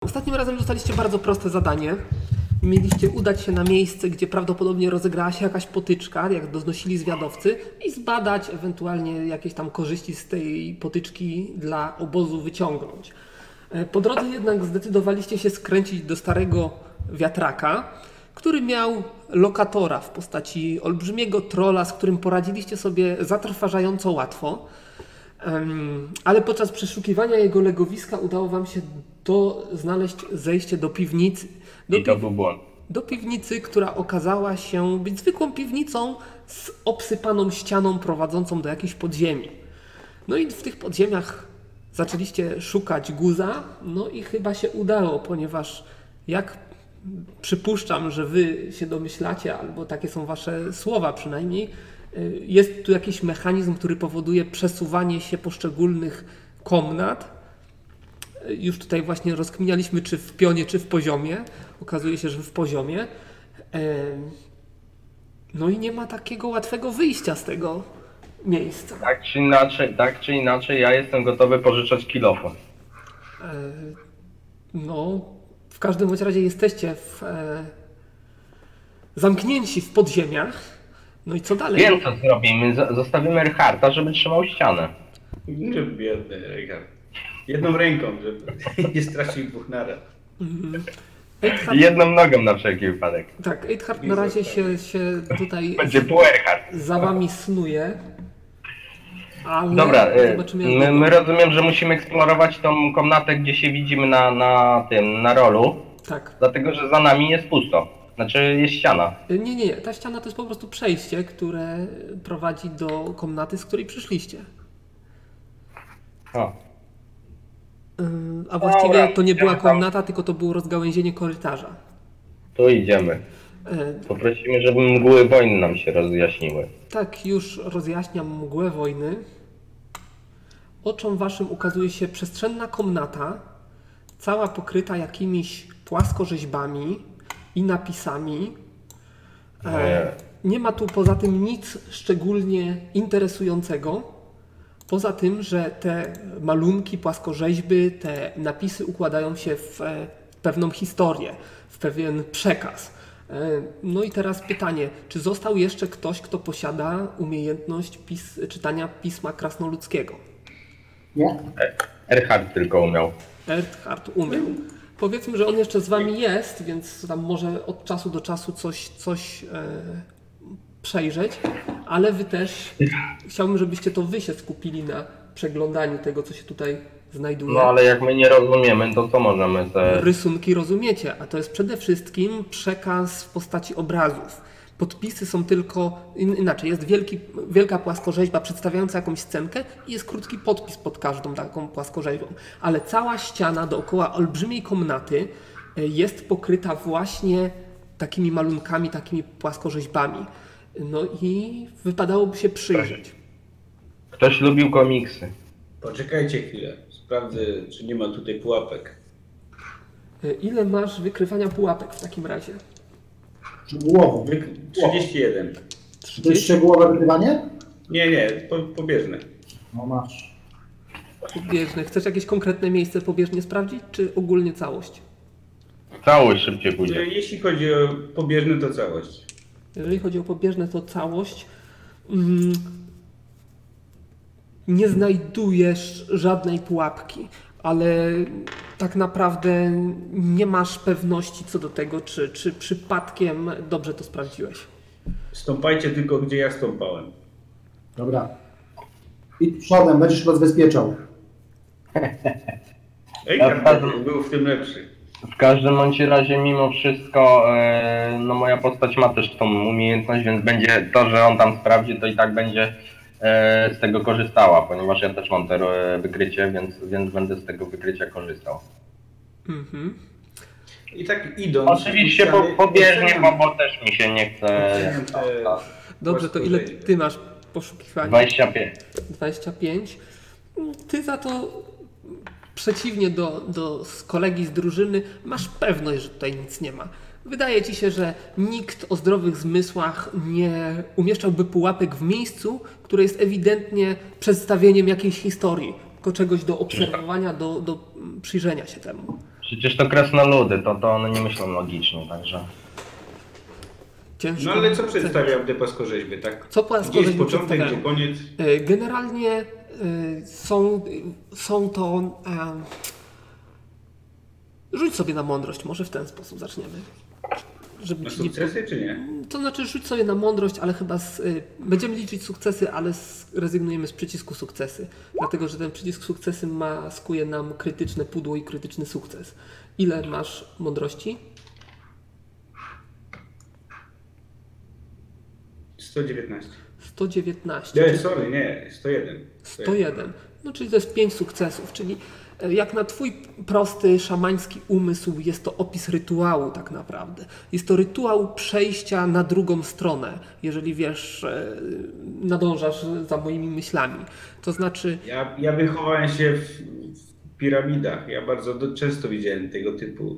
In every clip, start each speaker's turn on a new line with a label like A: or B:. A: Ostatnim razem dostaliście bardzo proste zadanie. Mieliście udać się na miejsce, gdzie prawdopodobnie rozegrała się jakaś potyczka, jak doznosili zwiadowcy, i zbadać ewentualnie jakieś tam korzyści z tej potyczki dla obozu wyciągnąć. E, Po drodze jednak zdecydowaliście się skręcić do starego wiatraka, który miał lokatora w postaci olbrzymiego trola, z którym poradziliście sobie zatrważająco łatwo. Em, ale podczas przeszukiwania jego legowiska udało wam się do, znaleźć zejście do piwnicy. Do,
B: I to
A: pi,
B: był błąd.
A: do piwnicy, która okazała się być zwykłą piwnicą z obsypaną ścianą prowadzącą do jakiejś podziemi. No i w tych podziemiach zaczęliście szukać guza, no i chyba się udało, ponieważ jak przypuszczam, że wy się domyślacie, albo takie są wasze słowa przynajmniej, y, jest tu jakiś mechanizm, który powoduje przesuwanie się poszczególnych komnat, już tutaj właśnie rozkminialiśmy, czy w pionie, czy w poziomie. Okazuje się, że w poziomie. Em, No i nie ma takiego łatwego wyjścia z tego miejsca.
B: Tak czy inaczej, tak czy inaczej, ja jestem gotowy pożyczać kilofon.
A: Em, No, w każdym bądź razie jesteście w, e, zamknięci w podziemiach. No i co dalej?
B: Wiem co zrobimy, Z- zostawimy Richarda, żeby trzymał ścianę.
C: Nie biedny Rygar. Jedną ręką, żeby nie stracił dwóch naraz.
B: I
A: Eidhard,
B: jedną nogą na wszelki wypadek.
A: tak, Eidhard na razie się, się tutaj
B: Będzie puerhard.
A: za wami snuje. Ale
B: Dobra, e,
A: zobaczymy jak
B: my,
A: długo.
B: my rozumiem, że musimy eksplorować tą komnatę, gdzie się widzimy na, na tym, na rolu,
A: Tak.
B: dlatego że za nami jest pusto. Znaczy jest ściana.
A: Y, Nie, nie, nie. Ta ściana to jest po prostu przejście, które prowadzi do komnaty, z której przyszliście.
B: O.
A: Ym, A właściwie
B: Dobra,
A: to nie była
B: idziemy tam.
A: komnata, tylko to było rozgałęzienie korytarza.
B: Tu idziemy.
A: Y,
B: Poprosimy, żeby mgły wojny nam się rozjaśniły.
A: Tak już rozjaśniam mgłę wojny. Oczom waszym ukazuje się przestrzenna komnata, cała pokryta jakimiś płaskorzeźbami i napisami. E, nie ma tu poza tym nic szczególnie interesującego. Poza tym, że te malunki, płaskorzeźby, te napisy układają się w e, pewną historię, w pewien przekaz. E, No i teraz pytanie, czy został jeszcze ktoś, kto posiada umiejętność pis czytania pisma krasnoludzkiego?
B: E, Erhard tylko umiał.
A: Erthard umiał. Powiedzmy, że on jeszcze z wami jest, więc tam może od czasu do czasu coś, coś e, przejrzeć, ale wy też chciałbym, żebyście to wy się skupili na przeglądaniu tego, co się tutaj znajduje.
B: No ale jak my nie rozumiemy, to co możemy ze...
A: Rysunki rozumiecie, a to jest przede wszystkim przekaz w postaci obrazów. Podpisy są tylko in, inaczej. Jest wielki, wielka płaskorzeźba przedstawiająca jakąś scenkę i jest krótki podpis pod każdą taką płaskorzeźbą. Ale cała ściana dookoła olbrzymiej komnaty e, jest pokryta właśnie takimi malunkami, takimi płaskorzeźbami. No i wypadałoby się przyjrzeć.
B: Ktoś lubił komiksy.
C: Poczekajcie chwilę. Sprawdzę, czy nie ma tutaj pułapek.
A: E, Ile masz wykrywania pułapek w takim razie?
D: Szczegółowo.
C: Wy- 31.
D: To jest szczegółowe wykrywanie?
C: Nie, nie, po, pobieżne.
D: No masz.
A: Pobieżne. Chcesz jakieś konkretne miejsce pobieżnie sprawdzić, czy ogólnie całość?
B: Całość szybciej
C: E,
B: pójdzie.
C: Jeśli chodzi o pobieżne, to całość.
A: Jeżeli chodzi o pobieżne, to całość. Mm, nie znajdujesz żadnej pułapki, ale tak naprawdę nie masz pewności co do tego, czy, czy przypadkiem dobrze to sprawdziłeś.
C: Stąpajcie tylko, gdzie ja stąpałem.
D: Dobra. I przodem będziesz się rozbezpieczał.
C: Ej,
B: Ja wpadłem.
C: był w tym lepszy.
B: W każdym bądź razie mimo wszystko, e, no moja postać ma też tą umiejętność, więc będzie to, że on tam sprawdzi, to i tak będzie e, z tego korzystała, ponieważ ja też mam to e, wykrycie, więc, więc będę z tego wykrycia korzystał.
A: Mhm.
C: I tak idąc...
B: Oczywiście po,
C: ściany-
B: pobieżnie, bo,
C: oceniam-
B: bo też mi się nie chce
C: oceniam te-
A: Dobrze, to ile ty masz poszukiwania?
B: 25.
A: 25. Ty za to przeciwnie do, do z kolegi z drużyny masz pewność, że tutaj nic nie ma. Wydaje ci się, że nikt o zdrowych zmysłach nie umieszczałby pułapek w miejscu, które jest ewidentnie przedstawieniem jakiejś historii, tylko czegoś do obserwowania, do, do mm, przyjrzenia się temu.
B: Przecież to kresnoludy, to, to one nie myślą logicznie, także...
A: Ciężko
C: No ale co
A: ocenić.
C: przedstawiał te paskorzeźby, tak?
A: Co płasko
C: Gdzie jest
A: żeśmy
C: początek,
A: przedstawiali?
C: gdzie koniec?
A: Y, Generalnie y, są, y, są to. e, Rzuć sobie na mądrość, może w ten sposób zaczniemy. Żeby
C: Na
A: ci nie...
C: sukcesy czy nie?
A: To znaczy, rzuć sobie na mądrość, ale chyba z, y, będziemy liczyć sukcesy, ale z, rezygnujemy z przycisku sukcesy. Dlatego, że ten przycisk sukcesy maskuje nam krytyczne pudło i krytyczny sukces. Ile masz mądrości?
C: 119.
A: 119.
C: Nie,
A: czyli-
C: sorry, nie, 101.
A: 101. No czyli to jest 5 sukcesów, czyli e, jak na twój prosty szamański umysł jest to opis rytuału tak naprawdę. Jest to rytuał przejścia na drugą stronę, jeżeli wiesz, e, nadążasz za moimi myślami. To znaczy,
C: Ja, ja wychowałem się w, w piramidach. Ja bardzo do, często widziałem tego typu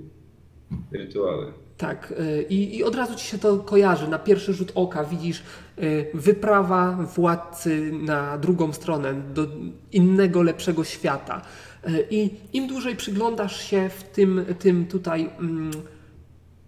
C: rytuały.
A: Tak, y, i, i od razu ci się to kojarzy. Na pierwszy rzut oka widzisz y, wyprawa władcy na drugą stronę, do innego, lepszego świata. Y, I im dłużej przyglądasz się w tym, tym tutaj mm,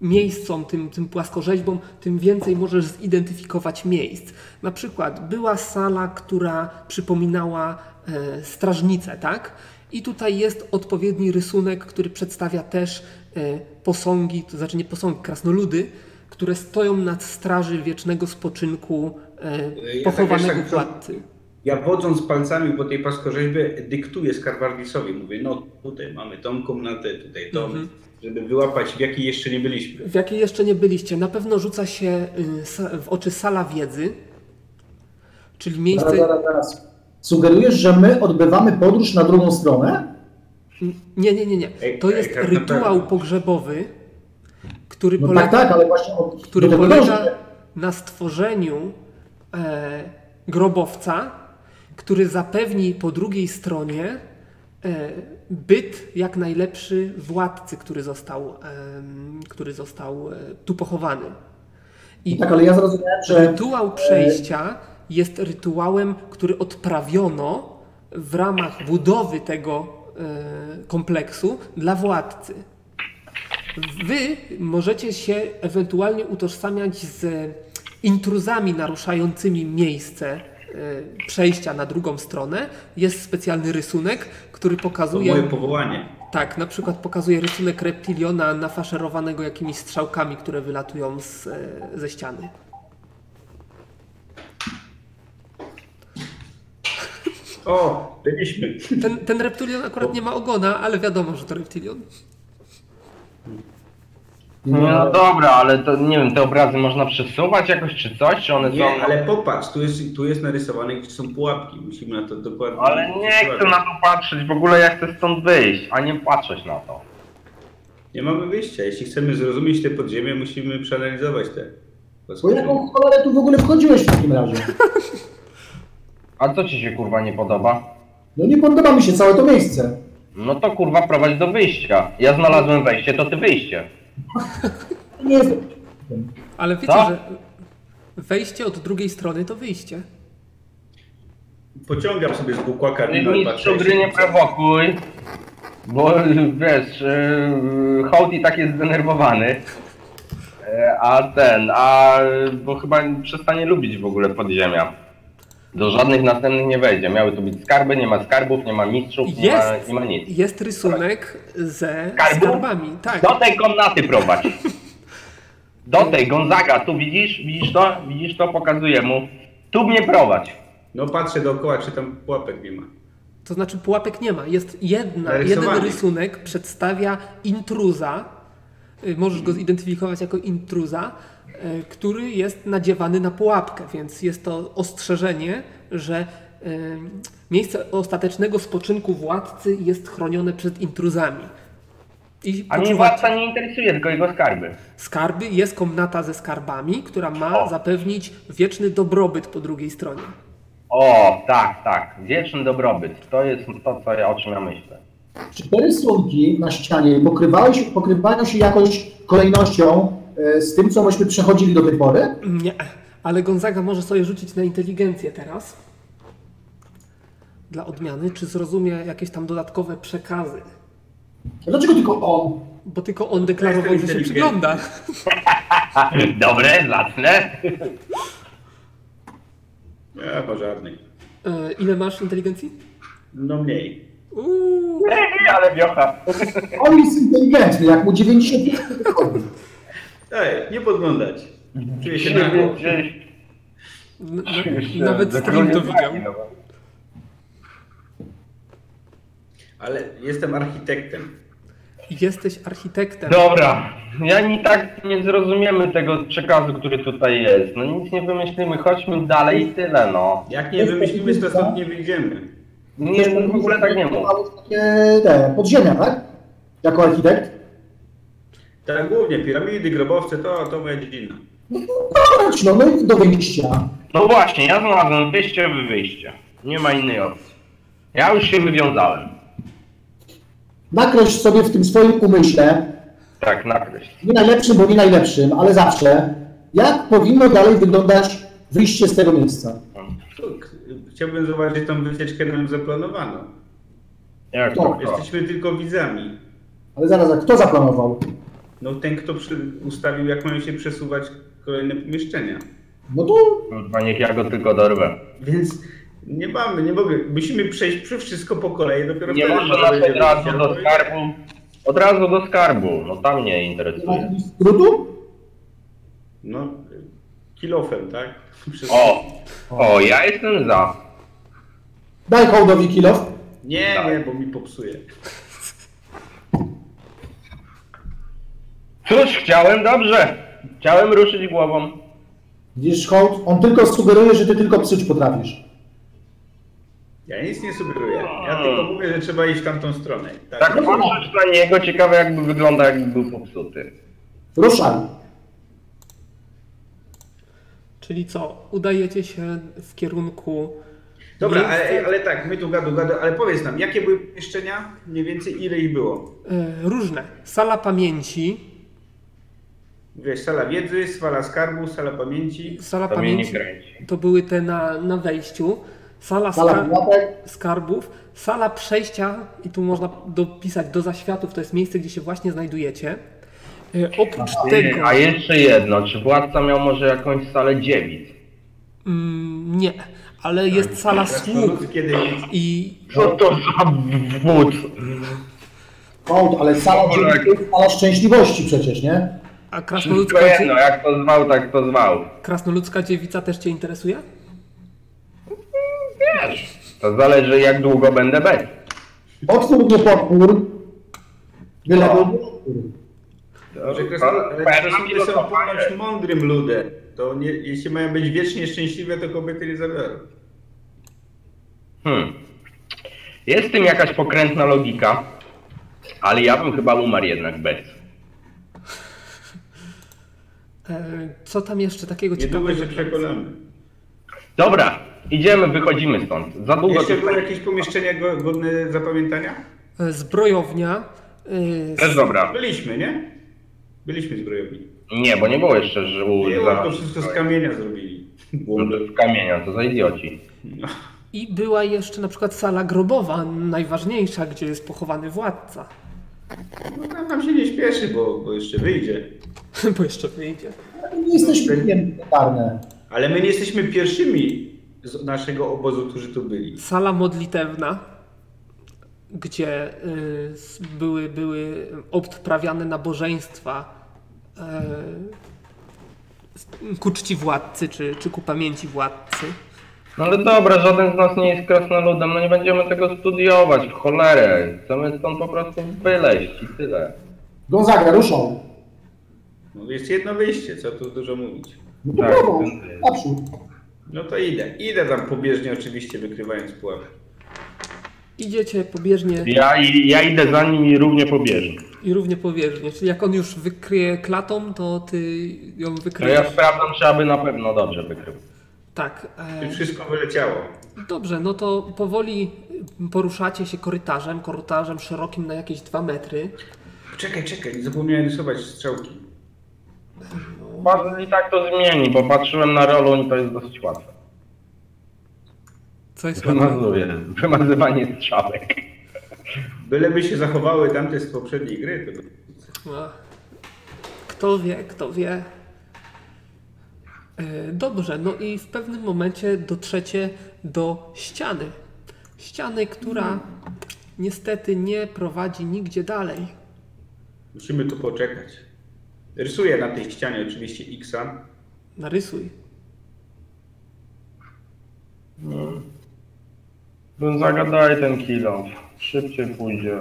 A: miejscom, tym, tym płaskorzeźbom, tym więcej możesz zidentyfikować miejsc. Na przykład była sala, która przypominała e, strażnicę, tak? I tutaj jest odpowiedni rysunek, który przedstawia też e, posągi, to znaczy nie posągi, krasnoludy, które stoją nad straży wiecznego spoczynku
C: tak,
A: e,
C: wiesz,
A: pochowanego
C: tak, co-
A: władcy.
C: Ja wodząc palcami po tej paskorzeźbie dyktuję Skarwardisowi, mówię, no tutaj mamy tą komnatę, tutaj tą,
A: Mhm.
C: żeby wyłapać w jakiej jeszcze nie byliśmy.
A: W jakiej jeszcze nie byliście? Na pewno rzuca się y, sa- w oczy sala wiedzy, czyli miejsce...
D: Zaraz, zaraz, zaraz. Sugerujesz, że my odbywamy podróż na drugą stronę?
A: Nie, nie, nie, nie.
C: Ej,
A: To
C: ej,
A: jest
C: tak
A: rytuał
C: naprawdę.
A: pogrzebowy, który
D: No
A: polega,
D: tak, tak, ale właśnie od,
A: który
D: do tego
A: polega
D: dążymy.
A: na stworzeniu e, grobowca, który zapewni po drugiej stronie e, byt jak najlepszy władcy, który został, em, który został e, tu pochowany. I
D: Tak, ale ja zrozumiałem, że
A: Rytuał przejścia jest rytuałem, który odprawiono w ramach budowy tego e, kompleksu dla władcy. Wy możecie się ewentualnie utożsamiać z intruzami naruszającymi miejsce e, przejścia na drugą stronę. Jest specjalny rysunek, który
C: To
A: pokazuje.
C: moje powołanie.
A: Tak, na przykład pokazuje rysunek reptiliona nafaszerowanego jakimiś strzałkami, które wylatują z, e, ze ściany.
C: O, byliśmy.
A: Ten, ten reptilion akurat nie ma ogona, ale wiadomo, że to reptilion.
B: No dobra, ale to nie wiem, te obrazy można przesuwać jakoś czy coś, czy one
C: Nie,
B: są...
C: ale popatrz, tu jest, tu jest narysowane, gdzie są pułapki. Musimy na to dokładnie...
B: Ale nie chcę na to patrzeć, w ogóle ja chcę stąd wyjść, a nie patrzeć na to.
C: Nie mamy wyjścia. Jeśli chcemy zrozumieć te podziemie, musimy przeanalizować te.
D: Bo jaką cholerę tu w ogóle wchodziłeś w takim razie?
B: A co ci się kurwa nie podoba?
D: No nie podoba mi się całe to miejsce.
B: No to kurwa prowadź do wyjścia. Ja znalazłem wejście, to ty wyjście.
D: Nie jest...
A: Ale wiecie,
B: Co?
A: że wejście od drugiej strony to wyjście.
C: Pociągam sobie z bukłaka wino i patrzę.
B: Mistrzu gry nie prowokuj, bo wiesz, yy, hołd i tak jest zdenerwowany. E, A ten, a bo chyba przestanie lubić w ogóle podziemia. Do żadnych następnych nie wejdzie. Miały tu być skarby, nie ma skarbów, nie ma mistrzów, nie ma,
A: Jest,
B: nie ma nic.
A: jest rysunek ze
B: Skarbu?
A: skarbami. Tak.
B: Do tej komnaty prowadź. Do tej, Gonzaga, tu widzisz, widzisz to, widzisz to, pokazuję mu. Tu mnie prowadź.
C: No patrzę dookoła, czy tam pułapek nie ma.
A: To znaczy pułapek nie ma. Jest jedna,
C: Narysowanie.
A: jeden rysunek przedstawia intruza. y, Możesz go zidentyfikować jako intruza, y, który jest nadziewany na pułapkę, więc jest to ostrzeżenie, że y, miejsce ostatecznego spoczynku władcy jest chronione przed intruzami. I
B: A mnie
A: poczuwacie-
B: władca nie interesuje, tylko jego skarby.
A: Skarby jest komnata ze skarbami, która ma
B: O.
A: zapewnić wieczny dobrobyt po drugiej stronie.
B: O, tak, tak. Wieczny dobrobyt. To jest to, co ja, o czym ja myślę.
D: Czy te rysunki na ścianie pokrywały się, pokrywają się jakoś kolejnością e, z tym, co myśmy przechodzili do tej pory?
A: Nie, ale Gonzaga może sobie rzucić na inteligencję teraz. Dla odmiany, czy zrozumie jakieś tam dodatkowe przekazy.
D: Dlaczego tylko on?
A: Bo tylko on deklarował, że się
C: inteligentny.
A: przygląda.
B: Dobre, zacne.
C: A, pożarny.
A: E, Ile masz inteligencji?
C: No mniej.
A: Uuu,
B: Ale wiocha.
D: On jest inteligentny, jak mu 90 wychodzi.
C: Ej, nie podglądać. Czuję się nago.
A: n- n- nawet stream to widział.
B: no
C: Ale jestem architektem.
A: Jesteś architektem.
C: No.
B: Dobra, ja i tak nie zrozumiemy tego przekazu, który tutaj jest. No nic nie wymyślimy, chodźmy dalej i tyle, no.
C: Jak nie wymyślimy, to stąd nie wyjdziemy.
B: Nie, no w ogóle tak nie mów.
D: Takie te, podziemia, tak? Jako architekt.
C: Tak głównie piramidy, grobowce, to, to moja dziedzina.
D: Patrz, no, no i do wyjścia.
B: No właśnie, ja znalazłem wyjście wy wyjście. Nie ma innej opcji. Ja już się wywiązałem.
D: Nakreśl sobie w tym swoim umyśle,
B: Tak, nakreśl.
D: nie najlepszym, bo nie najlepszym, ale zawsze, jak powinno dalej wyglądać wyjście z tego miejsca.
C: Tu, k- Chciałbym zobaczyć tą wycieczkę nam zaplanowano.
B: Jak
D: To
B: to?
C: Jesteśmy tylko widzami.
D: Ale zaraz, a kto zaplanował?
C: No ten, kto przy, ustawił, jak mają się przesuwać kolejne pomieszczenia.
D: No to
B: Kurwa, niech ja go tylko dorwę.
C: Więc nie mamy, nie mogę. Musimy przejść przy wszystko po kolei, dopiero
B: Nie
C: wtedy
B: można
C: będziemy
B: nas od razu
C: wiedzieli.
B: do skarbu. Od razu do skarbu, no tam mnie interesuje.
D: jakiś skrótu?
C: No, kilofem, tak? Przez...
B: O, o, ja jestem za.
D: Daj hołdowi kilof.
C: Nie,
B: Dawaj.
C: nie, bo mi popsuje.
B: Cóż, chciałem dobrze. Chciałem ruszyć głową.
D: Widzisz, hołd, on tylko sugeruje, że ty tylko psuć potrafisz.
C: Ja nic nie sugeruję. Ja tylko mówię, że trzeba iść w tamtą stronę. Tak,
B: Tak patrzysz na niego, ciekawe jakby wygląda, jakby był popsuty.
D: Ruszaj.
A: Czyli co? Udajecie się w kierunku.
C: Dobra,
A: miejsca-
C: ale, ale tak, my tu gadu, gadu, ale powiedz nam, jakie były pomieszczenia? Mniej więcej ile ich było?
A: E, Różne. Sala pamięci.
C: Wiesz, sala wiedzy, sala skarbu, sala pamięci.
A: Sala
B: To mnie nie
A: pamięci.
B: kręci.
A: To były te na, na wejściu. Sala,
D: Sala
A: skar-
D: pułapek.
A: skarbów, sala przejścia, i tu można dopisać do zaświatów, to jest miejsce, gdzie się właśnie znajdujecie. E, Oprócz
B: Ty,
A: tego.
B: Tak. A jeszcze jedno, czy władca miał może jakąś salę dziewic?
A: Mm, nie, ale jest sala sług
C: Krasnolud kiedyś.
A: i
B: Co to za wódz?
D: Hołd, ale sala
B: Olek.
D: dzięki to jest sala szczęśliwości przecież, nie?
A: a
B: Wszystko
A: krasnoludzka, dzie-
B: jedno, jak to zwał, tak to zwał.
A: krasnoludzka dziewica też cię interesuje?
B: Wiesz, to zależy jak długo będę bez.
D: Otwór, nie podpór. Byle
C: Tak.
B: No.
D: był podpór.
C: Może
B: To-
C: krasnoludy
B: pewna
C: krasnoludy są
B: filozofia.
C: ponoć mądrym ludem. To nie, jeśli mają być wiecznie szczęśliwe, to kobiety nie zabiorą.
B: Hmm. Jest w tym jakaś pokrętna logika, ale ja bym chyba umarł jednak bez.
A: E, Co tam jeszcze takiego
C: Niedługo się
A: ciekawego?
C: przekonamy.
B: Dobra, idziemy, wychodzimy stąd. Za długo
C: Jeszcze
B: tu
C: były jakieś pomieszczenia go- godne zapamiętania?
A: E, Zbrojownia. e,
B: Też dobra.
C: Byliśmy, nie? Byliśmy zbrojowni.
B: Nie, bo nie było jeszcze żół.
C: Było, to wszystko z kamienia zrobili.
B: Z kamienia, to za idioci.
C: No.
A: I była jeszcze na przykład sala grobowa, najważniejsza, gdzie jest pochowany władca.
C: No tam nam się nie śpieszy, bo, bo jeszcze wyjdzie.
A: Bo jeszcze wyjdzie.
D: Nie jesteśmy winni karne.
C: Ale my nie jesteśmy pierwszymi z naszego obozu, którzy tu byli.
A: Sala modlitewna, gdzie y, s- były, były odprawiane nabożeństwa y, s- ku czci władcy, czy, czy ku pamięci władcy.
B: No ale dobra, żaden z nas nie jest krasnoludem, no nie będziemy tego studiować, w cholerę. Chcemy stąd po prostu wyleźć i tyle.
D: Gonzaga, ruszał.
C: No, jest jedno wyjście, co tu dużo mówić.
D: No to
B: Tak,
D: brawo,
B: ten-
D: naprzód.
C: No to idę. Idę tam pobieżnie, oczywiście wykrywając pułapkę.
A: Idziecie pobieżnie
B: Ja, i- ja idę za nim i równie pobieżnie.
A: i równie pobieżnie, czyli jak on już wykryje klatą, to ty ją
B: No ja
A: wykryjesz.
B: sprawdzam, czy aby na pewno dobrze wykrył.
A: Tak.
C: I
A: E,
C: wszystko wyleciało.
A: Dobrze, no to powoli poruszacie się korytarzem, korytarzem szerokim na jakieś dwa metry.
C: Czekaj, czekaj, zapomniałem rysować strzałki.
B: Bardzo i tak to zmieni, bo patrzyłem na rolę i to jest dosyć łatwe.
A: Co jest łatwe?
B: Wymazuję. Wymazywanie strzałek.
C: Byleby się zachowały tamte z poprzedniej gry, to
A: Ach. Kto wie, kto wie. E, Dobrze, no i w pewnym momencie dotrzecie do ściany. Ściany, która niestety nie prowadzi nigdzie dalej.
C: musimy tu poczekać. Rysuję na tej ścianie oczywiście X-a.
A: Narysuj.
B: No zagadaj ten kilo. Szybciej pójdzie.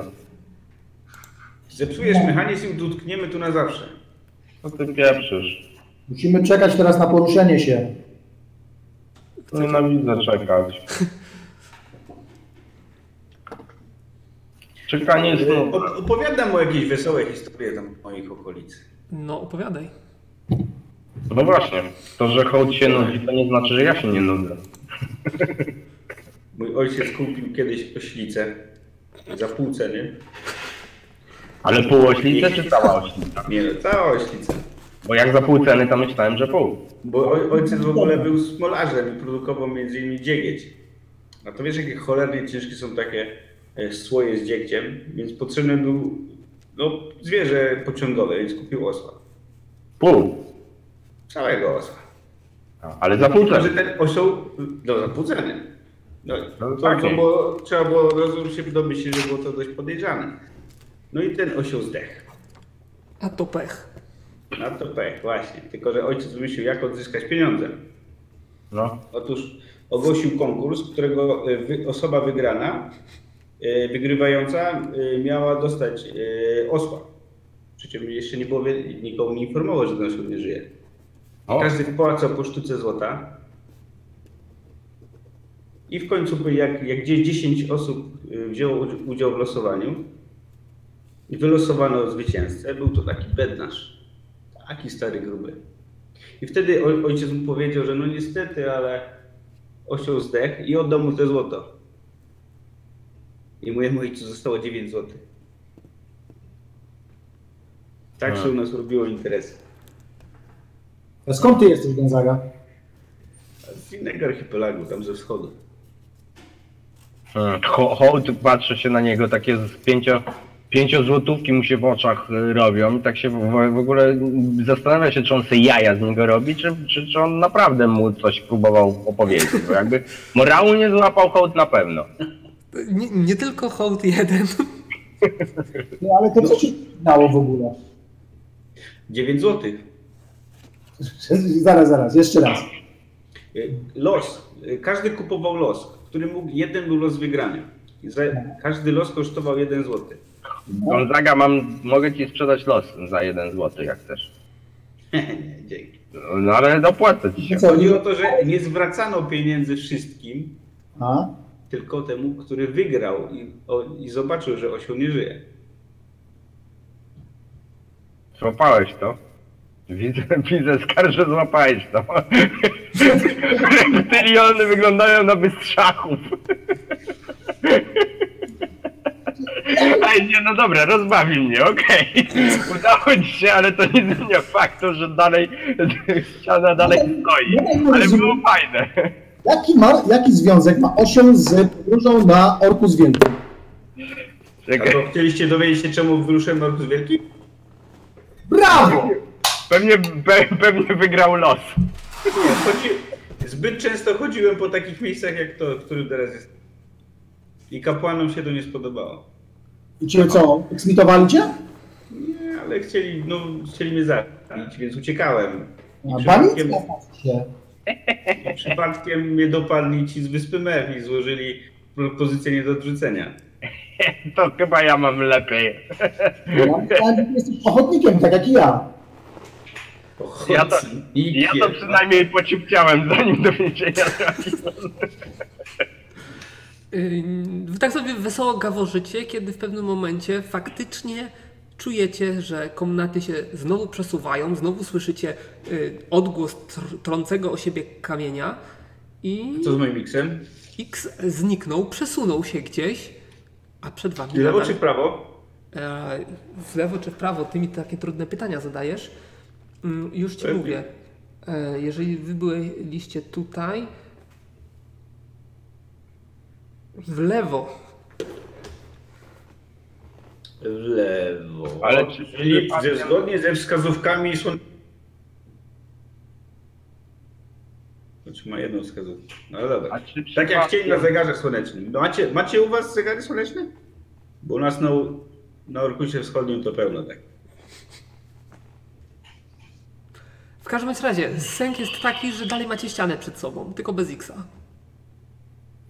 C: Zepsujesz mechanizm i dotkniemy tu na zawsze.
B: Co No ty pieprzysz?
D: Musimy czekać teraz na poruszenie się.
B: Nienawidzę czekać. Czekanie jest nudne.
C: Op- opowiadam mu jakieś wesołe historie tam w moich okolicy.
A: No, opowiadaj.
B: No właśnie. To, że hołd się nudzi, to nie znaczy, że ja się nie nudzę.
C: Mój ojciec kupił kiedyś oślicę za pół ceny.
B: Ale pół oślicy czy cała oślica?
C: Nie no, cała oślica.
B: Bo jak za pół ceny, to myślałem, że pół.
C: Bo oj- ojciec w ogóle był smolarzem i produkował między innymi dziegieć. A to wiesz, jakie cholernie ciężkie są takie e, słoje z dziegciem, więc potrzebny był no, zwierzę pociągowe, więc kupił osła.
B: Pół.
C: Całego osła.
B: A, Ale za pół
C: Tylko, że
B: ceny.
C: ten osioł, no zabudzany. No,
B: No
C: to,
B: tak,
C: to
B: nie.
C: było, trzeba było od razu się domyślić, że było to dość podejrzane. No i ten osioł zdechł.
A: A to pech.
C: No to pech, właśnie. Tylko, że ojciec wymyślił, jak odzyskać pieniądze.
B: No.
C: Otóż ogłosił konkurs, którego e, wy, osoba wygrana, e, wygrywająca, e, miała dostać e, osła. Przy czym jeszcze nie było, wi- nikomu nie informował, że ten osła nie żyje.
B: O, hmm.
C: Każdy wpłacał po sztuce złota. I w końcu, jak, jak gdzieś 10 osób y, wzięło udz- udział w losowaniu, i wylosowano zwycięzcę, był to taki bednarz. Taki stary, gruby. I wtedy oj- ojciec mu powiedział, że no niestety, ale osioł zdechł i oddał mu te złoto. I mojemu ojcu zostało 9 złotych. Tak
B: A.
C: się u nas robiło interesy.
D: A skąd ty jesteś, Gonzaga?
C: Z innego archipelagu, tam ze wschodu.
B: Hmm, Ho- Hołd patrzy się na niego, takie z pięcio, pięciozłotówki mu się w oczach y, robią. i Tak się w, w ogóle zastanawia się, czy on sobie jaja z niego robi, czy, czy, czy on naprawdę mu coś próbował opowiedzieć. Bo jakby morału nie złapał Hołd na pewno.
A: Nie, nie tylko hołd jeden.
D: No, ale to co ci dało w ogóle?
C: 9 złotych.
D: Zaraz, zaraz, jeszcze raz.
C: Y, Los. Y, Każdy kupował los, który mógł, jeden był los wygrany. I za- Każdy los kosztował 1 złoty.
B: Gonzaga, mam, mogę ci sprzedać los za jeden złoty, jak chcesz.
C: Nie, Dzięki.
B: No ale dopłacę ci się.
D: Co,
C: Chodzi
D: nie...
C: o to, że nie zwracano pieniędzy wszystkim,
D: A?
C: tylko temu, który wygrał i, o, i zobaczył, że osioł nie żyje.
B: Złapałeś to? Widzę, widzę skarż, że złapałeś to. Reptyliony wyglądają na bystrzachów. Ej, nie, no dobra, rozbawił mnie, okej. Udało ci się, ale to nie zmienia faktu, że dalej ściana dalej stoi. Ale było fajne.
D: Jaki, ma, jaki związek ma osioł z podróżą na Orkus Wielkim?
C: A
B: Czekaj,
C: to chcieliście dowiedzieć się, czemu wyruszyłem na Orkus Wielki?
D: Brawo!
B: pewnie, pe, pewnie wygrał los.
C: Nie, chodzi... Zbyt często chodziłem po takich miejscach, jak to, w którym teraz jest. I kapłanom się to nie spodobało.
D: I cię co, eksmitowali cię?
C: Nie, ale chcieli, no, chcieli mnie zabić, więc uciekałem. I
D: A
C: przypadkiem,
D: Banic znaczy się.
C: i przypadkiem mnie dopadli ci z Wyspy Mew i złożyli propozycję nie do odrzucenia.
B: To chyba ja mam lepiej.
D: Ja myślałem, że jesteś ochotnikiem, tak jak i ja.
B: Ja to-
C: I
B: Ja to przynajmniej pocipciałem, zanim do więzienia
A: Ym, tak sobie wesoło gaworzycie, kiedy w pewnym momencie faktycznie czujecie, że komnaty się znowu przesuwają, znowu słyszycie y, odgłos tr- trącego o siebie kamienia i
C: Co z moim miksem?
A: X zniknął, przesunął się gdzieś, a przed wami...
C: I lewo
A: nadal-
C: czy w prawo?
A: E, w lewo czy w prawo, ty mi takie trudne pytania zadajesz. Mm, Już ci
C: Pewnie.
A: mówię. E, Jeżeli wy byliście tutaj, w lewo.
C: w lewo.
B: Ale czy-
C: czyli
B: czy-
C: że zgodnie ze wskazówkami są. Znaczy ma jedną wskazówkę. No ale
B: A
C: dobra.
B: czy
C: Tak jak chcieli na
B: przypadkiem-
C: zegarze słonecznym. No Macie, macie u was zegary słoneczne? Bo u nas na, na Orkucie Wschodnim to pełno tak.
A: W każdym bądź razie, sęk jest taki, że dalej macie ścianę przed sobą, tylko bez X-a.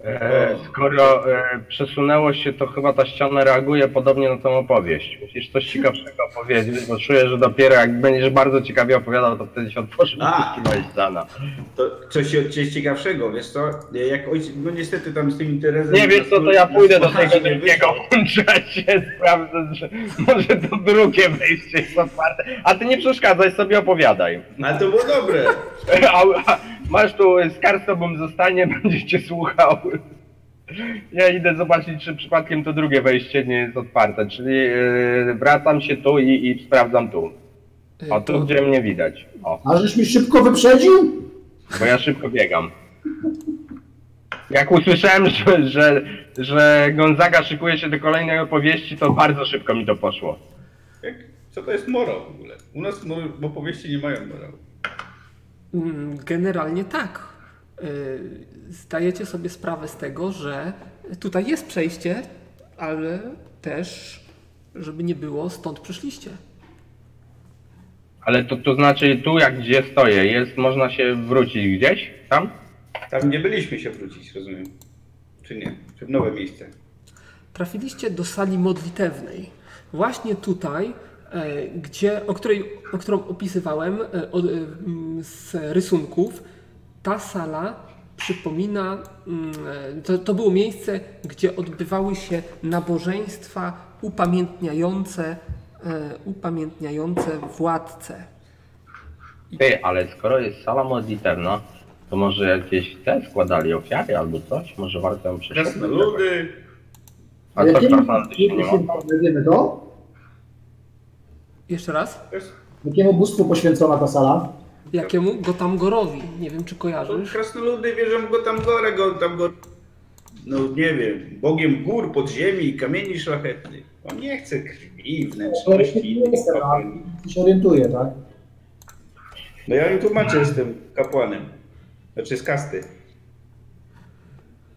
B: E, Skoro e, przesunęło się, to chyba ta ściana reaguje podobnie na tą opowieść. Musisz coś ciekawszego opowiedzieć, bo czuję, że dopiero jak będziesz bardzo ciekawie opowiadał, to wtedy się otworzy
C: A.
B: poszukiwać ściana.
C: To coś od ciebie ciekawszego, wiesz co? Jak ojciec, no niestety tam z tym interesem.
B: Nie wiesz co, to ja pójdę do tego
C: nie
B: drugiego włącza się, sprawdzę, że może to drugie wejście jest otwarte. A ty nie przeszkadzaj, sobie opowiadaj.
C: Ale to było dobre.
B: A, a, masz tu skar z tobą zostanie, będzie cię słuchał. Ja idę zobaczyć, czy przypadkiem to drugie wejście nie jest otwarte, czyli e, wracam się tu i, i sprawdzam tu. O, tu gdzie mnie widać. O,
D: A żeś mi szybko wyprzedził?
B: bo ja szybko biegam. Jak usłyszałem, że, że, że Gonzaga szykuje się do kolejnej opowieści, to bardzo szybko mi to poszło.
C: Jak, co to jest morał w ogóle? U nas mor- w opowieści nie mają morału.
A: Mm, Generalnie tak. Yy, Zdajecie sobie sprawę z tego, że tutaj jest przejście, ale też, żeby nie było, stąd przyszliście.
B: Ale to, to znaczy tu, jak gdzie stoję, jest, można się wrócić gdzieś? Tam?
C: Tam nie byliśmy się wrócić, rozumiem. Czy nie? Czy w nowe miejsce?
A: Trafiliście do sali modlitewnej. Właśnie tutaj, e, gdzie, o, której, o którą opisywałem e, od- e, mm, z rysunków, ta sala przypomina, mm, e, to, to było miejsce, gdzie odbywały się nabożeństwa upamiętniające, e, upamiętniające władcę.
B: Ty, ale skoro jest sala modlitewna, to może jakieś te składali ofiary albo coś? Może warto ją przeczytać?
C: Krasnoludy.
B: A to
D: jakiemu
B: czasem się nie
D: bóstwu
B: ma.
D: Wiemy to?
A: Jeszcze raz?
D: Jakiemu bóstwu poświęcona ta sala?
A: Jakiemu? Gotamgorowi. Nie wiem, czy kojarzysz.
C: Krasnoludy wierzą go tam gorę, go tam go... No nie wiem, bogiem gór, podziemi, kamieni szlachetnych. On nie chce krwi, wnętrzności.
D: No, Nie jestem, a się orientuję, tak?
C: No ja im tłumaczę, jestem kapłanem. Znaczy z kasty.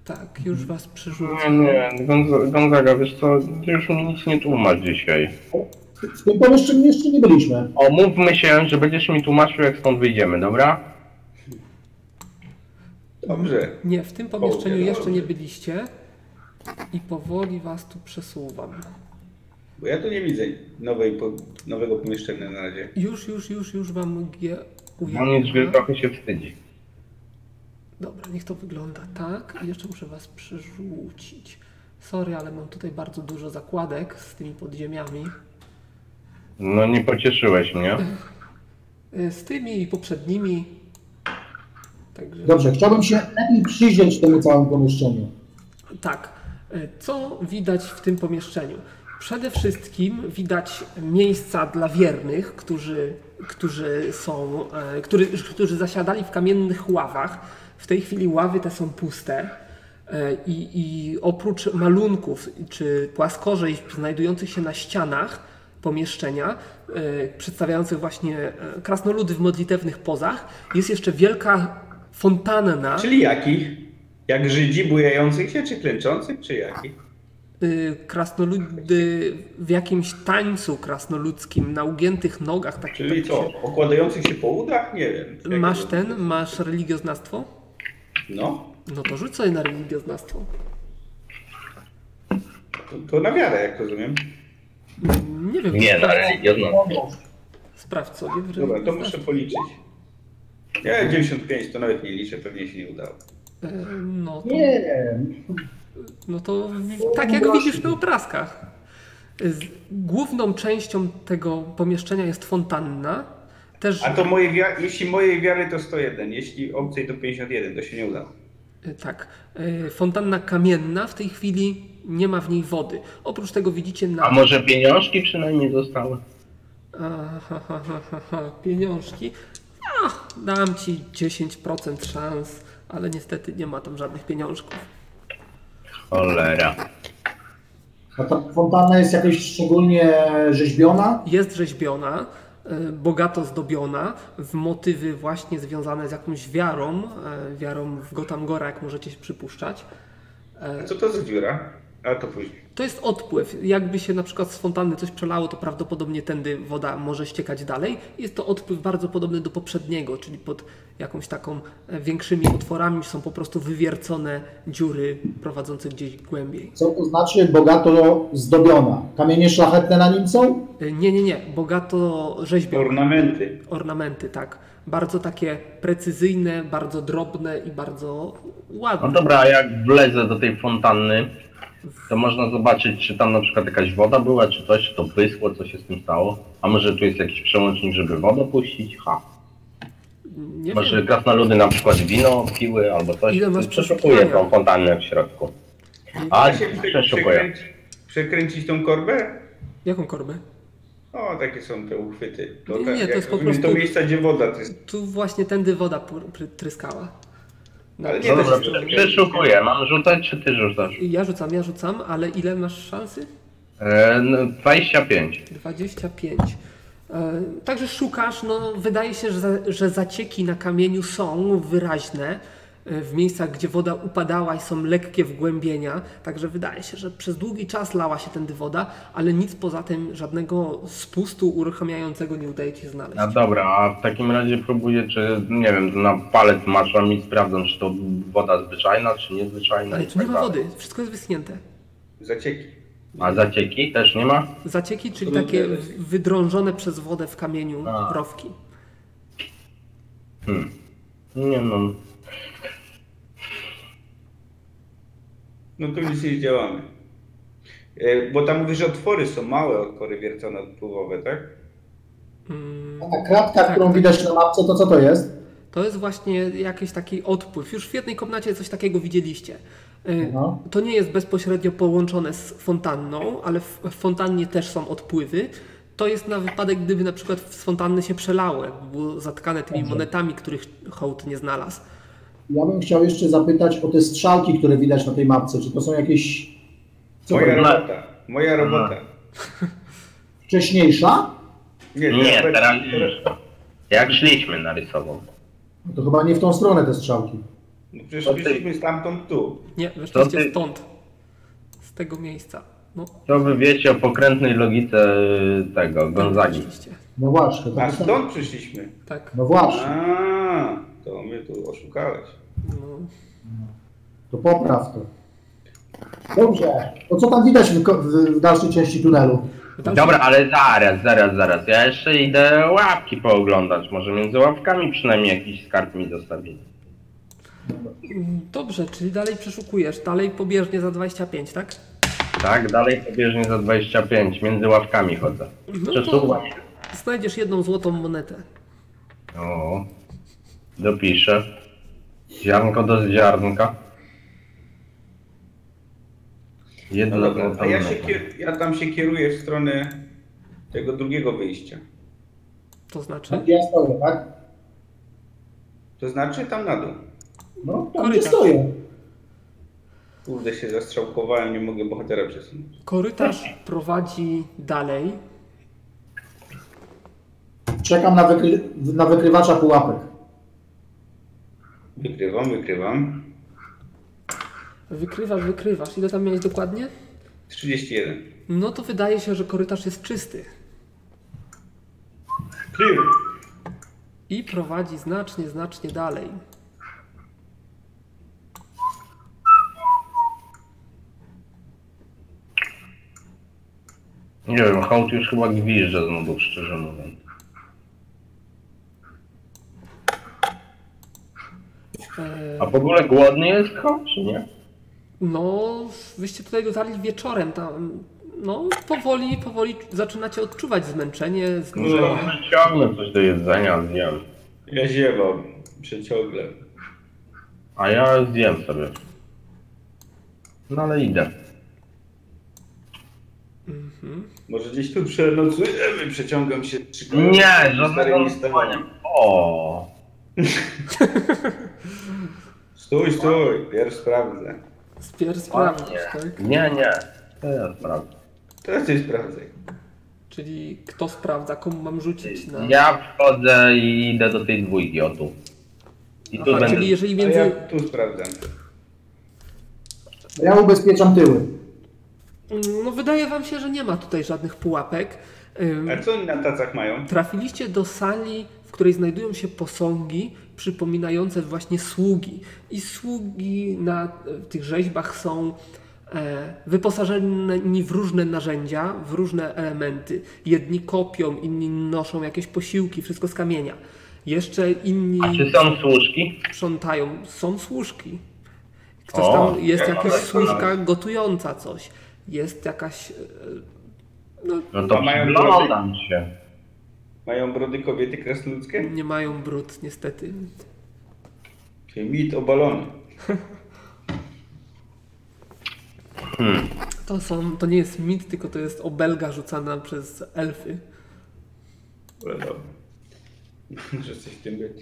A: Tak, już was
B: Nie,
A: przerzucę.
B: nie, Gonz- Gonzaga, wiesz co, ty już mi nic nie tłumacz dzisiaj.
D: W tym pomieszczeniu jeszcze nie byliśmy.
B: Omówmy się, że będziesz mi tłumaczył, jak stąd wyjdziemy, dobra?
C: Dobrze.
A: Nie, w tym pomieszczeniu
C: Południe,
A: jeszcze
C: dobrze.
A: nie byliście i powoli was tu przesuwam.
C: Bo ja tu nie widzę nowej, po, nowego pomieszczenia na razie.
A: Już, już, już, już wam G
C: No
B: On jest, No że
A: ujawniam.
B: trochę się wstydzi.
A: Dobra, niech to wygląda tak i jeszcze muszę was przerzucić. Sorry, ale mam tutaj bardzo dużo zakładek z tymi podziemiami.
B: No nie pocieszyłeś mnie.
A: Y, Z tymi i poprzednimi. Także...
D: Dobrze, chciałbym się lepiej przyjrzeć temu całemu pomieszczeniu.
A: Tak. E, Co widać w tym pomieszczeniu? Przede wszystkim widać miejsca dla wiernych, którzy, którzy, są, e, który, którzy zasiadali w kamiennych ławach. W tej chwili ławy te są puste. e, I, I oprócz malunków czy płaskorzeźb znajdujących się na ścianach pomieszczenia, e, przedstawiających właśnie e, krasnoludy w modlitewnych pozach, jest jeszcze wielka fontanna.
C: Czyli jakich? Jak Żydzi bujających się, czy klęczących, czy jakich?
A: y, krasnoludy w jakimś tańcu krasnoludzkim na ugiętych nogach. Tak,
C: Czyli
A: tak
C: co? Okładających się po udach? Nie wiem.
A: się- Masz ten, masz religioznawstwo?
C: No,
A: No to rzuć sobie na religioznawstwo.
C: to, to na wiarę, jak rozumiem.
A: Mm, Nie wiem,
B: Nie, no, na
A: sprawdź,
B: religiozną.
A: sprawdź sobie. w
C: Dobra, to muszę
A: religioznawstwie.
C: policzyć. Ja 95 to nawet nie liczę, pewnie się nie udało.
A: E, No to,
D: Nie,
A: no to w- tak jak widzisz na obrazkach. Z główną częścią tego pomieszczenia jest fontanna. Też
C: A to moje wia- jeśli mojej wiary to 101, jeśli obcej to 51, to się nie udało.
A: Y, Tak. Y, Fontanna kamienna w tej chwili nie ma w niej wody. Oprócz tego widzicie na.
B: A może pieniążki przynajmniej zostały?
A: Aha, ha, ha, ha, ha, pieniążki. Ach, dam ci 10% szans, ale niestety nie ma tam żadnych pieniążków.
B: Cholera.
D: A ta fontanna jest jakoś szczególnie rzeźbiona.
A: Jest rzeźbiona, y, bogato zdobiona, w motywy właśnie związane z jakąś wiarą, y, wiarą w Gotangora, jak możecie się przypuszczać.
C: A co to za dziura? A to później.
A: To jest odpływ. Jakby się na przykład z fontanny coś przelało, to prawdopodobnie tędy woda może ściekać dalej. Jest to odpływ bardzo podobny do poprzedniego, czyli pod jakąś taką e, większymi otworami są po prostu wywiercone dziury prowadzące gdzieś głębiej.
D: Co to znaczy bogato zdobiona? Kamienie szlachetne na nim są?
A: E, Nie, nie, nie. Bogato rzeźbią
C: Ornamenty.
A: ornamenty, tak. Bardzo takie precyzyjne, bardzo drobne i bardzo
B: No
A: ładne.
B: dobra, a jak wlezę do tej fontanny, to można zobaczyć, czy tam na przykład jakaś woda była, czy coś, czy to pysło, co się z tym stało. A może tu jest jakiś przełącznik, żeby wodę puścić? Ha.
A: Nie
B: Może
A: wiem.
B: krasnoludy na przykład wino piły albo coś.
A: Ile masz
B: Przeszukuję
A: przeszukiwania?
B: tą fontannę w środku. A,
C: Da się prze-
B: przeszukuję.
C: przekręcić- Przekręcić tą korbę?
A: Jaką korbę?
C: O, takie są te uchwyty. To
A: Nie,
C: tak,
A: nie, to
C: jak
A: jest po
C: rozumiem,
A: prostu-
C: To miejsca, gdzie woda to jest.
A: Tu właśnie tędy woda pr- pr- tryskała. No.
C: Ale nie
B: No
C: da
B: dobra,
C: się
B: prze-
C: przekręcić.
B: przeszukuję. Mam rzucać, czy ty rzucasz?
A: Ja rzucam, ja rzucam, ale ile masz szansy?
B: E, no, 25.
A: 25. E, Także szukasz, no wydaje się, że, za- że zacieki na kamieniu są wyraźne e, w miejscach, gdzie woda upadała i są lekkie wgłębienia. Także wydaje się, że przez długi czas lała się tędy woda, ale nic poza tym, żadnego spustu uruchamiającego nie udaje ci się znaleźć.
B: A No dobra, a w takim razie próbuję, czy nie wiem, na palec maszam i sprawdzam, czy to woda zwyczajna, czy niezwyczajna.
A: Ale
B: i
A: tu nie
B: tak
A: ma
B: dalej.
A: wody, wszystko jest wyschnięte.
C: Zacieki.
B: A zacieki też nie ma?
A: Zacieki, czyli
C: Trudno
A: takie
C: wiedzieć.
A: wydrążone przez wodę w kamieniu
B: A.
A: rowki.
B: Nie no.
C: No tu nic nie działamy. E, Bo tam mówisz, że otwory są małe, otwory wiercone odpływowe, tak?
A: Mm.
D: A ta kratka, którą widać na mapce, to co to jest?
A: To jest właśnie jakiś taki odpływ. Już w jednej komnacie coś takiego widzieliście. Y,
D: No.
A: To nie jest bezpośrednio połączone z fontanną, ale w w fontannie też są odpływy. To jest na wypadek, gdyby na przykład z fontanny się przelało, jakby było zatkane tymi monetami, których hołd nie znalazł.
D: Ja bym chciał jeszcze zapytać o te strzałki, które widać na tej mapce. Czy to są jakieś co,
C: Moja
B: to-
C: robota. Moja robota.
D: wcześniejsza?
B: Nie,
C: teraz-
B: teraz Jak szliśmy narysował.
D: No To chyba nie w tą stronę te strzałki.
C: No Przecież wyszliśmy stamtąd tu.
A: Nie, weszliście
B: ty-
A: stąd. Z tego miejsca. No,
B: Co wy wiecie o pokrętnej logice y, tego, Gonzagi?
A: weszliście.
D: No właśnie. to
C: A
D: jest-
C: stąd przyszliśmy.
A: Tak.
D: No właśnie.
C: A, to mnie tu oszukałeś.
A: No.
D: To popraw to. Dobrze. To co tam widać w, ko- w, w dalszej części tunelu?
B: Dobra, ale zaraz, zaraz, zaraz. Ja jeszcze idę łapki pooglądać. Może między łapkami przynajmniej jakiś skarb mi zostawili.
A: Dobrze, czyli dalej przeszukujesz. Dalej pobieżnie za 25, tak?
B: Tak, dalej pobieżnie za 25. Między ławkami chodzę.
A: No
B: Przesuwam
A: to
B: się.
A: znajdziesz jedną złotą monetę.
B: O, dopiszę. Ziarnko do ziarnka.
C: No
B: Jedno
C: dobra, a
B: złote
C: ja, się
B: mleko.
C: kier- ja tam się kieruję w stronę tego drugiego wyjścia.
A: To znaczy?
D: Tak, ja stoję, tak?
C: To znaczy tam na dół.
D: No, tam gdzie
A: Korytarz.
D: stoję.
C: Kurde się zastrzałkowałem, nie mogę bohatera przesunąć.
A: Korytarz prowadzi dalej.
D: Czekam na, wykry, na wykrywacza pułapek.
C: Wykrywam, wykrywam.
A: Wykrywasz, wykrywasz. Ile tam miałeś dokładnie?
C: 31.
A: No to wydaje się, że korytarz jest czysty.
C: Clear.
A: I prowadzi znacznie, znacznie dalej.
B: Nie wiem, hołd już chyba gwiżdże z nudów, szczerze mówiąc.
A: E,
B: A w ogóle głodny jest hołd, czy nie?
A: No, wyście tutaj dotarli wieczorem. Tam, no, powoli, powoli zaczynacie odczuwać zmęczenie,
C: No.
B: Może
A: znużenie.
B: ciągnę coś do jedzenia, zjem.
C: Ja ziewam. Przeciągle.
B: A ja zjem sobie. No ale idę.
C: Może gdzieś tu przenocujemy, przeciągam się. trzy kolejne
B: Nie,
C: stare
B: żadnego
C: miejsca.
B: lądowania. O,
C: Stój, stój, pierw sprawdzę.
A: Spier sprawdzisz, tak?
B: nie, nie. Teraz sprawdzę.
C: Teraz coś sprawdzaj.
A: Czyli kto sprawdza, komu mam rzucić na.
B: Ja wchodzę i idę do tej dwójki, o tu. I tu
A: Aha,
B: będę...
A: czyli jeżeli
C: A
A: między.
C: ja tu sprawdzam.
D: Ja ubezpieczam tyły.
A: No wydaje wam się, że nie ma tutaj żadnych pułapek. Ym,
C: A co oni na tacach mają?
A: Trafiliście do sali, w której znajdują się posągi przypominające właśnie sługi. I sługi na e, tych rzeźbach są e, wyposażeni w różne narzędzia, w różne elementy. Jedni kopią, inni noszą jakieś posiłki, wszystko z kamienia. Jeszcze inni
B: A czy są służki?
A: sprzątają. Są służki. Ktoś
B: O,
A: tam jest
B: nie ma
A: jakaś
B: tak
A: służka
B: dalej.
A: gotująca coś. Jest jakaś. e, No,
B: No to
C: A mają
B: przyglądam się.
C: Mają brody kobiety krasnoludzkie?
A: nie mają brud, niestety.
C: Czyli mit obalony.
A: To, są, to nie jest mit, tylko to jest obelga rzucana przez elfy.
C: Ale dobra. Może coś w tym być.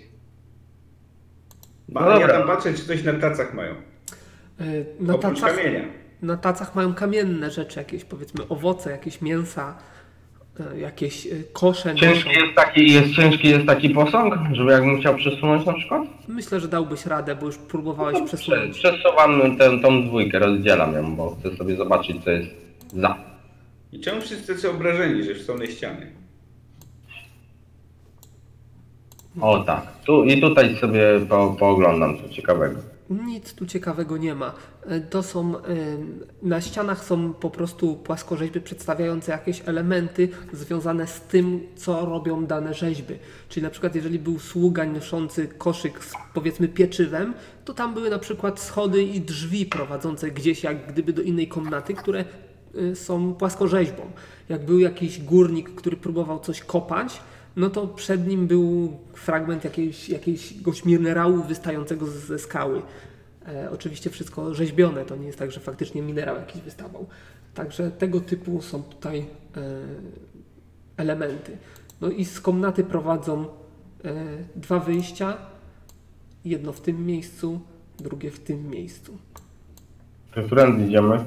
B: No
C: Ale ja
B: dobra.
C: tam patrzę, czy coś na tacach mają.
A: E, Na
C: Oprócz
A: tacach,
C: kamienia.
A: na tacach mają kamienne rzeczy, jakieś powiedzmy owoce, jakieś mięsa, e, jakieś e, kosze. noszą.
B: Ciężki jest taki, jest, ciężki jest taki posąg, żeby jakbym chciał przesunąć na przykład?
A: Myślę, że dałbyś radę, bo już próbowałeś
B: Prze-
A: przesunąć.
B: Przesuwam tę, tą dwójkę, rozdzielam ją, bo chcę sobie zobaczyć co jest za.
C: I czemu wszyscy są obrażeni, że są na ściany?
B: O tak. Tu, I tutaj sobie po, pooglądam co ciekawego.
A: Nic tu ciekawego nie ma. E, To są. e, Na ścianach są po prostu płaskorzeźby przedstawiające jakieś elementy związane z tym, co robią dane rzeźby. Czyli na przykład, jeżeli był sługa noszący koszyk z powiedzmy pieczywem, to tam były na przykład schody i drzwi prowadzące gdzieś jak gdyby do innej komnaty, które e, są płaskorzeźbą. Jak był jakiś górnik, który próbował coś kopać, no to przed nim był fragment jakiejś, jakiegoś minerału wystającego z- ze skały. E, oczywiście wszystko rzeźbione, to nie jest tak, że faktycznie minerał jakiś wystawał. Także tego typu są tutaj e, elementy. No i z komnaty prowadzą e, dwa wyjścia. Jedno w tym miejscu, drugie w tym miejscu.
B: To którędy idziemy?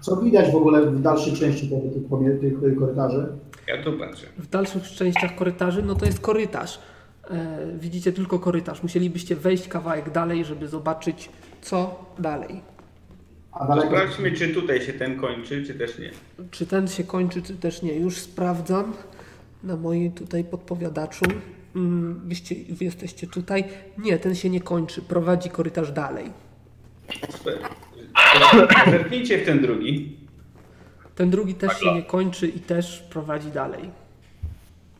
D: Co widać w ogóle w dalszej części tego- tych, pomie- tych y, korytarzy?
C: Ja tu patrzę.
A: W dalszych częściach korytarzy, no to jest korytarz. E, widzicie tylko korytarz. Musielibyście wejść kawałek dalej, żeby zobaczyć, co dalej.
D: A
C: To
D: daleko
C: sprawdźmy, czy tutaj się ten kończy, czy też nie.
A: Czy ten się kończy, czy też nie. Już sprawdzam na moim tutaj podpowiadaczu. Mm, Wyście, wy jesteście tutaj. Nie, ten się nie kończy. Prowadzi korytarz dalej.
C: Super. Zerknijcie w ten drugi.
A: Ten drugi też się nie kończy i też prowadzi dalej.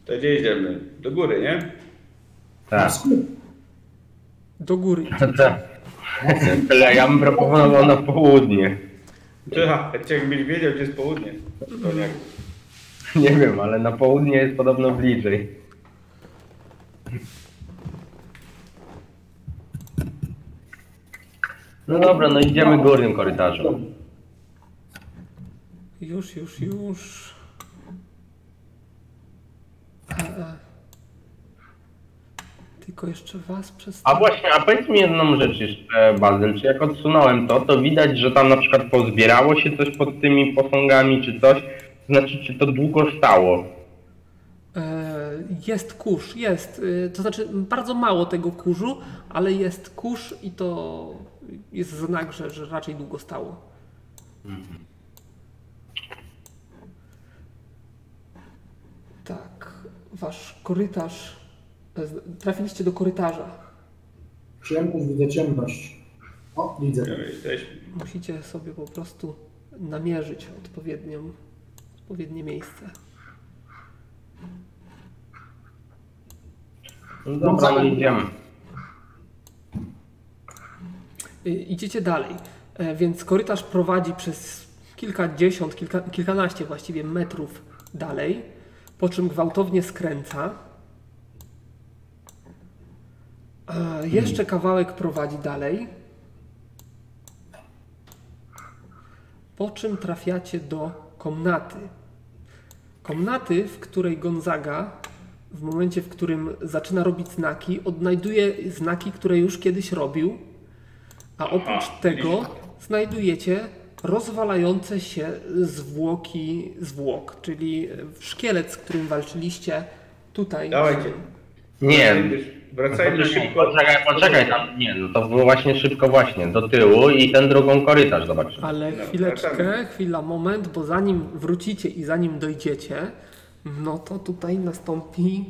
C: To gdzie idziemy? Do góry, nie?
B: Tak.
A: Do góry.
B: Tyle, ja bym proponował na południe.
C: Ty, ha, jakbyś wiedział, gdzie jest południe. To nie.
B: Nie wiem, ale na południe jest podobno bliżej. No dobra, no idziemy górnym korytarzem.
A: Już, już, już. A, a. Tylko jeszcze was przez.
B: A właśnie, a powiedz mi jedną rzecz jeszcze, Bazyl, czy jak odsunąłem to, to widać, że tam na przykład pozbierało się coś pod tymi posągami czy coś? Znaczy, czy to długo stało?
A: E, Jest kurz, jest. E, To znaczy bardzo mało tego kurzu, ale jest kurz i to jest znak, że, że raczej długo stało. Tak, wasz korytarz. e, z- Trafiliście do korytarza.
D: ciemność, widzę ciemność. O, widzę.
C: No, jesteśmy.
A: Musicie sobie po prostu namierzyć odpowiednią, odpowiednie miejsce.
B: No dobra, no idziemy.
A: Y, Idziecie dalej, E, więc korytarz prowadzi przez kilkadziesiąt, kilka, kilkanaście właściwie metrów dalej, po czym gwałtownie skręca. E, Jeszcze kawałek prowadzi dalej. Po czym trafiacie do komnaty. Komnaty, w której Gonzaga, w momencie, w którym zaczyna robić znaki, odnajduje znaki, które już kiedyś robił, a oprócz
C: Aha,
A: tego znajdujecie rozwalające się zwłoki zwłok, czyli szkielet, z którym walczyliście tutaj.
C: Dawajcie.
B: Nie,
C: Wracajmy szybko.
B: Poczekaj, poczekaj tam. Nie, no to było właśnie szybko właśnie, do tyłu i ten drugą korytarz zobaczymy.
A: Ale
C: No,
A: chwileczkę,
C: wracamy.
A: chwila, moment, bo zanim wrócicie i zanim dojdziecie, no to tutaj nastąpi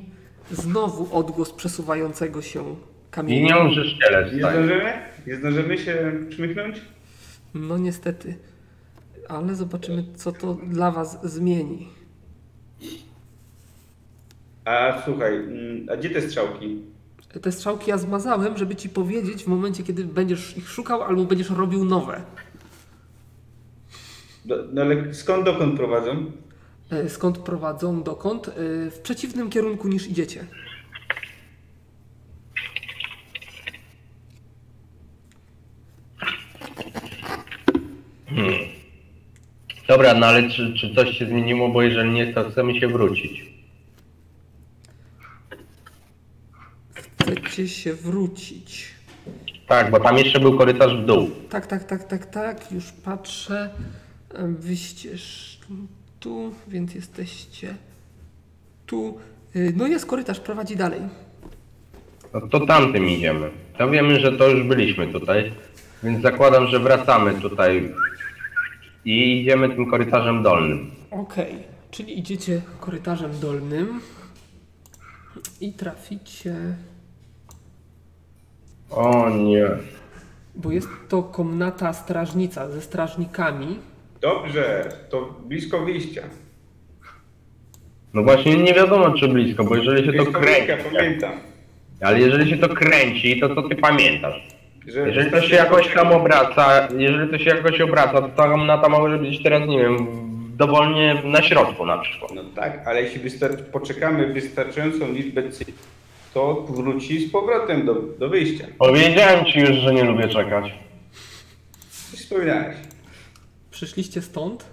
A: znowu odgłos przesuwającego się
B: I
A: kamienia.
B: nie umrze szkielet
C: Nie
B: wstać.
C: zdążymy? Nie zdążymy się przymyknąć?
A: No niestety, ale zobaczymy, co to dla Was zmieni.
C: A słuchaj, mm, a gdzie te strzałki?
A: Te strzałki ja zmazałem, żeby Ci powiedzieć w momencie, kiedy będziesz ich szukał albo będziesz robił nowe.
C: Do, no ale skąd dokąd prowadzą?
A: E, Skąd prowadzą, dokąd? E, W przeciwnym kierunku niż idziecie.
B: Dobra, no ale czy, czy coś się zmieniło, bo jeżeli nie, to chcemy się wrócić.
A: Chcecie się wrócić.
B: Tak, bo tam jeszcze był korytarz w dół.
A: Tak, tak, tak, tak, tak, już patrzę. E, Wyście sz- tu, więc jesteście tu. E, No jest korytarz, prowadzi dalej.
B: No to tamtym idziemy. To wiemy, że to już byliśmy tutaj, więc zakładam, że wracamy tutaj i idziemy tym korytarzem dolnym.
A: Okej, czyli idziecie korytarzem dolnym i traficie,
B: O nie.
A: bo jest to komnata strażnica ze strażnikami.
C: Dobrze, to blisko wyjścia.
B: No właśnie nie wiadomo czy blisko, bo jeżeli się to
C: Blisko wyjścia,
B: kręci,
C: pamiętam.
B: ale jeżeli się to kręci, to co ty pamiętasz?
C: Że
B: Jeżeli to się jakoś tam obraca, jeżeli to się jakoś obraca, to ta komnata może być teraz, nie wiem, dowolnie na środku na przykład.
C: No tak, ale jeśli wystar- poczekamy wystarczającą liczbę cyfr, to wróci z powrotem do, do wyjścia.
B: Powiedziałem ci już, że nie lubię czekać.
C: Coś wspominałeś.
A: Przyszliście stąd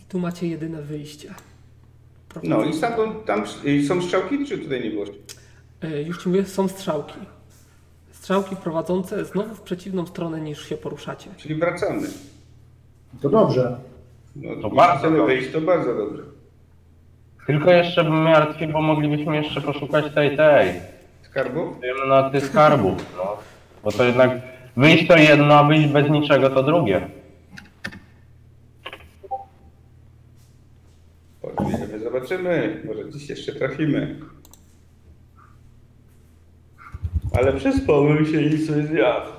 A: i tu macie jedyne wyjście.
C: No i stamtąd, tam y, są strzałki, czy tutaj nie było?
A: E, Już ci mówię, są strzałki. Strzałki prowadzące znowu w przeciwną stronę niż się poruszacie.
C: Czyli wracamy.
D: To dobrze.
C: No,
B: To
C: jeśli
B: bardzo
C: chcemy
B: dobrze.
C: wyjść, to bardzo dobrze.
B: Tylko jeszcze bym martwił, bo moglibyśmy jeszcze poszukać tej tej.
C: Skarbów?
B: Wiem na tych skarbów, no. Bo to jednak wyjść to jedno, a wyjść bez niczego to drugie.
C: Poczekajmy, zobaczymy. Może dziś jeszcze trafimy. Ale przespałem się i sobie zjadł.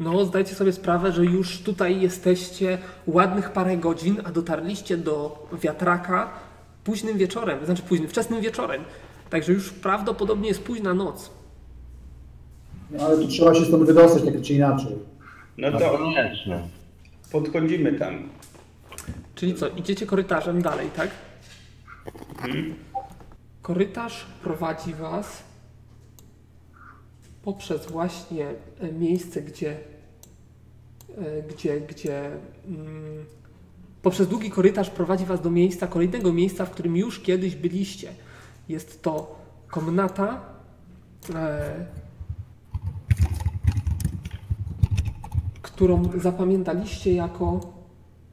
A: No, zdajcie sobie sprawę, że już tutaj jesteście ładnych parę godzin, a dotarliście do wiatraka późnym wieczorem, znaczy późnym, wczesnym wieczorem. Także już prawdopodobnie jest późna noc.
D: No, ale to trzeba się stąd wydostać, tak czy inaczej.
C: No
B: No
C: to
B: koniecznie.
C: podchodzimy tam.
A: Czyli co, idziecie korytarzem dalej, tak? Korytarz prowadzi Was poprzez właśnie e, miejsce, gdzie, e, gdzie, gdzie, mm, poprzez długi korytarz prowadzi Was do miejsca, kolejnego miejsca, w którym już kiedyś byliście. Jest to komnata, e, którą zapamiętaliście jako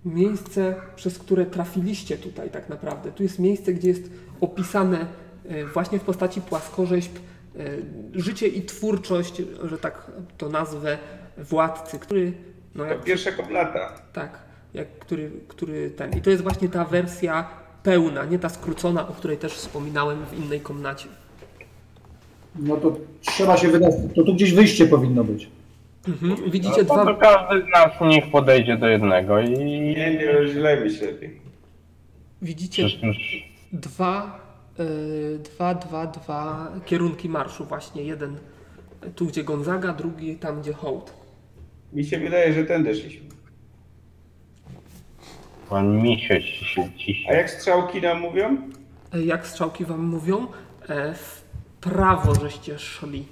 A: miejsce, przez które trafiliście tutaj tak naprawdę. Tu jest miejsce, gdzie jest opisane e, właśnie w postaci płaskorzeźb e, życie i twórczość, że tak to nazwę, władcy, który no
C: To
A: jak
C: pierwsza komnata.
A: tak, jak, który, który ten. I to jest właśnie ta wersja pełna, nie ta skrócona, o której też wspominałem w innej komnacie.
D: No to trzeba się wydostać. To tu gdzieś wyjście powinno być.
A: Mhm. Widzicie
B: No, to, to
A: dwa.
B: każdy z nas niech podejdzie do jednego i...
C: Nie, nie rozdzielajmy się lepiej.
A: Widzicie
B: Przecież już...
A: dwa, y, dwa, dwa, dwa kierunki marszu właśnie. Jeden tu, gdzie Gonzaga, drugi tam, gdzie Hołd.
C: Mi się wydaje, że tędy szliśmy.
B: Pan Misio ci się
C: A
B: ciśnie.
C: jak strzałki nam mówią?
A: Y, Jak strzałki wam mówią, e, w prawo żeście szli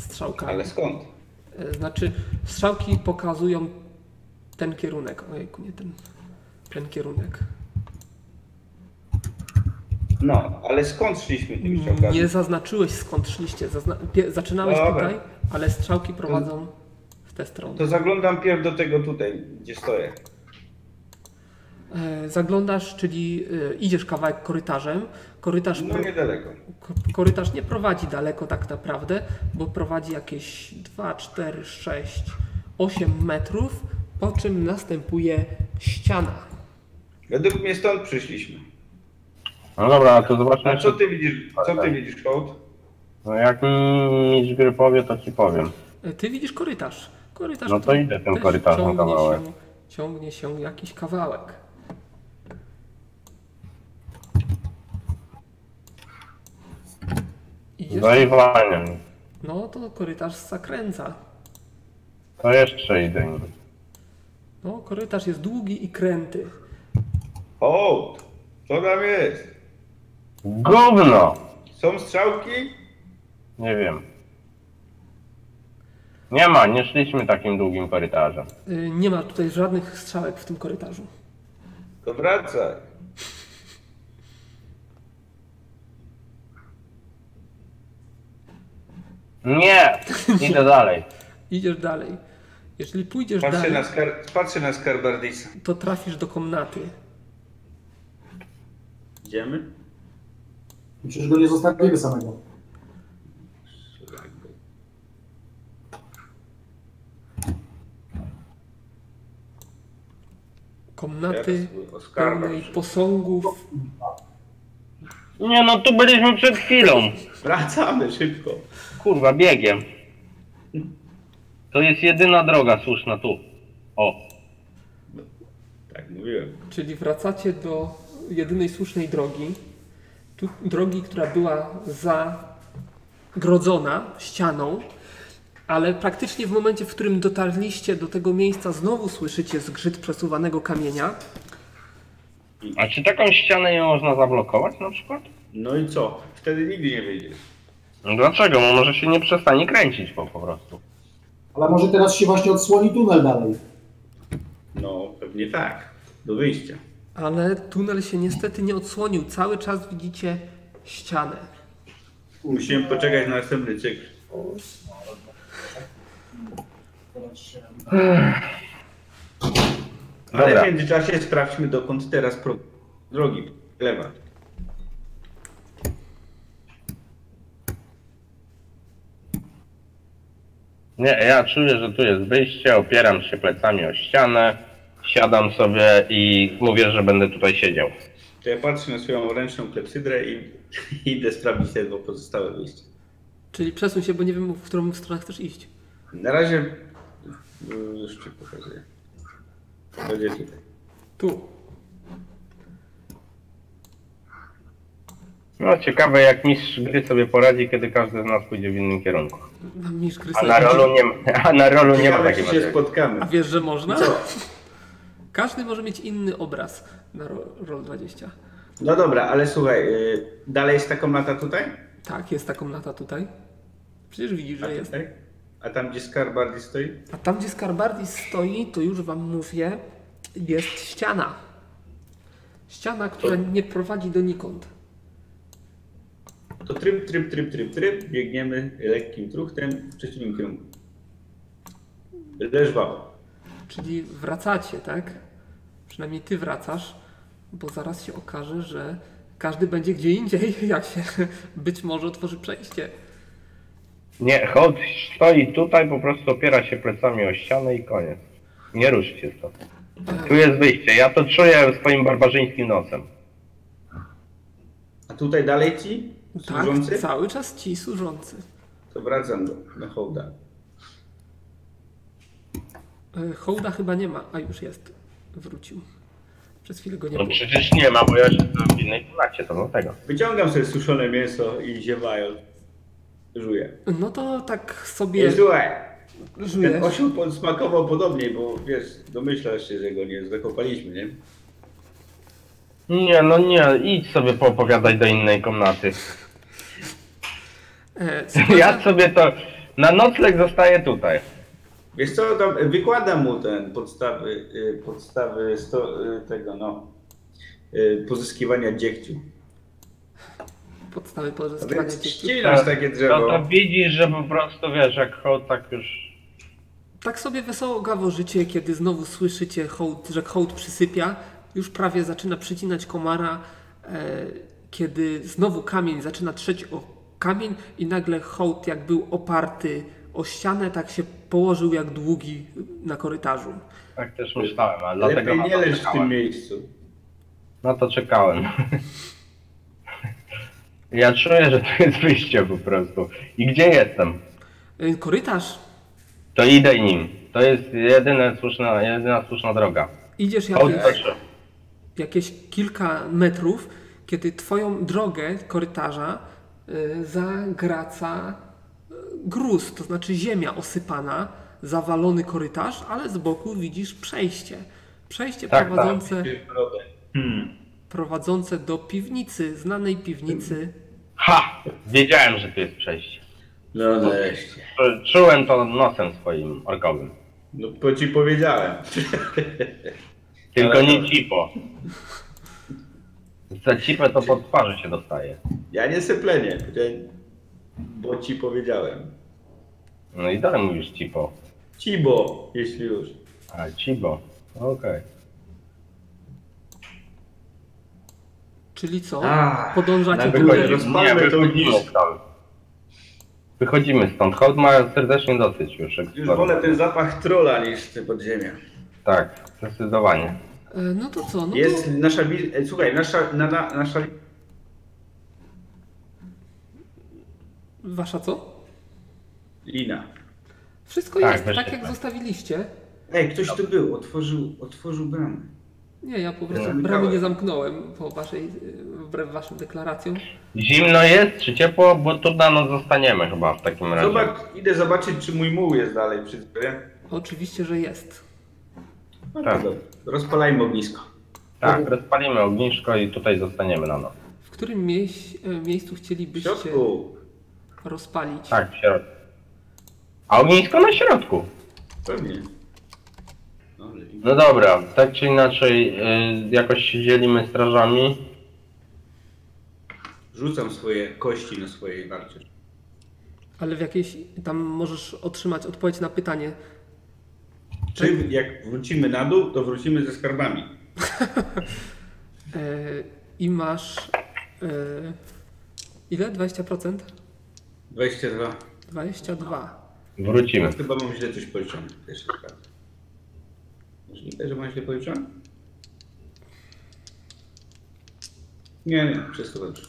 A: strzałkami.
C: Ale skąd?
A: E, Znaczy, strzałki pokazują ten kierunek. Ojejku, nie ten. Ten kierunek.
C: No, ale skąd szliśmy tymi strzałkami?
A: Nie zaznaczyłeś skąd szliście. Zazna... pie- Zaczynałeś
C: No, Dobra.
A: tutaj, ale strzałki prowadzą w tę stronę.
C: To zaglądam pierw do tego tutaj, gdzie stoję.
A: E, Zaglądasz, czyli e, idziesz kawałek korytarzem. Korytarz,
C: No
A: pro...
C: niedaleko.
A: ko- korytarz nie prowadzi daleko tak naprawdę, bo prowadzi jakieś 2, 4, 6, 8 metrów, po czym następuje ściana.
C: Według mnie stąd przyszliśmy.
B: No dobra, to zobaczmy.
C: A co
B: czy-
C: ty widzisz, co ty widzisz, hołd?
B: No jak mi mistrz gry powie, to ci powiem.
A: E, Ty widzisz korytarz. korytarz
B: No to
A: który
B: idę tym
A: też
B: korytarzem
A: ciągnie
B: kawałek.
A: Się, ciągnie się jakiś kawałek. I
B: No
A: jeszcze,
B: Zaiwania.
A: no to korytarz zakręca.
B: To jeszcze idę. nim.
A: No, korytarz jest długi i kręty.
C: Hołd! Co tam jest?
B: Gówno!
C: Są strzałki?
B: Nie wiem. Nie ma, nie szliśmy takim długim korytarzem.
A: Y, Nie ma tutaj żadnych strzałek w tym korytarzu.
C: To wracaj.
B: Nie! Idę dalej.
A: Idziesz dalej. Jeżeli pójdziesz
C: Patrzę
A: dalej,
C: na, skar- patrzę na skarbardisa.
A: to trafisz do komnaty.
C: Idziemy?
D: No Przecież go nie zostawimy samego.
A: Komnaty
C: Jak Oskar
A: pełnej
C: Marsz.
A: posągów,
B: Nie no, tu byliśmy przed chwilą.
C: Wracamy szybko.
B: Kurwa, biegiem. To jest jedyna droga słuszna tu. O,
C: Tak mówiłem.
A: Czyli wracacie do jedynej słusznej drogi, tu, drogi, która była zagrodzona ścianą, ale praktycznie w momencie, w którym dotarliście do tego miejsca, znowu słyszycie zgrzyt przesuwanego kamienia.
B: a czy taką ścianę nie można zablokować na przykład?
C: No i co? Wtedy nigdy nie wyjdziesz.
B: No Dlaczego? Bo może się nie przestanie kręcić po, po prostu.
D: Ale może teraz się właśnie odsłoni tunel dalej.
C: No, pewnie tak. Do wyjścia.
A: Ale tunel się niestety nie odsłonił. Cały czas widzicie ścianę.
C: Musimy poczekać na następny cykl. Ale
B: Dobra.
C: w międzyczasie sprawdźmy, dokąd teraz pro... drogi lewa.
B: Nie, ja czuję, że tu jest wyjście, opieram się plecami o ścianę, siadam sobie i mówię, że będę tutaj siedział.
C: To ja patrzę na swoją ręczną klepsydrę i i idę sprawdzić tego pozostałe wyjście.
A: Czyli przesuń się, bo nie wiem, w którą stronę chcesz iść.
C: Na razie y, już ci pokazuję. Będzie tutaj.
A: Tu.
B: No ciekawe jak mistrz gry sobie poradzi, kiedy każdy z nas pójdzie w innym kierunku.
A: Mam niż
B: A na rolu nie ma, a na rolu nie ma
C: Ciekawe, czy
B: takiej
C: się
B: materii.
A: A
C: spotkamy.
A: wiesz, że można?
C: Co?
A: Każdy może mieć inny obraz na Ro- Roll 20.
C: No dobra, ale słuchaj, y, dalej jest ta komnata tutaj?
A: Tak, jest ta komnata tutaj. Przecież widzisz,
C: A
A: że jest.
C: tutaj? Tak. A tam, gdzie Skarbardi stoi?
A: A tam, gdzie Skarbardis stoi, to już wam mówię, jest ściana. Ściana, która nie prowadzi donikąd.
C: To tryb, tryb, tryb, tryb, tryb. Biegniemy lekkim truchtem w przeciwnym kierunku. Leż baba.
A: Czyli wracacie, tak? Przynajmniej ty wracasz, bo zaraz się okaże, że każdy będzie gdzie indziej, jak się być może otworzy przejście.
B: Nie, Holt stoi tutaj, po prostu opiera się plecami o ścianę i koniec. Nie rusz się stąd. Tu jest wyjście, ja to czuję swoim barbarzyńskim nosem.
C: A tutaj dalej ci?
A: Tak,
C: Służący?
A: cały czas ci służący.
C: To wracam do, do hołda.
A: E, Hołda chyba nie ma, a już jest. Wrócił. Przez chwilę go nie
B: No
A: było.
B: przecież nie ma, bo ja siedzę w innej komnacie, to dlatego.
C: Wyciągam sobie suszone mięso i ziewajol. Żuję.
A: No to tak
C: Nie,
A: sobie
C: słuchaj, ten
A: żujesz.
C: osioł pod- smakował podobnie, bo wiesz, domyślasz się, że go nie zakopaliśmy, nie?
B: Nie, no nie, idź sobie poopowiadać do innej komnaty.
A: E,
B: Ja
A: słuchajcie,
B: sobie to... Na nocleg zostaję tutaj.
C: Wiesz co, tam wykładam mu ten podstawy, y, podstawy sto, y, tego, no, y, pozyskiwania dziegciu.
A: podstawy
C: A
A: pozyskiwania Tak.
C: Więc
A: dzieci.
C: ścinasz takie
E: No to
C: drzewo.
E: widzisz, że po prostu wiesz, jak hołd tak już
A: Tak sobie wesoło gaworzycie, kiedy znowu słyszycie, hołd, że hołd przysypia, już prawie zaczyna przycinać komara, e, kiedy znowu kamień zaczyna trzeć o kamień i nagle hołd jak był oparty o ścianę, tak się położył jak długi na korytarzu.
E: tak też myślałem.
B: Myślałem, ale dlatego
C: Lepiej
B: na
C: nie
B: to
C: leż w tym
B: czekałem.
C: miejscu.
B: Na to czekałem. Ja czuję, że to jest wyjście po prostu. I gdzie jestem?
A: E, Korytarz,
B: To idę nim. To jest jedyne słuszna, jedyna słuszna droga.
A: idziesz
B: Hołd
A: jakieś,
B: zawsze.
A: jakieś kilka metrów, kiedy twoją drogę korytarza e, zagraca e, gruz, to znaczy ziemia osypana, zawalony korytarz, ale z boku widzisz przejście. Przejście
B: Tak, tak.
A: prowadzące,
E: Hmm.
A: prowadzące do piwnicy, znanej piwnicy.
B: Ha! Wiedziałem, że tu jest przejście.
C: No nareszcie.
B: Czu- Czułem to nosem swoim orkowym.
C: No bo ci powiedziałem.
B: Tylko
C: Ale
B: nie
C: dobra.
B: cipo. Za cipę to po twarzy się dostaje.
C: Ja nie syplenię, powiedziałem, bo ci powiedziałem.
B: No i dalej mówisz cipo.
C: Cibo, jeśli już.
B: A, cibo. Okej.
A: Czyli co?
C: Ach,
A: Podążacie
C: nawet
A: górę.
C: nie rozpalmy
B: Nie,
C: to
B: wychodzimy
C: ognisko.
B: stąd. Wychodzimy stąd. Hołd ma serdecznie dosyć już
C: Już
B: eksploracji.
C: wolę ten zapach trola niż te podziemia.
B: Tak, zdecydowanie.
A: E, No to co? No
C: Jest
A: to
C: nasza. wi- e, Słuchaj, nasza. Na, na, nasza
A: wasza co?
C: lina.
A: Wszystko
B: Tak,
A: jest
B: właśnie
A: tak, jak
B: tak.
A: zostawiliście.
C: Ej, ktoś tu był, otworzył, otworzył bramę.
A: Nie, ja po prostu
C: Nie.
A: bramy nie zamknąłem po waszej, e, wbrew waszym deklaracjom.
B: Zimno jest czy ciepło? Bo tu na noc zostaniemy chyba w takim razie.
C: Zobacz, idę zobaczyć, czy mój muł jest dalej przy drzwiach.
A: Oczywiście, że jest.
C: No
B: Tak.
C: to dobra. Rozpalajmy ognisko.
B: Tak, rozpalimy ognisko i tutaj zostaniemy na noc.
A: W którym mieś, e, miejscu
C: W
A: chcielibyście
C: środku.
A: rozpalić?
B: Tak, w środku. A ognisko na środku.
C: Pewnie. Dobrze.
B: No dobra, tak czy inaczej y, jakoś się dzielimy strażami.
C: Rzucam swoje kości na swojej warcie.
A: Ale w jakiejś. Tam możesz otrzymać odpowiedź na pytanie.
C: Czy jak wrócimy na dół, to wrócimy ze skarbami.
A: E, I masz. E, ile? 20%?
C: 22.
A: 22.
B: Wrócimy.
C: Chyba mam źle coś policzone. Pierwszy raz. Możliwe, że mam źle policzone? Nie, nie, wszystko dobrze.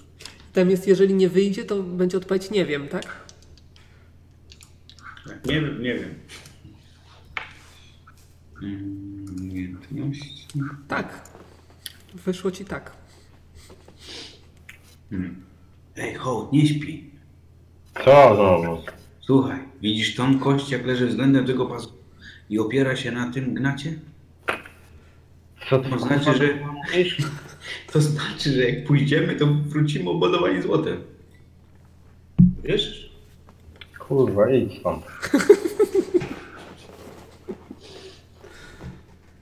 A: Tam jest, jeżeli nie wyjdzie, to będzie odpowiedź nie wiem, tak?
C: Tak, Nie wiem, nie wiem. Mm, Umiejętności.
A: Tak. Wyszło ci tak.
C: Ej, hołd, nie śpi.
B: Co znowu?
C: Słuchaj, widzisz tą kość, jak leży względem tego pasu i opiera się na tym gnacie?
B: Co ty
C: To znaczy, że,
B: mówisz?
C: to znaczy, że jak pójdziemy, to wrócimy obładowani złotem. Wiesz?
B: Kurwa, idź stąd.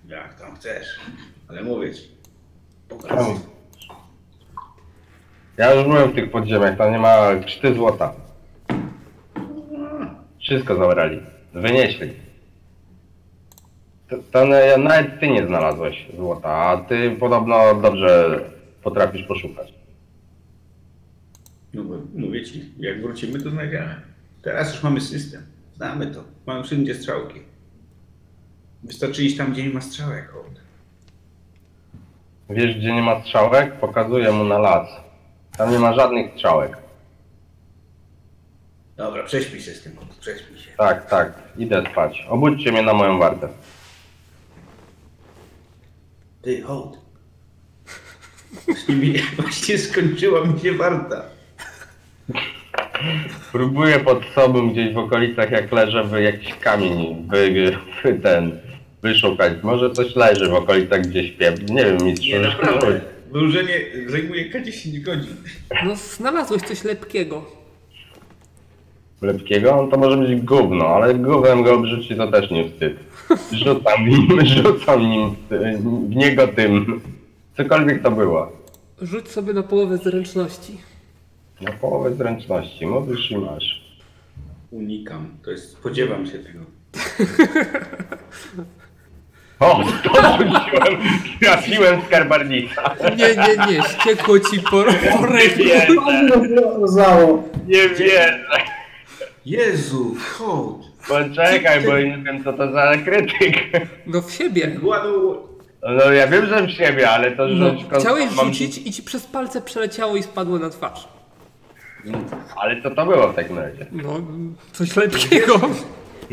C: Jak tam chcesz, ale mówię ci.
B: Czemu? Ja już byłem w tych podziemiach, tam nie ma czty złota. Wszystko zabrali. Wynieśli. T- Ten, ja- nawet ty nie znalazłeś złota, a ty podobno dobrze potrafisz poszukać.
C: No bo mówię ci, jak wrócimy, to znajdziemy. Teraz już mamy system. Znamy to. Mamy wszędzie strzałki. Wystarczy iść tam, gdzie nie ma strzałek. hołd.
B: Wiesz, gdzie nie ma strzałek? Pokazuję mu na las. Tam nie ma żadnych strzałek.
C: Dobra, prześpij się z tym, hołd, prześpij się.
B: Tak, tak, idę spać. Obudźcie mnie na moją wartę.
C: Ty, hołd. Właśnie, mi, właśnie skończyła mi się warta.
B: Próbuję pod sobą gdzieś w okolicach, jak leżę, by jakiś kamień wy, wy, ten wyszukać. Może coś leży w okolicach, gdzie śpię. Nie wiem, mistrzu.
C: Nie, naprawdę. Wydłużenie zajmuje K10 godzin.
A: No, znalazłeś coś lepkiego.
B: Lepkiego? On to może być gówno, ale gównem go obrzuci to też nie wstyd. Rzucam nim, rzucam nim, y, w niego tym. Cokolwiek to było.
A: Rzuć sobie na połowę zręczności.
B: Na połowę zręczności, mówisz i masz.
C: Unikam. To jest, spodziewam się tego.
B: O, to rzuciłem! Trafiłem skarbardnika.
A: Nie, nie, nie, ściekło ci po, po ręku.
D: To mi roz- rozlało.
B: Nie wierzę.
C: Jezu, hołd!
B: Poczekaj, bo nie wiem co to za krytyk.
A: No w siebie.
C: Gładą...
B: No ja wiem, że w siebie, ale to
A: No,
B: rzecz...
A: chciałeś
B: mam-
A: rzucić i ci przez palce przeleciało i spadło na twarz.
B: Ale co to było w takim razie?
A: No, coś lepkiego.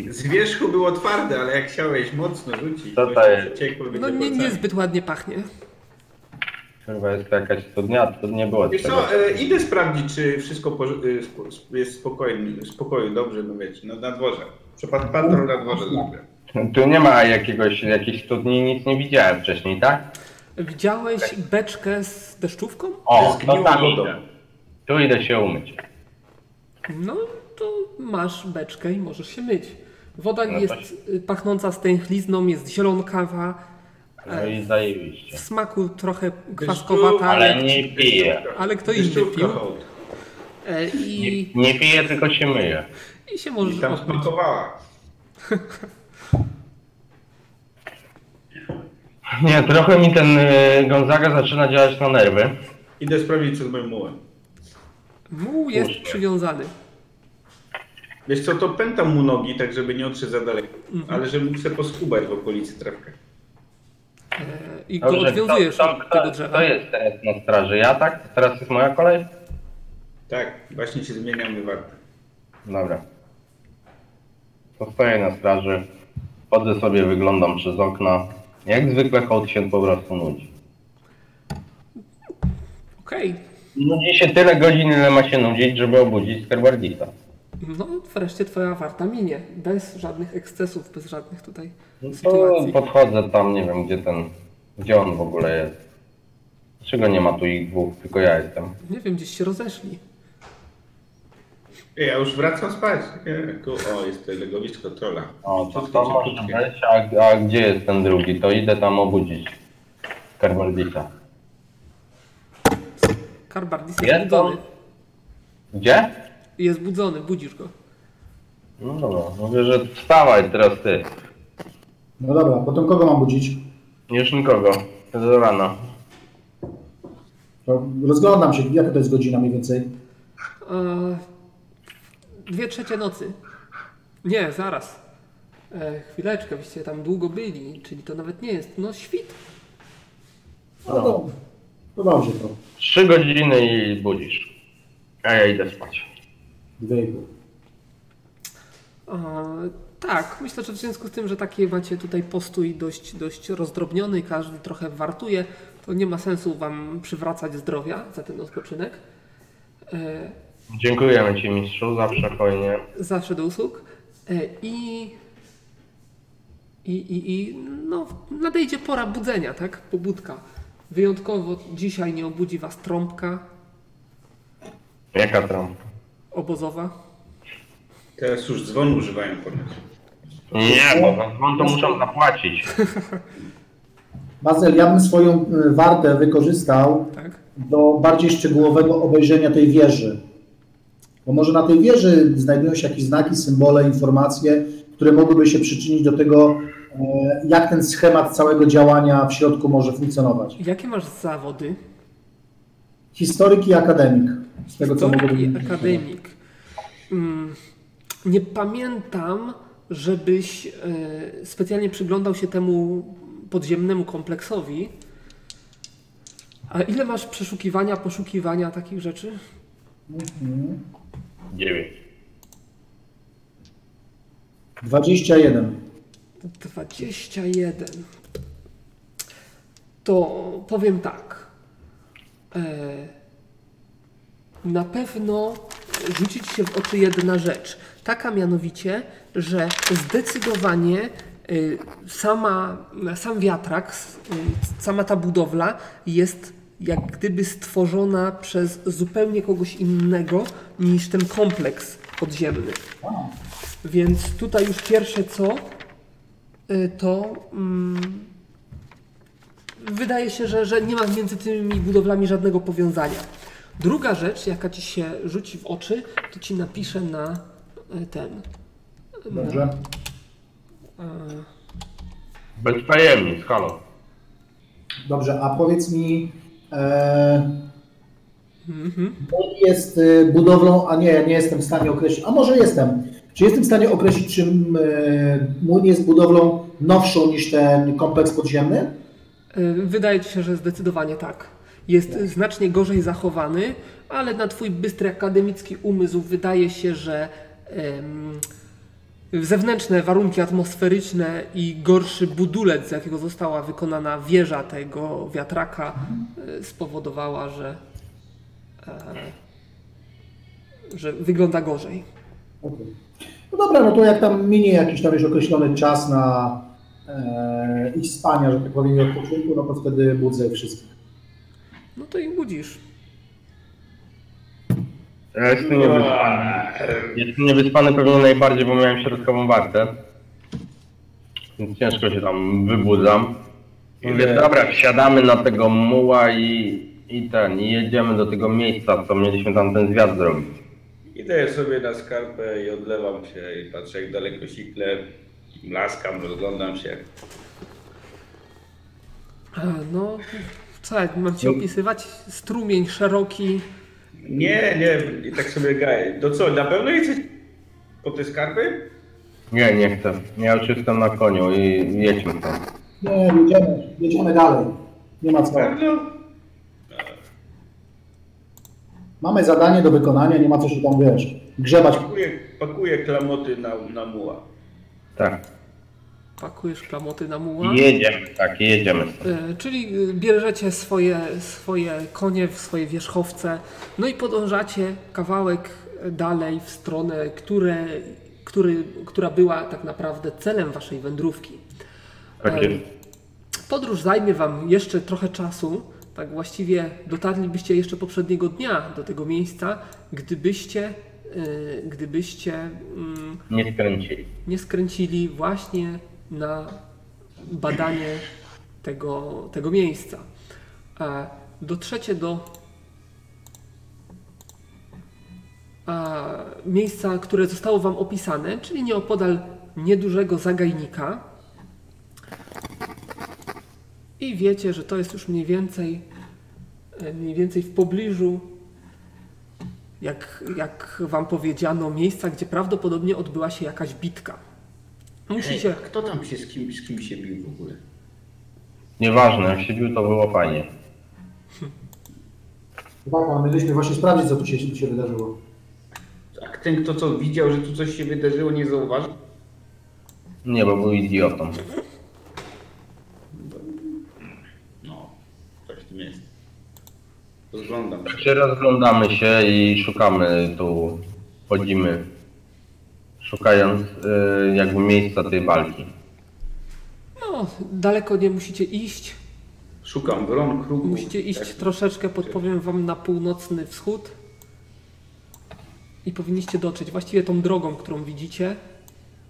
C: Z wierzchu było twarde, ale jak chciałeś mocno rzucić,
B: Co to tak. jest?
C: ciekło
A: No nie, niezbyt ładnie pachnie.
B: Kurwa, jest to jakaś cudnia, to nie było
C: Wiesz
B: tego.
C: co, e, idę sprawdzić, czy wszystko po, e, sp- sp- jest spokojnie, w spokoju, dobrze, no wiecie, no na dworze. Przepad patrol na dworze zrobię.
B: Tu nie ma jakiegoś, jakichś studni, nic nie widziałem wcześniej, tak?
A: Widziałeś beczkę z deszczówką?
B: O,
C: Ze
B: to
C: zgniłą
B: tam
C: wodą.
B: idę. Tu idę się umyć.
A: No, to masz beczkę i możesz się myć. Woda
B: No to
A: jest y, pachnąca stęchlizną, jest zielonkawa,
B: No i zajebiście.
A: w smaku trochę kwaskowata,
B: Ale
A: ale,
B: nie piję.
A: ale kto inny
C: Deszczówka,
A: pił.
C: hołd.
A: E, I,
B: Nie piję, tylko się myję.
A: I się
C: I
A: możesz
C: tam
A: odbyć.
C: smakowała.
B: Nie, trochę mi ten y, Gonzaga zaczyna działać na nerwy.
C: Idę sprawdzić, co z moim mułem.
A: Muł jest
B: Puszczę.
A: przywiązany.
C: Wiesz co, to pętam mu nogi, tak żeby nie odszedł za daleko,
A: Mhm.
C: ale żeby mógł se poskubać w okolicy trawkę.
A: E, I go
B: Dobrze, kto,
A: odwiązujesz
B: kto,
A: od tego
B: kto,
A: drzewa.
B: kto jest teraz na straży? Ja, tak? Teraz jest moja kolej?
C: Tak, właśnie się zmieniam wywarty.
B: Dobra. Postoję na straży. Chodzę sobie, wyglądam przez okna. Jak zwykle hołd się po prostu nudzi.
A: Okej,
B: Nudzi się tyle godzin, ile ma się nudzić, żeby obudzić skarbardika.
A: no wreszcie twoja warta minie. Bez żadnych ekscesów, bez żadnych tutaj
B: No to
A: sytuacji.
B: podchodzę tam, nie wiem gdzie ten, gdzie on w ogóle jest. Dlaczego nie ma tu ich dwóch, tylko ja jestem.
A: Nie wiem, gdzieś się rozeszli.
C: Ej, ja już wracam spać. Nie, Tu, o, jest to legowisko trola.
B: O, No, to
C: Wszystkie
B: to może
C: ciepłutkie.
B: być, a, a gdzie jest ten drugi? To idę tam obudzić skarbardika.
A: Karbardis jest
B: Jest
A: budzony.
B: on? Gdzie?
A: Jest budzony, budzisz go.
B: No dobra, mówię, że wstawaj teraz ty.
D: No dobra, potem kogo mam budzić?
B: Już nikogo. Do rana.
D: To Rozglądam się, jaka to jest godzina mniej więcej.
A: E, dwie trzecie nocy. Nie, zaraz. E, chwileczkę, byście tam długo byli, czyli to nawet nie jest. No świt.
D: No to, to dobrze to.
B: Trzy godziny i budzisz. A ja idę spać.
D: Dwie i pół.
A: E, tak, myślę, że w związku z tym, że taki macie tutaj postój dość, dość rozdrobniony, każdy trochę wartuje, to nie ma sensu wam przywracać zdrowia za ten odpoczynek. E,
B: Dziękujemy ci mistrzu, zawsze hojnie.
A: zawsze do usług. E, I, i, i, i no, nadejdzie pora budzenia, tak? Pobudka. Wyjątkowo dzisiaj nie obudzi was trąbka
B: Jaka trąbka?
A: obozowa.
C: Teraz już dzwon używają ponoć.
B: Nie, bo za dzwon to muszą zapłacić.
D: Bazel, ja bym swoją y, wartę wykorzystał
A: Tak?
D: do bardziej szczegółowego obejrzenia tej wieży. Bo może na tej wieży znajdują się jakieś znaki, symbole, informacje, które mogłyby się przyczynić do tego, e, jak ten schemat całego działania w środku może funkcjonować.
A: Jakie masz zawody?
D: Historyk i akademik. Z tego, co mogę
A: Historii akademik. Mm, nie pamiętam, żebyś e, specjalnie przyglądał się temu podziemnemu kompleksowi. A ile masz przeszukiwania, poszukiwania takich rzeczy?
D: Mhm.
B: Dziewięć.
D: 21.
A: 21. To powiem tak. E, na pewno rzucić się w oczy jedna rzecz. Taka mianowicie, że zdecydowanie y, sama, sam wiatrak, s- y, sama ta budowla jest jak gdyby stworzona przez zupełnie kogoś innego niż ten kompleks podziemny. Więc tutaj już pierwsze co, y, to mm, wydaje się, że, że nie ma między tymi budowlami żadnego powiązania. Druga rzecz, jaka ci się rzuci w oczy, to ci napiszę na e, ten.
D: Dobrze.
B: Bez tajemnic, halo.
D: Dobrze, a powiedz mi, e, Bóg jest e, budowlą, a nie, nie jestem w stanie określić, a może jestem. Czy jestem w stanie określić, czy m, e, młyn jest budowlą nowszą niż ten kompleks podziemny?
A: E, Wydaje ci się, że zdecydowanie tak. Jest e, znacznie gorzej zachowany, ale na twój bystry akademicki umysł wydaje się, że em, zewnętrzne warunki atmosferyczne i gorszy budulec, z jakiego została wykonana wieża tego wiatraka, e, spowodowała, że, e, że wygląda gorzej.
D: Okej. No dobra, no to jak tam minie jakiś tam już określony czas na e, ich spania, że tak powiem, i odpoczynku, no to wtedy budzę wszystkich.
A: No to i budzisz.
B: Ja jestem niewyspany. Jestem niewyspany pewnie najbardziej, bo miałem środkową wartę. Więc ciężko się tam wybudzam. I Mówię, dobra, wsiadamy na tego muła i, i ten, i jedziemy do tego miejsca, co mieliśmy tam ten zwiat zrobić.
C: Idę sobie na skarpę i odlewam się i patrzę jak daleko sikle, laskam, rozglądam się.
A: E, No, co, jak mam ci opisywać? Strumień szeroki.
C: Nie, nie, i tak sobie gaję. To co, na pewno jesteś po te skarpy?
B: Nie, nie chcę. Ja już jestem na koniu i jedźmy tam.
D: Nie, jedziemy, jedziemy dalej. Nie ma co.
C: Na
B: Tak.
C: pewno?
D: Mamy zadanie do wykonania, nie ma co się tam, wiesz, grzebać
C: Pakuję, pakuję klamoty na, na muła.
B: Tak.
A: Pakujesz klamoty na muła.
B: Jedziemy, tak, jedziemy.
A: E, Czyli y, bierzecie swoje, swoje konie, w swoje wierzchowce, no i podążacie kawałek dalej w stronę, które, który, która była tak naprawdę celem waszej wędrówki.
B: Tak jest.
A: Podróż zajmie Wam jeszcze trochę czasu. Tak właściwie dotarlibyście jeszcze poprzedniego dnia do tego miejsca, gdybyście, y, gdybyście mm,
B: Nie skręcili.
A: nie skręcili właśnie na badanie tego, tego miejsca. E, Dotrzecie do e, miejsca, które zostało Wam opisane, czyli nieopodal niedużego zagajnika. I wiecie, że to jest już mniej więcej, e, mniej więcej w pobliżu jak, jak wam powiedziano, miejsca, gdzie prawdopodobnie odbyła się jakaś bitka. Musi się.
C: Kto tam się z kim, z kim się bił w ogóle?
B: Nieważne, jak się bił, to było fajnie.
D: Uwaga, mieliśmy właśnie sprawdzić, co tu się, się wydarzyło.
C: A ten kto co widział, że tu coś się wydarzyło, nie zauważył?
B: Nie, bo był idiotą.
C: No, coś w tym jest. Rozglądam.
B: Czy rozglądamy się i szukamy tu, chodzimy, szukając y, jakby miejsca tej walki.
A: No, daleko nie musicie iść.
C: Szukam gron, kruków.
A: Musicie iść
C: tak?
A: troszeczkę, podpowiem wam, na północny wschód. I powinniście dotrzeć. Właściwie tą drogą, którą widzicie,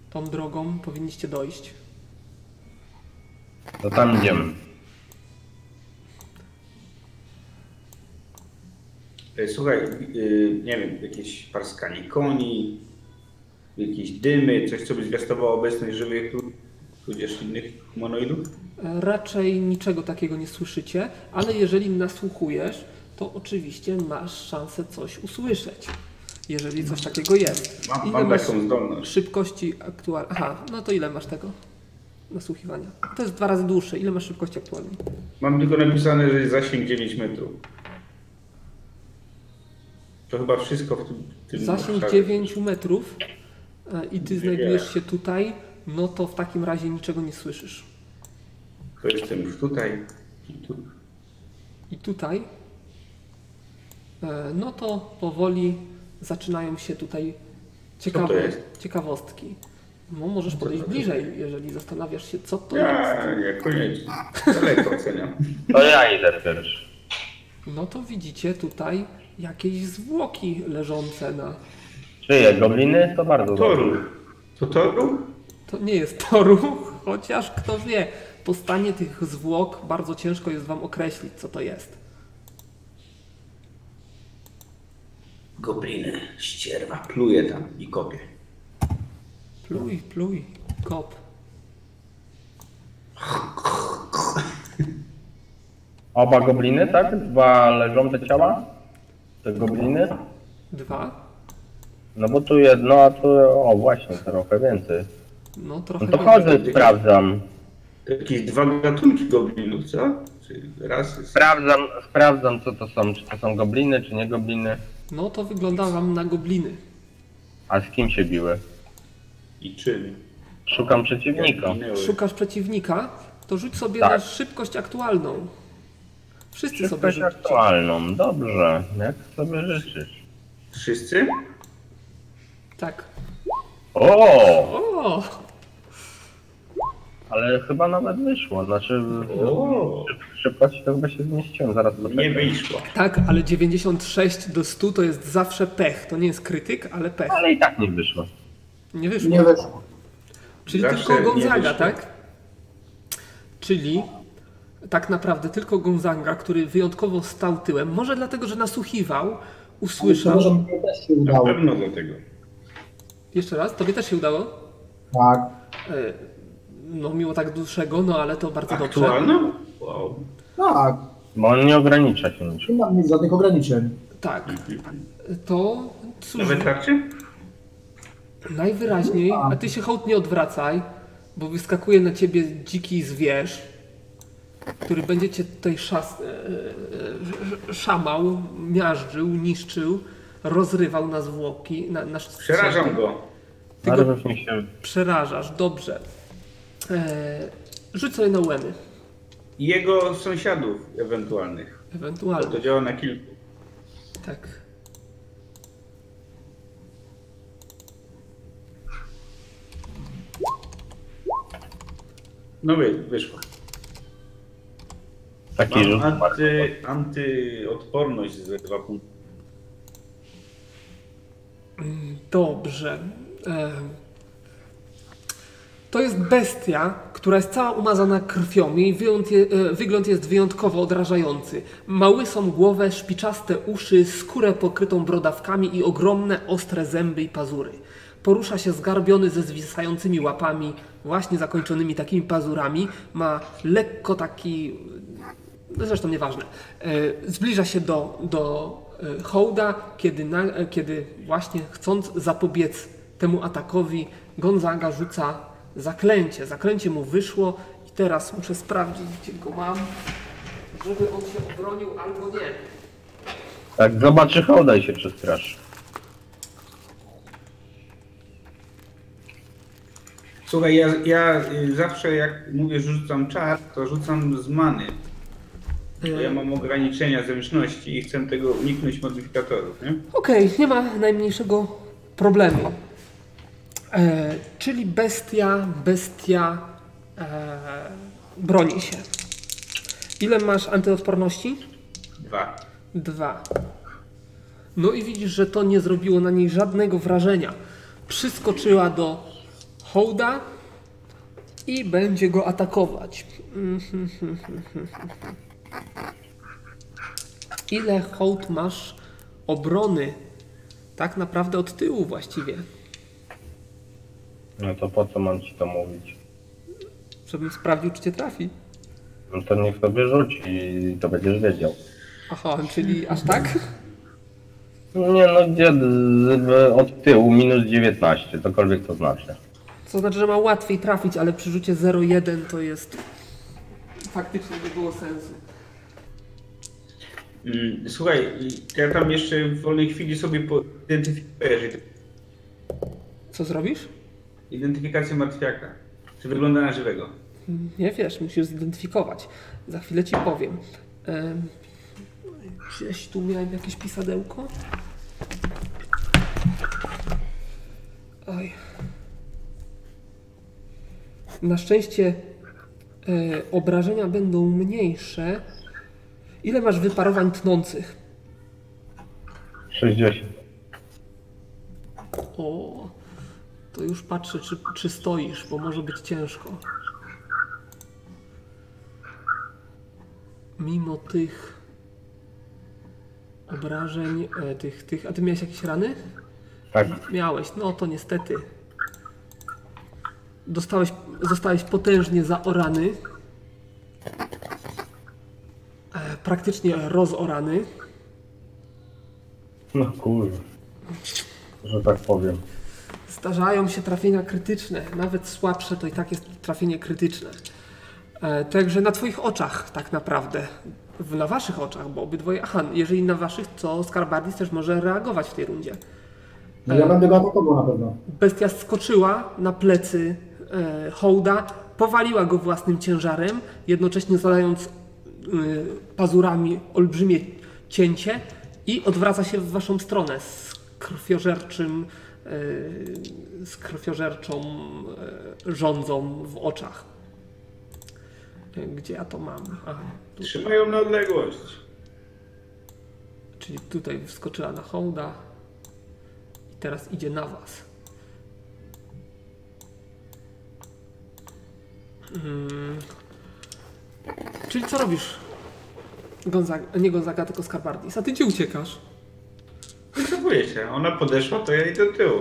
A: tą drogą powinniście dojść.
B: To tam idziemy.
C: E, Słuchaj, y, nie wiem, jakieś parskanie koni, jakieś dymy, coś co by zwiastowało obecność żywych lud- tudzież innych humanoidów?
A: E, Raczej niczego takiego nie słyszycie, ale jeżeli nasłuchujesz, to oczywiście masz szansę coś usłyszeć. Jeżeli coś takiego jest.
C: Mam,
A: Ile
C: mam
A: masz-
C: taką zdolność.
A: Szybkości aktualnej. Aha, no to ile masz tego? Nasłuchiwania. To jest dwa razy dłuższe. Ile masz szybkości aktualnej?
C: Mam tylko napisane, że jest zasięg 9 metrów. To chyba wszystko w tym... tym
A: Zasięg
C: obszarze.
A: 9 metrów e, i ty
C: Nie.
A: znajdujesz się tutaj, no to w takim razie niczego nie słyszysz.
C: To jestem już tutaj. i tu.
A: I tutaj, e, no to powoli zaczynają się tutaj ciekawe,
C: jest?
A: ciekawostki. No możesz podejść bliżej, jeżeli zastanawiasz się, co to jest.
C: Ja, nie, koniecznie. Daleko oceniam.
B: To ja idę pierwszy.
A: No to widzicie tutaj jakieś zwłoki leżące na
B: Czyje? Gobliny? To bardzo
C: Toru.
B: dobrze.
C: To toru?
A: To nie jest to ruch, chociaż kto wie, po stanie tych zwłok bardzo ciężko jest wam określić, co to jest.
C: Gobliny, ścierwa, pluje tam i kopie.
A: Pluj, pluj, kop.
B: Oba gobliny, tak? Dwa leżące ciała? Te gobliny?
A: Dwa.
B: No bo tu jedno, a tu... O, właśnie, trochę więcej.
A: No trochę.
B: No to
A: więcej.
B: chodzę, sprawdzam.
C: To jakieś dwa gatunki goblinów, co? Czy rasy?
B: Sprawdzam, sprawdzam co to są, czy to są gobliny, czy nie gobliny,
A: No to wygląda wam na gobliny.
B: a z kim się biły.
C: I czym?
B: Szukam przeciwnika.
C: Ginęły.
A: Szukasz przeciwnika, to rzuć sobie
B: Tak.
A: na szybkość aktualną. Wszyscy sobie
B: Szybkość
A: rzućcie.
B: aktualną, dobrze, jak sobie życzysz.
C: Wszyscy?
A: Tak.
B: O,
A: O!
B: ale chyba nawet wyszło, znaczy
C: O,
B: szybkość to chyba się zmieściłem, zaraz
C: nie
B: poczekaj.
C: wyszło.
A: Tak, ale 96 do 100 to jest zawsze pech. To nie jest krytyk, ale pech.
B: Ale i tak nie wyszło.
A: Nie wyszło.
D: Nie weszło.
A: Czyli
C: Zawsze
A: tylko
C: nie
A: Gonzaga,
C: wyszło.
A: tak? Czyli tak naprawdę tylko Gonzaga, który wyjątkowo stał tyłem, może dlatego, że nasłuchiwał, usłyszał.
D: Przepraszam, to też się
C: Na
D: udało.
C: pewno dlatego.
A: Jeszcze raz, tobie też się udało?
D: Tak.
A: E, No miło tak dłuższego, no ale to bardzo dobrze.
C: Aktualną? Wow.
D: Tak.
B: Bo on nie ogranicza się niczym.
D: Nie mam mieć żadnych ograniczeń.
A: Tak. To cóż,
C: Nowe tarczy?
A: najwyraźniej, a ty się hołd nie odwracaj, bo wyskakuje na ciebie dziki zwierz, który będzie cię tutaj szas, e, e, szamał, miażdżył, niszczył, rozrywał na zwłoki. Na, na
C: Przerażam go.
A: Ty
B: Ale
A: go
B: już mi się...
A: przerażasz, dobrze. E, rzuć sobie na łemy,
C: I jego sąsiadów ewentualnych.
A: ewentualnie.
C: To działa na kilku.
A: Tak.
C: No wy, wyszło.
B: Taki rzut
C: Mam anty, antyodporność z dwa punkty.
A: Dobrze. E, To jest bestia, która jest cała umazana krwią. Jej wyjąt je, e, wygląd jest wyjątkowo odrażający. Ma łysą głowę, szpiczaste uszy, skórę pokrytą brodawkami i ogromne, ostre zęby i pazury. Porusza się zgarbiony ze zwisającymi łapami, właśnie zakończonymi takimi pazurami. Ma lekko taki no zresztą nieważne, E, zbliża się do, do e, hołda, kiedy, na, e, kiedy właśnie chcąc zapobiec temu atakowi, Gonzaga rzuca zaklęcie. Zaklęcie mu wyszło i teraz muszę sprawdzić, gdzie go mam, żeby on się obronił albo nie.
B: Tak, zobaczy hołda i się przestraszy.
C: Słuchaj, ja, ja y, zawsze jak mówię, że rzucam czar, to rzucam z many. Bo ja mam ograniczenia zręczności i chcę tego uniknąć modyfikatorów, nie?
A: Okej, nie ma najmniejszego problemu. E, czyli bestia, bestia e, broni się. Ile masz antyodporności?
C: Dwa.
A: Dwa. No i widzisz, że to nie zrobiło na niej żadnego wrażenia. Przyskoczyła do hołda i będzie go atakować. Mhm, mhm, mhm, mhm. Ile hołd masz obrony? Tak naprawdę od tyłu właściwie.
B: No to po co mam ci to mówić?
A: Żebym sprawdził, czy cię trafi.
B: No to niech sobie rzuci i to będziesz wiedział.
A: Aha, czyli aż tak?
B: No Nie no, gdzie z- w- od tyłu minus 19, cokolwiek to znaczy.
A: Co znaczy, że ma łatwiej trafić, ale przy rzucie 0,1 to jest... Faktycznie nie było sensu.
C: Mm, Słuchaj, i ja tam jeszcze w wolnej chwili sobie po- identyfikuję, że
A: Co zrobisz?
C: identyfikację martwiaka. Czy wygląda na żywego?
A: Nie wiesz, musisz zidentyfikować. Za chwilę ci powiem. Em, Gdzieś tu miałem jakieś pisadełko. Oj. Na szczęście e, obrażenia będą mniejsze. Ile masz wyparowań tnących?
B: 60.
A: O, to już patrzę, czy, czy stoisz, bo może być ciężko. Mimo tych obrażeń e, tych, tych. A ty miałeś jakieś rany?
B: Tak.
A: Miałeś, no to niestety. Dostałeś, zostałeś potężnie zaorany. E, Praktycznie rozorany.
B: No kurwa. Że tak powiem.
A: Zdarzają się trafienia krytyczne, nawet słabsze to i tak jest trafienie krytyczne. E, także na Twoich oczach tak naprawdę, w, na Waszych oczach, bo obydwoje, aha, jeżeli na Waszych, to Skarbardis też może reagować w tej rundzie.
D: No
A: Tak.
D: ja będę go atakował na pewno.
A: Bestia skoczyła na plecy e, Hołda, powaliła go własnym ciężarem, jednocześnie zadając e, pazurami olbrzymie cięcie i odwraca się w waszą stronę z krwiożerczym, e, z krwiożerczą e, rządzą w oczach. E, Gdzie ja to mam? Aha, tu,
C: Trzymają na odległość.
A: czyli tutaj wskoczyła na Hołda i teraz idzie na was. Hmm. Czyli co robisz? Gonzaga, nie Gonzaga, tylko Skarbardis. A ty gdzie uciekasz?
C: Wycofuję się. Ona podeszła, to ja idę do tyłu.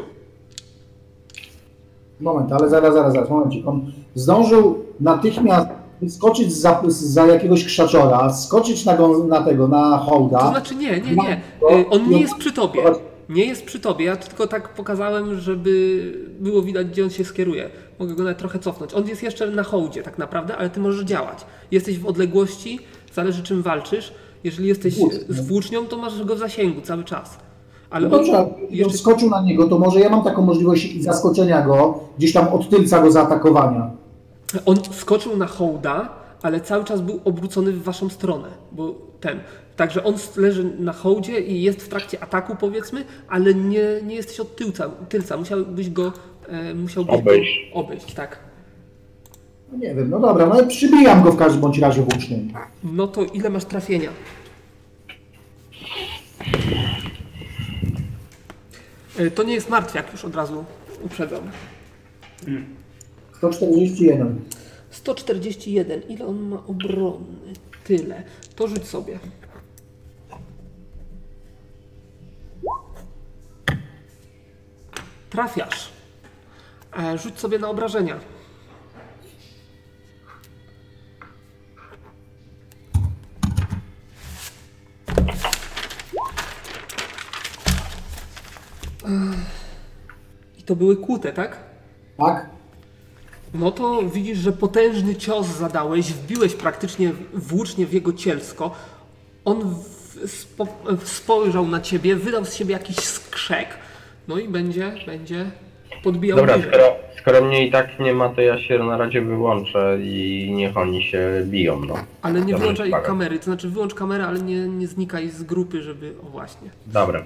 D: Moment, ale zaraz, zaraz, zaraz, momencik. On zdążył natychmiast skoczyć za, za jakiegoś krzaczora, skoczyć na, gą- na tego, na hołda.
A: To znaczy nie, nie, nie.
D: No,
A: Y, On
D: no.
A: nie jest przy tobie. Nie jest przy tobie. Ja tylko tak pokazałem, żeby było widać, gdzie on się skieruje. Mogę go nawet trochę cofnąć. On jest jeszcze na hołdzie tak naprawdę, ale ty możesz działać. Jesteś w odległości, zależy czym walczysz. Jeżeli jesteś
D: Włócznią.
A: z włócznią, to masz go w zasięgu cały czas. Ale
D: No
A: on
D: dobrze, ale jeszcze...
A: jeszcze...
D: skoczył na niego, to może ja mam taką możliwość zaskoczenia go, gdzieś tam od tylca go zaatakowania.
A: On skoczył na hołda, ale cały czas był obrócony w waszą stronę, bo ten. Także on leży na hołdzie i jest w trakcie ataku, powiedzmy, ale nie, nie jesteś od tyłca, tylca. Musiałbyś go e, musiałbyś
B: Obejść.
A: Go obejść, tak.
D: No nie wiem, no dobra, no ale przybijam go w każdym bądź razie włócznym.
A: No to ile masz trafienia? E, To nie jest martwiak, już od razu uprzedzam.
D: 141.
A: 141. Ile on ma obronny? Tyle. To rzuć sobie. Trafiasz. E, Rzuć sobie na obrażenia. Ech. E, I to były kłute, tak?
D: Tak?
A: No to widzisz, że potężny cios zadałeś, wbiłeś praktycznie włócznie w jego cielsko. On w, spo, spojrzał na ciebie, wydał z siebie jakiś skrzek, no i będzie, będzie podbijał
B: Dobra,
A: bliżej.
B: skoro, skoro mnie i tak nie ma, to ja się na razie wyłączę i niech oni się biją, no.
A: Ale nie
B: Dobra,
A: wyłączaj
B: spoko.
A: kamery, to znaczy wyłącz kamerę, ale nie, nie znikaj z grupy, żeby... O właśnie.
B: Dobra.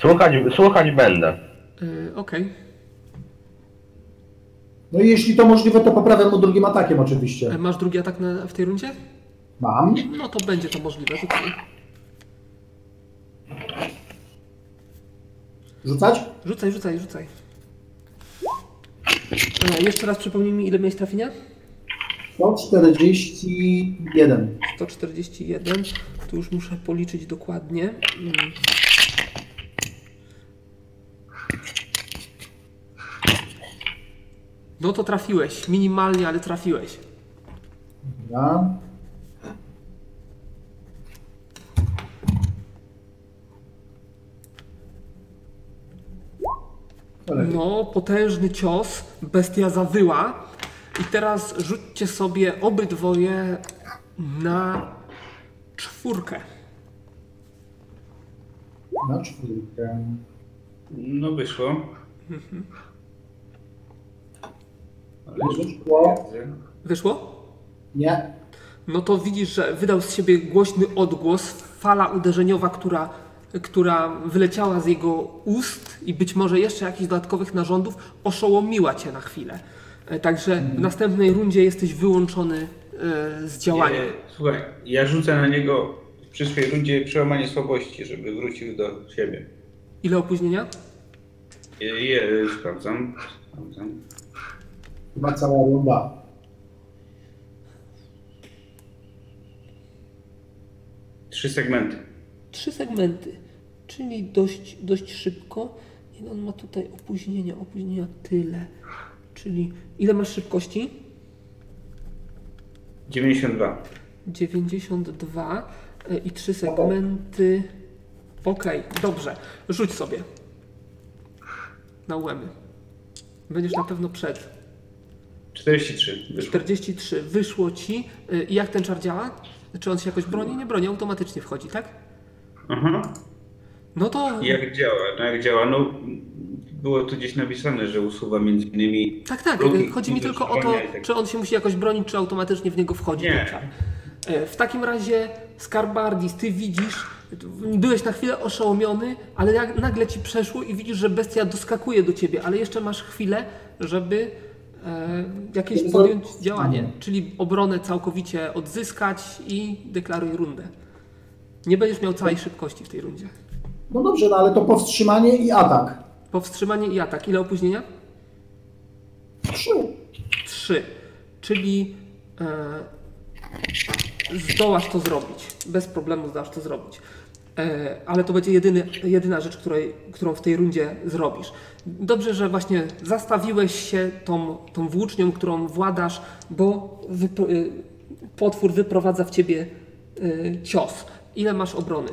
B: Słuchać, słuchać będę.
A: Yy, Okej.
D: No i jeśli to możliwe, to poprawiam mu drugim atakiem oczywiście.
A: E, Masz drugi atak na, w tej rundzie?
D: Mam.
A: No to będzie to możliwe. Rzucaj.
D: Rzucać?
A: Rzucaj, rzucaj, rzucaj. E, jeszcze raz przypomnij mi, ile miałeś trafienia?
D: 141.
A: 141. Tu już muszę policzyć dokładnie. Mm. No to trafiłeś. Minimalnie, ale trafiłeś.
D: Dobra. Lepiej.
A: No, potężny cios. Bestia zawyła. I teraz rzućcie sobie obydwoje na czwórkę.
D: Na czwórkę.
C: No wyszło. Ale
D: Wyszło.
C: widzę.
A: Wyszło?
D: Nie.
A: No to widzisz, że wydał z siebie głośny odgłos, fala uderzeniowa, która, która wyleciała z jego ust i być może jeszcze jakichś dodatkowych narządów, oszołomiła cię na chwilę. E, Także w następnej rundzie jesteś wyłączony e, z działania.
C: Nie, Słuchaj, ja rzucę na niego w przyszłej rundzie przełamanie słabości, żeby wrócił do siebie.
A: Ile opóźnienia?
C: Je, je, sprawdzam. sprawdzam.
D: Chyba cała runda.
C: Trzy segmenty.
A: trzy segmenty, czyli dość, dość szybko. I on ma tutaj opóźnienia, opóźnienia tyle. Czyli ile masz szybkości?
C: 92.
A: 92 y, i trzy segmenty. Okej, dobrze. Rzuć sobie. Na łemy. Będziesz na pewno przed.
C: 43 wyszło.
A: 43 wyszło ci. Y, I jak ten czar działa? Czy on się jakoś broni? Nie broni, automatycznie wchodzi, tak?
C: Aha.
A: No to.
C: Mhm. Jak działa? No jak działa? No było tu gdzieś napisane, że usuwa między innymi
A: Tak, tak.
C: Drugi,
A: y, Chodzi mi
C: drugi
A: tylko o to,
C: wspomniałeś, tak.
A: czy on się musi jakoś bronić, czy automatycznie w niego wchodzi
C: Nie.
A: ten czar. Y, W takim razie, Skarbardis, ty widzisz, tu byłeś na chwilę oszołomiony, ale jak nagle ci przeszło i widzisz, że bestia doskakuje do ciebie, ale jeszcze masz chwilę, żeby e, jakieś
D: Żeby
A: podjąć
D: zrobić-
A: działanie, czyli obronę całkowicie odzyskać i deklaruj rundę. Nie będziesz miał całej szybkości w tej rundzie.
D: No dobrze, no ale to powstrzymanie i atak.
A: Powstrzymanie i atak. Ile opóźnienia?
D: Trzy.
A: 3, czyli e, zdołasz to zrobić. Bez problemu zdołasz to zrobić. E, ale to będzie jedyny, jedyna rzecz, której, którą w tej rundzie zrobisz. Dobrze, że właśnie zastawiłeś się tą, tą włócznią, którą władasz, bo wypro, y, potwór wyprowadza w ciebie y, cios. Ile masz obrony?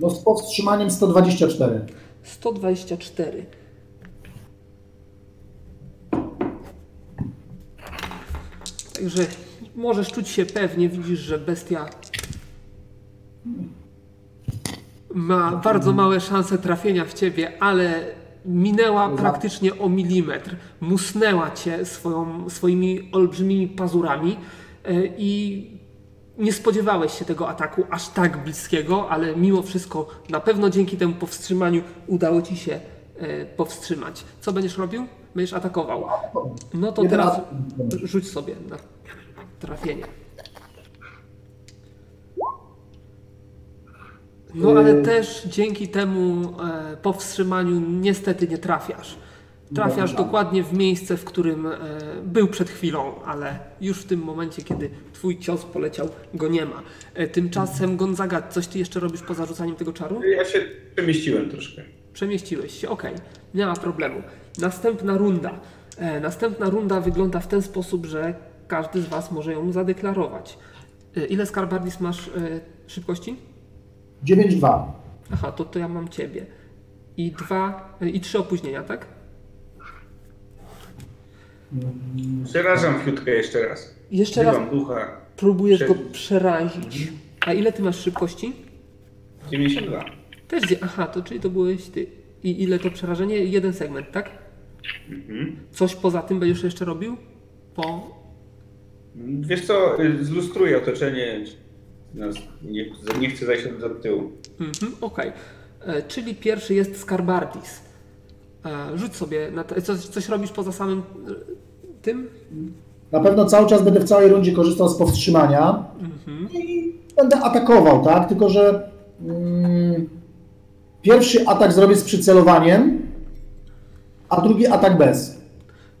D: No z powstrzymaniem 124.
A: 124. Także możesz czuć się pewnie, widzisz, że bestia ma bardzo małe szanse trafienia w ciebie, ale minęła praktycznie o milimetr. Musnęła cię swoją, swoimi olbrzymimi pazurami e, i nie spodziewałeś się tego ataku aż tak bliskiego, ale mimo wszystko na pewno dzięki temu powstrzymaniu udało ci się e, powstrzymać. Co będziesz robił? Będziesz atakował. No to
D: Jeden
A: teraz
D: atak.
A: rzuć sobie na trafienie. No ale
D: Yy.
A: też dzięki temu e, powstrzymaniu niestety nie trafiasz. Trafiasz
D: Dobra.
A: dokładnie w miejsce, w którym e, był przed chwilą, ale już w tym momencie, kiedy twój cios poleciał, go nie ma. E, tymczasem Gonzaga, coś ty jeszcze robisz po zarzucaniu tego czaru?
C: Ja się przemieściłem troszkę.
A: Przemieściłeś się, okej, nie ma problemu. Następna runda. E, następna runda wygląda w ten sposób, że każdy z Was może ją zadeklarować. E, ile Skarbardis masz e, szybkości?
D: 9-2.
A: Aha, to, to ja mam Ciebie. I dwa, e, i trzy opóźnienia, tak?
C: Przerażam fiutkę jeszcze raz.
A: Jeszcze raz
C: Wzywam ducha.
A: próbujesz go
C: Prze-
A: przerazić. A ile Ty masz szybkości?
C: 92.
A: Też, gdzie- aha, to czyli to byłeś Ty. I ile to przerażenie? Jeden segment, tak? Coś poza tym będziesz jeszcze robił? Po
C: Wiesz co, y, zlustruję otoczenie. Nas nie, nie chcę zajść od od tyłu.
A: Mhm, Okej. E, Czyli pierwszy jest Skarbardis. E, Rzuć sobie. Na te, coś, coś robisz poza samym e, tym?
D: Na pewno cały czas będę w całej rundzie korzystał z powstrzymania
A: Mhm.
D: i będę atakował, tak? Tylko, że mm, pierwszy atak zrobię z przycelowaniem, a drugi atak bez.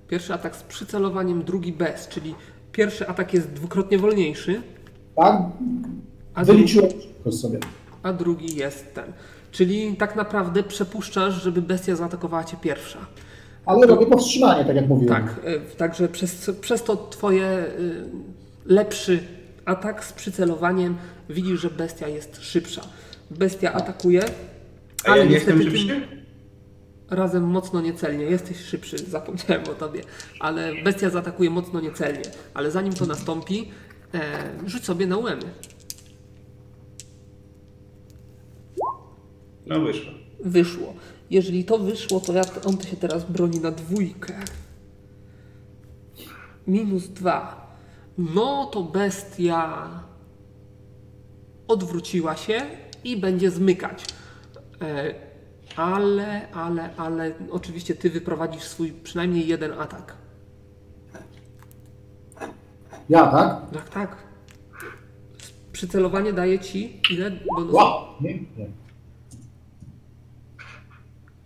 A: Pierwszy atak z przycelowaniem, drugi bez. Czyli pierwszy atak jest dwukrotnie wolniejszy,
D: Tak?
A: a drugi,
D: Wyliczyłem szybkość sobie.
A: a drugi jest ten. Czyli tak naprawdę przepuszczasz, żeby bestia zaatakowała cię pierwsza.
D: Ale robię powstrzymanie, tak jak mówiłem.
A: Tak, e, także przez, przez to twoje y, lepszy atak z przycelowaniem widzisz, że bestia jest szybsza. Bestia atakuje,
C: A ja nie jestem
A: niestety tym
C: szybszy?
A: Razem mocno niecelnie. Jesteś szybszy, zapomniałem o tobie. Ale bestia zaatakuje mocno niecelnie. Ale zanim to nastąpi, e, rzuć sobie na łemy.
C: No wyszło.
A: Wyszło. Jeżeli to wyszło, to ja, on to się teraz broni na dwójkę. Minus dwa. No to bestia odwróciła się i będzie zmykać. E, ale, ale, ale oczywiście ty wyprowadzisz swój przynajmniej jeden atak.
D: Ja, tak?
A: Tak, tak. Przycelowanie daje ci ile bonusu?
D: Wow! Nie, nie.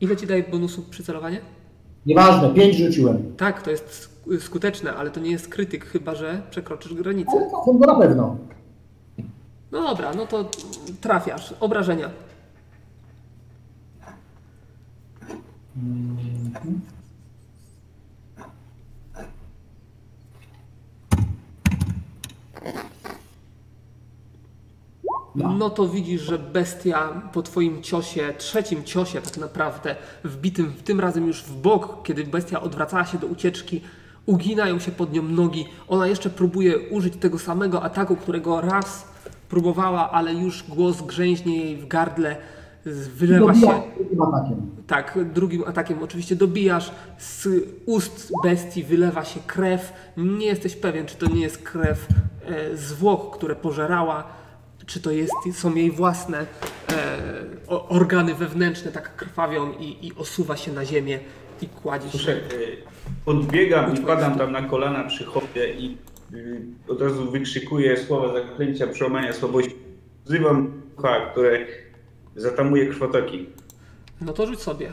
A: Ile ci daje bonusu przycelowanie?
D: Nieważne, pięć rzuciłem.
A: Tak, to jest sk- skuteczne, ale to nie jest krytyk, chyba że przekroczysz granicę.
D: Ale to na pewno.
A: No dobra, no to trafiasz. Obrażenia. No to widzisz, że bestia po twoim ciosie, trzecim ciosie tak naprawdę, wbitym w tym razem już w bok, kiedy bestia odwracała się do ucieczki, uginają się pod nią nogi. Ona jeszcze próbuje użyć tego samego ataku, którego raz próbowała, ale już głos grzęźnie jej w gardle, z- wylewa się
D: Dobija tym atakiem.
A: tak, drugim atakiem oczywiście dobijasz. Z ust bestii wylewa się krew. Nie jesteś pewien, czy to nie jest krew e, zwłok, które pożerała, czy to jest, są jej własne e, o- organy wewnętrzne, tak krwawią i, i osuwa się na ziemię i kładzie się.
C: Słuchaj, y, podbiegam i padam tam na kolana przy chopie i y, od razu wykrzykuję słowa zaklęcia przełamania słabości. Wzywam ducha, które zatamuje krwotoki.
A: No to rzuć sobie.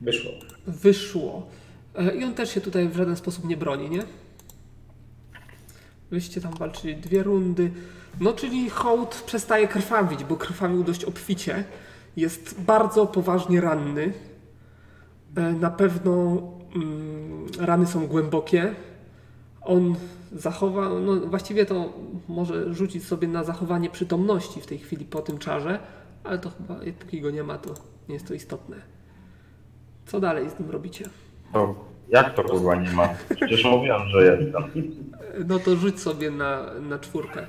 C: Wyszło.
A: Wyszło. E, I on też się tutaj w żaden sposób nie broni, nie? Wyście tam walczyli dwie rundy. No, czyli hołd przestaje krwawić, bo krwawił dość obficie. Jest bardzo poważnie ranny. E, Na pewno mm, rany są głębokie. On zachowa, no właściwie to może rzucić sobie na zachowanie przytomności w tej chwili po tym czarze, ale to chyba, póki go nie ma, to nie jest to istotne. Co dalej z tym robicie?
B: To, No, jak to kurwa nie ma? Przecież mówiłem, że jestem.
A: No to rzuć sobie na, na czwórkę.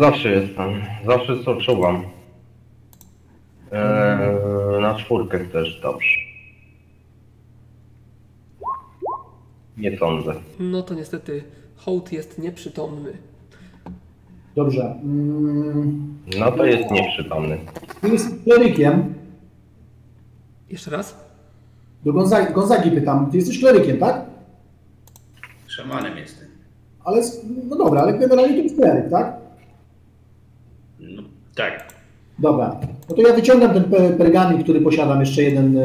B: Zawsze jestem. Zawsze co czuwam. Eee, na czwórkę też dobrze. Nie sądzę.
A: No to niestety hołd jest nieprzytomny.
D: Dobrze. Mm,
B: No to jest nieprzytomny.
D: Ty jesteś klerykiem.
A: Jeszcze raz?
D: Do Gonzagi, Gonzagi pytam. Ty jesteś klerykiem, tak?
C: Szamanem jestem.
D: Ale, s- no dobra, ale generalnie to jest kleryk, tak?
C: No, tak.
D: Dobra, no to ja wyciągam ten pe- pergamin, który posiadam, jeszcze jeden e,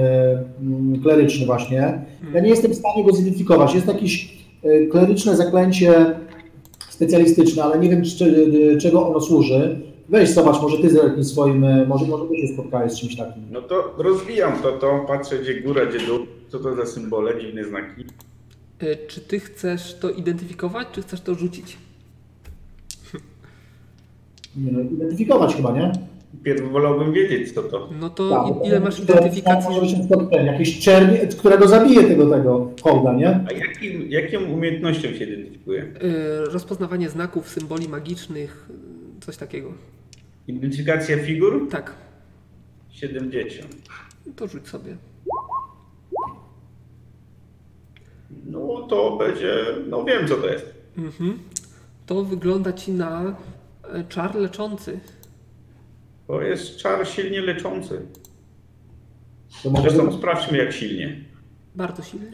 D: mm, kleryczny właśnie. Ja nie jestem w stanie go zidentyfikować. Jest jakieś e, kleryczne zaklęcie specjalistyczne, ale nie wiem, czy, e, czego ono służy. Weź, zobacz, może ty z jakimś swoim, e, może, może ty się spotkałeś z czymś takim.
C: No to rozwijam to, to patrzę gdzie góra, gdzie dół. Co to za symbole, dziwne znaki.
A: Y, Czy ty chcesz to identyfikować, czy chcesz to rzucić?
D: Nie, no, identyfikować chyba, nie?
C: Pierw wolałbym wiedzieć co to.
A: No to
D: Tak,
A: i-
D: bo
A: ile
D: to
A: masz
D: jest- to
A: identyfikacji?
D: Może być na przykład ten, jakiś czerni, którego zabije tego, tego hołda, nie?
C: A jakim, jaką umiejętnością się identyfikuje?
A: Y, Rozpoznawanie znaków, symboli magicznych, y, coś takiego.
C: Identyfikacja figur?
A: Tak,
C: 70.
A: to rzuć sobie.
C: No to będzie, no wiem co to jest.
A: Mhm. To wygląda ci na y, czar leczący.
C: To jest czar silnie leczący.
D: To może
C: Zresztą sprawdźmy jak silnie.
A: Bardzo silny.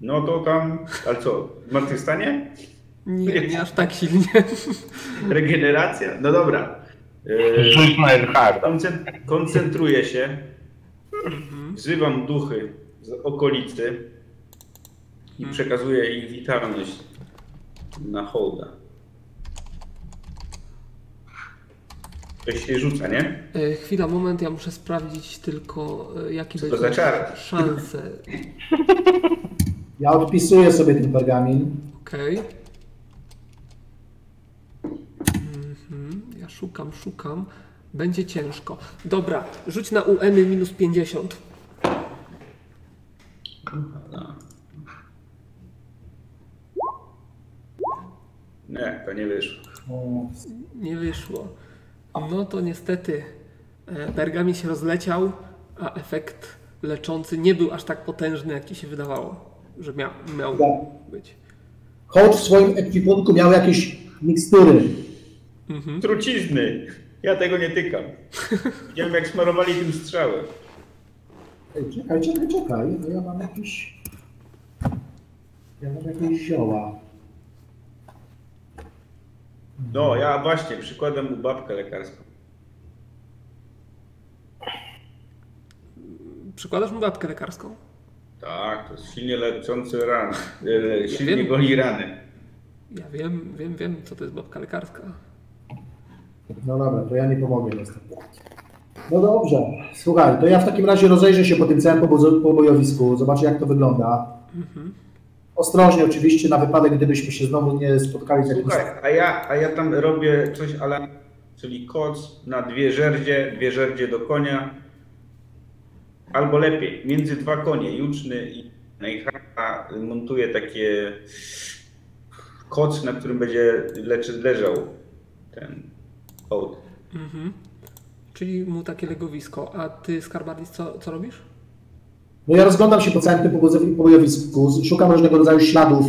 C: No to tam, ale co, w martwym stanie?
A: Nie, nie aż tak silnie.
C: Regeneracja? No dobra. Yy,
B: Rzuć na Erharda.
C: koncent- koncentruję się. Wzywam duchy z okolicy i przekazuję ich witalność na hołda. Ktoś się rzuca, nie?
A: Y, Chwila, moment, ja muszę sprawdzić tylko y, jaki
C: Co to
A: będzie
C: za czar?
A: szanse.
D: ja odpisuję sobie ten pergamin.
A: Okej. Mhm, ja szukam, szukam. Będzie ciężko. Dobra, rzuć na UM minus 50.
C: Nie, to nie wyszło.
D: O,
A: Nie wyszło. No to niestety e, pergamin się rozleciał, a efekt leczący nie był aż tak potężny, jak ci się wydawało, że miał, miał być.
D: Hołd w swoim ekwipunku miał jakieś mikstury.
C: Trucizny! Ja tego nie tykam. Widziałem jak smarowali tym strzałem.
D: Ej, czekaj, czekaj, czekaj. No ja mam jakieś. Ja mam jakieś zioła.
C: No, ja właśnie przykładam mu babkę lekarską.
A: Przykładasz mu łapkę lekarską?
C: Tak, to jest silnie leczący ran. e, Silnie
A: wiem.
C: goli rany.
A: Ja wiem, wiem, wiem, co to jest babka lekarska.
D: No dobra, to ja nie pomogę niestety. No dobrze, słuchaj, to ja w takim razie rozejrzę się po tym całym pobo- pobojowisku, zobaczę jak to wygląda. Ostrożnie oczywiście, na wypadek gdybyśmy się znowu nie spotkali z jakimś...
C: Słuchaj, a ja, a ja tam robię coś ala, czyli koc na dwie żerdzie, dwie żerdzie do konia. Albo lepiej, między dwa konie, juczny i najchara montuję takie koc, na którym będzie leczy, leżał ten hołd.
A: Mhm. Czyli mu takie legowisko. A ty, skarbarnic, co, co robisz?
D: No ja rozglądam się po całym tym pobozo- pobojowisku, z- szukam różnego rodzaju śladów,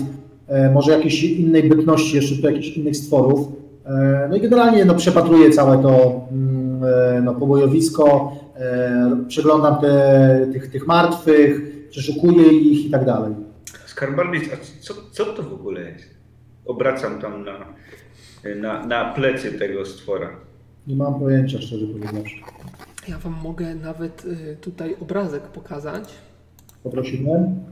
D: e, może jakiejś innej bytności, jeszcze tu jakichś innych stworów. E, no i generalnie no, przepatruję całe to mm, e, no, pobojowisko, e, przeglądam te, tych, tych martwych, przeszukuję ich i tak dalej.
C: Skarbarnic, a co, co to w ogóle jest? Obracam tam na, na, na plecy tego stwora.
D: Nie mam pojęcia, szczerze powiedziawszy.
A: Ja wam mogę nawet y, tutaj obrazek pokazać.
D: Poprosiłem.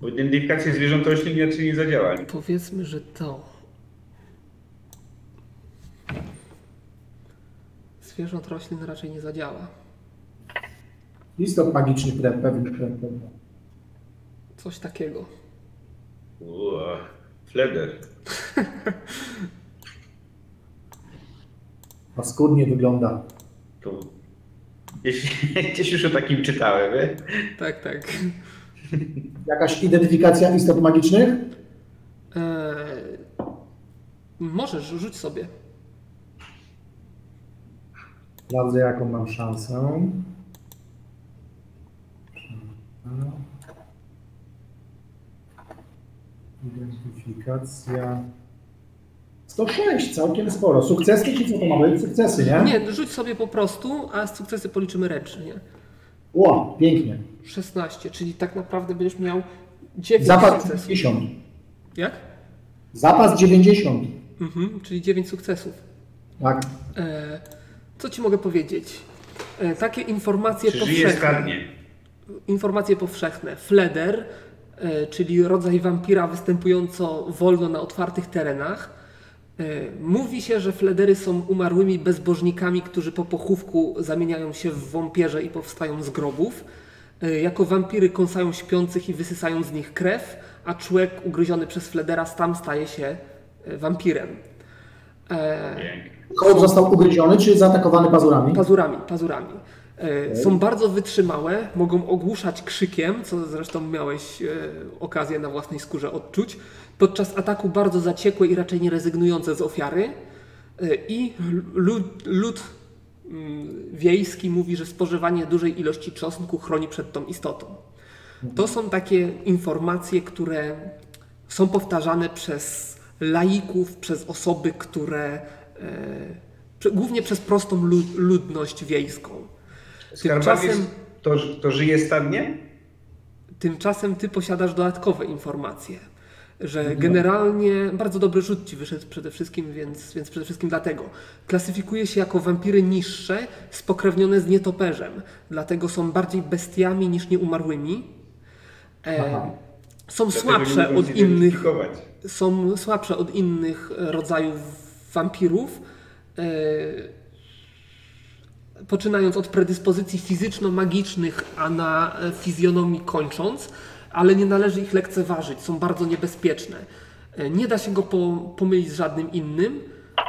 C: Bo identyfikacja zwierząt roślin inaczej nie zadziała.
A: Powiedzmy, że to. Zwierząt roślin raczej nie zadziała.
D: Listok magiczny, pre- pewnie. pre- pewnie.
A: Coś takiego.
C: Ua, Fleder.
D: Paskudnie wygląda.
C: To... Gdzieś, gdzieś już o takim czytałem, nie?
A: Tak, tak.
D: Jakaś identyfikacja istot magicznych?
A: Eee, możesz, rzuć sobie.
D: Sprawdzę, jaką mam szansę. Identyfikacja. 106, całkiem sporo. Sukcesy czy co to ma być? Sukcesy, nie?
A: Nie, rzuć sobie po prostu, a sukcesy policzymy ręcznie.
D: Ło, pięknie.
A: 16, czyli tak naprawdę będziesz miał 9
D: Zapas
A: sukcesów.
D: 90.
A: Jak?
D: Zapas 90.
A: Mhm, czyli 9 sukcesów.
D: Tak.
A: E, co ci mogę powiedzieć? E, takie informacje
C: Czy żyje
A: powszechne.
C: skarbnie?
A: Informacje powszechne. Fleder, e, czyli rodzaj wampira występująco wolno na otwartych terenach. E, Mówi się, że fledery są umarłymi bezbożnikami, którzy po pochówku zamieniają się w wampirze i powstają z grobów. E, Jako wampiry kąsają śpiących i wysysają z nich krew, a człowiek ugryziony przez fledera sam staje się e, wampirem. E,
D: Kołb został ugryziony czy zaatakowany pazurami?
A: Pazurami, pazurami. E, Są bardzo wytrzymałe, mogą ogłuszać krzykiem, co zresztą miałeś e, okazję na własnej skórze odczuć, podczas ataku bardzo zaciekłe i raczej nie rezygnujące z ofiary. E, I lud, lud mm, wiejski mówi, że spożywanie dużej ilości czosnku chroni przed tą istotą. To są takie informacje, które są powtarzane przez laików, przez osoby, które e, prze- głównie przez prostą lu- ludność wiejską.
C: Skarbanie
A: Tymczasem,
C: to, to żyje stadnie?
A: tymczasem ty posiadasz dodatkowe informacje, że generalnie bardzo dobry rzut ci wyszedł przede wszystkim, więc, więc przede wszystkim dlatego. Klasyfikuje się jako wampiry niższe, spokrewnione z nietoperzem, dlatego są bardziej bestiami niż nieumarłymi.
D: Aha.
A: E, są
C: Dlatego nie
A: słabsze
C: mogą
A: od innych
C: zidentyfikować.
A: są słabsze od innych e, rodzajów wampirów, e, poczynając od predyspozycji fizyczno-magicznych, a na e, fizjonomii kończąc, ale nie należy ich lekceważyć, są bardzo niebezpieczne. E, Nie da się go po, pomylić z żadnym innym.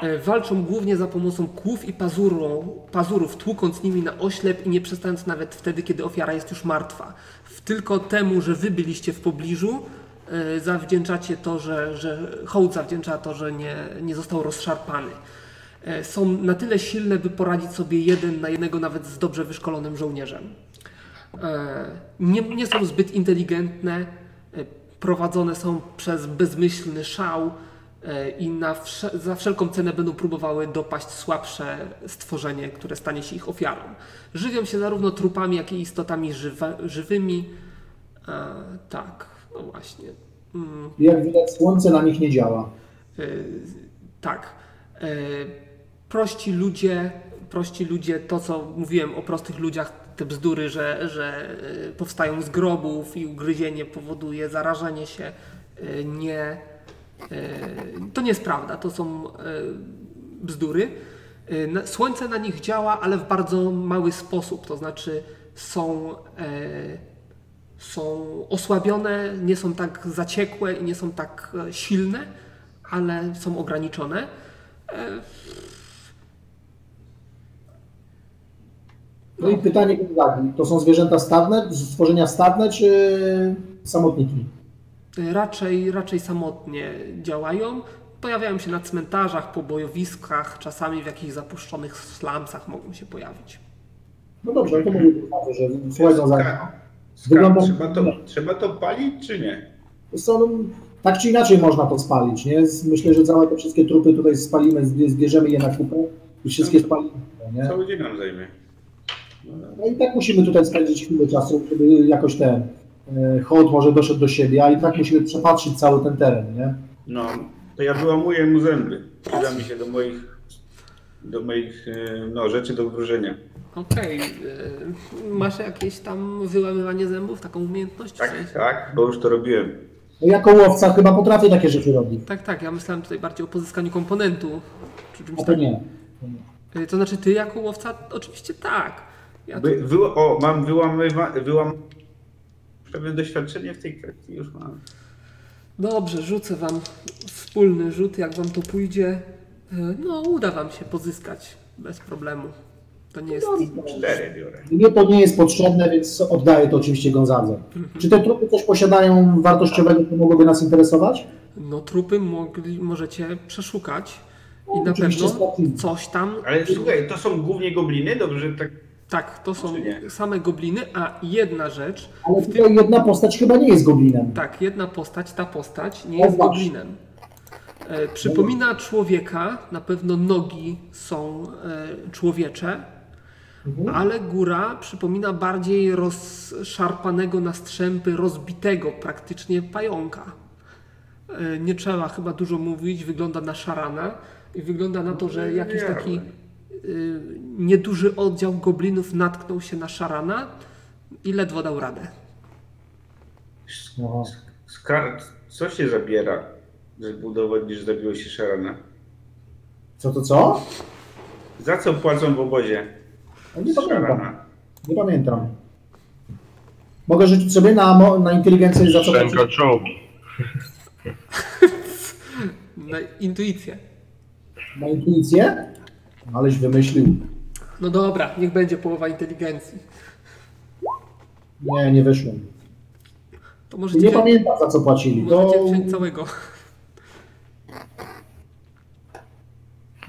A: E, Walczą głównie za pomocą kłów i pazurą, pazurów, tłukąc nimi na oślep i nie przestając nawet wtedy, kiedy ofiara jest już martwa. W- Tylko temu, że wy byliście w pobliżu, y, zawdzięczacie to, że, że hołd zawdzięcza to, że nie, nie został rozszarpany. Y, Są na tyle silne, by poradzić sobie jeden na jednego nawet z dobrze wyszkolonym żołnierzem. Y, Nie, nie są zbyt inteligentne, y, prowadzone są przez bezmyślny szał y, i na wsze, za wszelką cenę będą próbowały dopaść słabsze stworzenie, które stanie się ich ofiarą. Żywią się zarówno trupami, jak i istotami żywa, żywymi. E, tak, no właśnie. Mm,
D: Jak widać, słońce na nich nie działa.
A: e, tak. E, e, prości ludzie, prości ludzie, to co mówiłem o prostych ludziach, te bzdury, że, że e, powstają z grobów i ugryzienie powoduje zarażenie się, e, nie, e, to nie jest prawda, to są e, bzdury. E, na- Słońce na nich działa, ale w bardzo mały sposób, to znaczy są e, są osłabione, nie są tak zaciekłe i nie są tak e, silne, ale są ograniczone.
D: No i pytanie Gonzagi. To są zwierzęta stadne, stworzenia stadne czy samotniki?
A: E, Raczej, raczej samotnie działają. Pojawiają się na cmentarzach, po bojowiskach, czasami w jakichś zapuszczonych slumsach mogą się pojawić.
D: No dobrze, ale to mówię Gonzagi, że słuchaj no, Gonzagi.
C: Ska,
D: Wygląda-
C: trzeba, to, trzeba to palić, czy nie?
D: Wiesz co, no, tak czy inaczej można to spalić, nie? Z- Myślę, że całe te wszystkie trupy tutaj spalimy, zbie- zbierzemy je na kupę i wszystkie spalimy, nie?
C: Cały dzień nam zajmie. No,
D: No i tak musimy tutaj spędzić chwilę czasu, żeby jakoś ten e, hołd może doszedł do siebie, a i tak musimy przepatrzyć cały ten teren, nie?
C: No, to ja wyłamuję mu zęby. Przyda mi się do moich, do moich e, no, rzeczy do wróżenia.
A: Okej, e, masz jakieś tam wyłamywanie zębów, taką umiejętność? W
C: Tak,
A: sensie-
C: tak, bo już to robiłem.
D: No jako łowca chyba potrafię takie rzeczy robić,
A: tak, tak. Ja myślałem tutaj bardziej o pozyskaniu komponentu. Czy czymś
D: a to
A: takim.
D: nie.
A: E, To znaczy ty jako łowca oczywiście tak. Ja
C: Wy, wy, o, mam wyłamywa, wyłam... Pewne doświadczenie w tej kwestii już mam.
A: Dobrze, rzucę wam wspólny rzut, jak wam to pójdzie. E, No, uda wam się pozyskać bez problemu. To nie jest.
C: Cztery biorę.
D: Mnie to nie jest potrzebne, więc oddaję to oczywiście Gonzadze. Czy te trupy coś posiadają wartościowego, co mogłoby nas interesować?
A: No, trupy mogli, możecie przeszukać i
D: No,
A: na
D: oczywiście
A: pewno
D: sprawdzimy.
A: coś tam.
C: Ale słuchaj, to są głównie gobliny, dobrze tak...
A: Tak, to są
C: Czy nie?
A: same gobliny, a jedna rzecz.
D: Ale tutaj jedna postać chyba nie jest goblinem.
A: Tak, jedna postać, ta postać nie
D: O,
A: jest
D: właśnie. Mhm.
A: goblinem. E, Przypomina człowieka, na pewno nogi są e, człowiecze,
D: Mhm.
A: ale góra przypomina bardziej rozszarpanego na strzępy, rozbitego praktycznie pająka. E, Nie trzeba chyba dużo mówić, wygląda na szarana i wygląda na
D: No,
A: to, że jakiś
C: nie,
A: taki y, nieduży oddział goblinów natknął się na szarana i ledwo dał radę.
D: No.
C: Z kart, co się zabiera, żeby udowodnić, że zabiło się szarana?
D: Co to co?
C: Za co płacą w obozie?
D: No Nie pamiętam.
C: Szarana.
D: Nie pamiętam. Mogę rzucić sobie na, mo- na inteligencję za No co
E: Szczęka czołgi.
A: Na intuicję.
D: Na intuicję? Aleś wymyślił.
A: No dobra, niech będzie połowa inteligencji.
D: Nie, nie wyszło.
A: To możecie,
D: Nie pamiętam za co płacili. To...
A: możecie wziąć całego.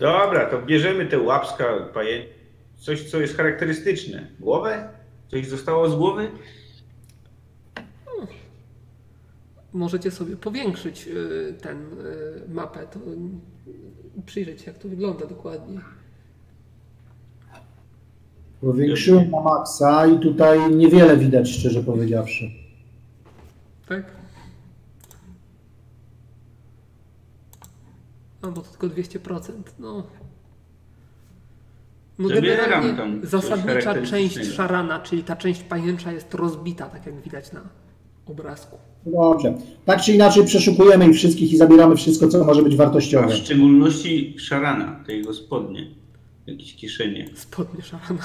C: Dobra, to bierzemy te łapska, pajęci, coś co jest charakterystyczne. Głowę? Coś zostało z głowy?
A: Możecie sobie powiększyć y, ten y, mapę, to, y, przyjrzeć się jak to wygląda dokładnie.
D: Powiększyłem na maksa i tutaj niewiele widać, szczerze powiedziawszy.
A: Tak? No bo to tylko 200%. No. No
C: Zabieram
A: generalnie
C: tam coś
A: zasadnicza część
C: charakterystycznego.
A: szarana, czyli ta część pajęcza jest rozbita, tak jak widać na obrazku.
D: No Dobrze. Tak czy inaczej przeszukujemy ich wszystkich i zabieramy wszystko, co może być
C: A
A: Tak.
D: wartościowe.
C: w szczególności szarana, te jego spodnie, jakieś kieszenie.
A: Spodnie szarana.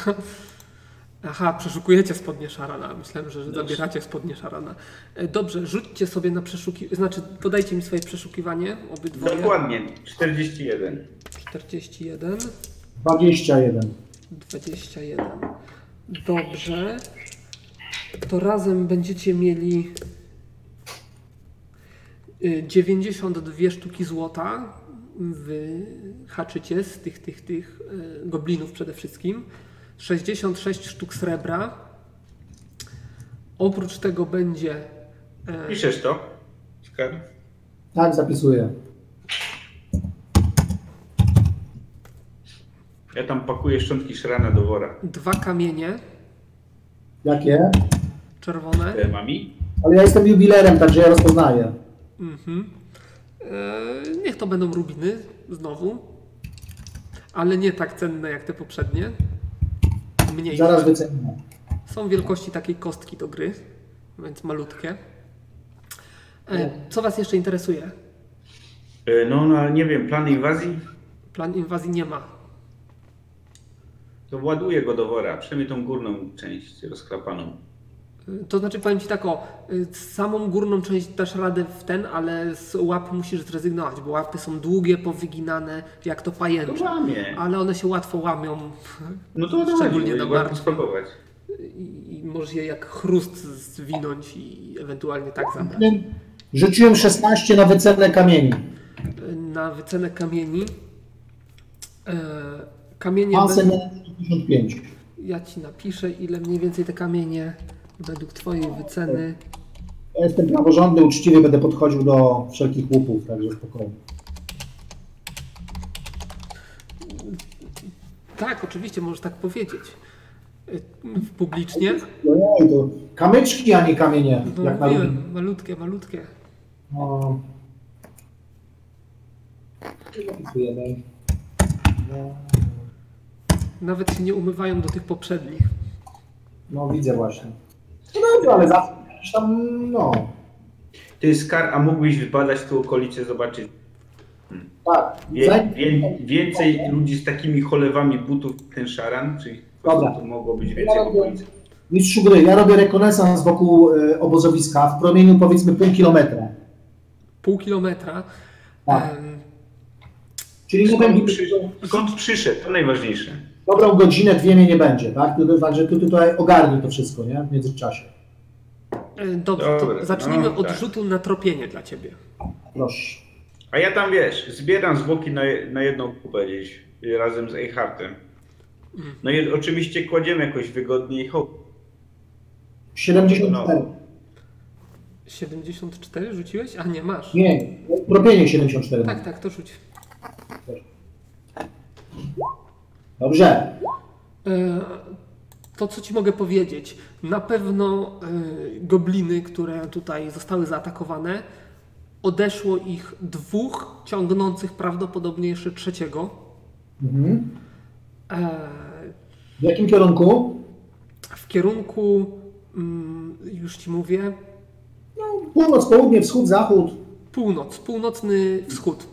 A: Aha, przeszukujecie spodnie szarana. Myślałem, że że
C: Dobrze.
A: zabieracie spodnie szarana. E, Dobrze, rzućcie sobie na przeszukiwanie. Znaczy, podajcie mi swoje przeszukiwanie, obydwoje.
C: Dokładnie, 41.
A: 41,
D: 21.
A: 21. Dobrze. To razem będziecie mieli y, 92 sztuki złota. Wyhaczycie z tych, tych, tych y, goblinów przede wszystkim. 66 sztuk srebra. Oprócz tego będzie e,
C: Piszesz to? Skar?
D: Tak, zapisuję.
C: Ja tam pakuję szczątki szarana do wora.
A: dwa kamienie
D: Jakie?
A: czerwone.
C: Te E, mami?
D: Ale ja jestem jubilerem, także ja rozpoznaję.
A: Mhm. E, niech to będą rubiny znowu. ale nie tak cenne jak te poprzednie. Mniej.
D: Zaraz wycenimy.
A: Są wielkości takiej kostki do gry, więc malutkie. E, Co Was jeszcze interesuje?
C: E, No, no ale nie wiem, plan inwazji?
A: Plan inwazji nie ma.
C: To ładuję go do wora, przynajmniej tą górną część rozklapaną.
A: Y, To znaczy, powiem Ci tak, o, y, z samą górną część dasz radę w ten, ale z łap musisz zrezygnować, bo łapy są długie, powyginane, jak to
C: To
A: pajęcze.
C: łamie.
A: Ale one się łatwo łamią
C: No to
A: Szczególnie
C: ładuję,
A: do
C: do
A: barki.
C: warto spróbować.
A: i, i możesz je jak chrust zwinąć i ewentualnie tak zabrać.
D: Rzuciłem 16 na wycenę kamieni.
A: Y, Na wycenę kamieni. e, Kamienie.
D: Masę
A: będą-
D: miałem 55.
A: Ja ci napiszę, ile mniej więcej te kamienie według twojej wyceny.
D: Ja jestem praworządny, uczciwy, będę podchodził do wszelkich łupów, także spokojnie.
A: Tak, oczywiście, możesz tak powiedzieć. Y, w- Publicznie.
D: Ojej, No to kamyczki, a nie kamienie,
A: No,
D: jak na ludzi.
A: mówiłem, malutkie, malutkie.
D: No. Zapisujemy. No,
A: Nawet się nie umywają do tych poprzednich.
D: no widzę właśnie. No dobrze, ale zawsze gdzieś tam, no,
C: Ty, Skar, a mógłbyś wybadać tu okolice, zobaczyć
D: tak.
C: wie,
D: Zaj-
C: wie, więcej ludzi z takimi cholewami butów jak ten szaran? Czyli
D: Dobra.
C: to mogło być więcej
D: Ja robię-
C: okolic?
D: Mistrzu gry, ja robię rekonesans wokół e, obozowiska w promieniu powiedzmy pół kilometra.
A: Pół kilometra.
D: Tak.
A: Em,
D: Czyli nie będzie
C: Skąd, przy, skąd przyszedł? To najważniejsze.
D: dobrą godzinę, dwie mnie nie będzie, tak? Tylko- Także ty tutaj ogarnij to wszystko, nie? W międzyczasie.
A: e, Dobrze, to
C: Dobra,
A: zacznijmy
C: no,
A: od
C: tak.
A: rzutu na tropienie dla ciebie.
D: Proszę.
C: A ja tam wiesz, zbieram zwłoki na, je- na jedną kupę gdzieś y, razem z Eichhartem. No i oczywiście kładziemy jakoś wygodniej hołd.
D: 74.
A: 74 rzuciłeś? A nie masz.
D: Nie, tropienie 74.
A: Tak, tak, to rzuć.
D: Dobrze.
A: E, To, co ci mogę powiedzieć, na pewno e, gobliny, które tutaj zostały zaatakowane, odeszło ich dwóch ciągnących prawdopodobnie jeszcze trzeciego.
D: Mhm.
A: E,
D: W jakim kierunku?
A: W kierunku, mm, już ci mówię,
D: Północ, południe, wschód, zachód,
A: północ, północny wschód.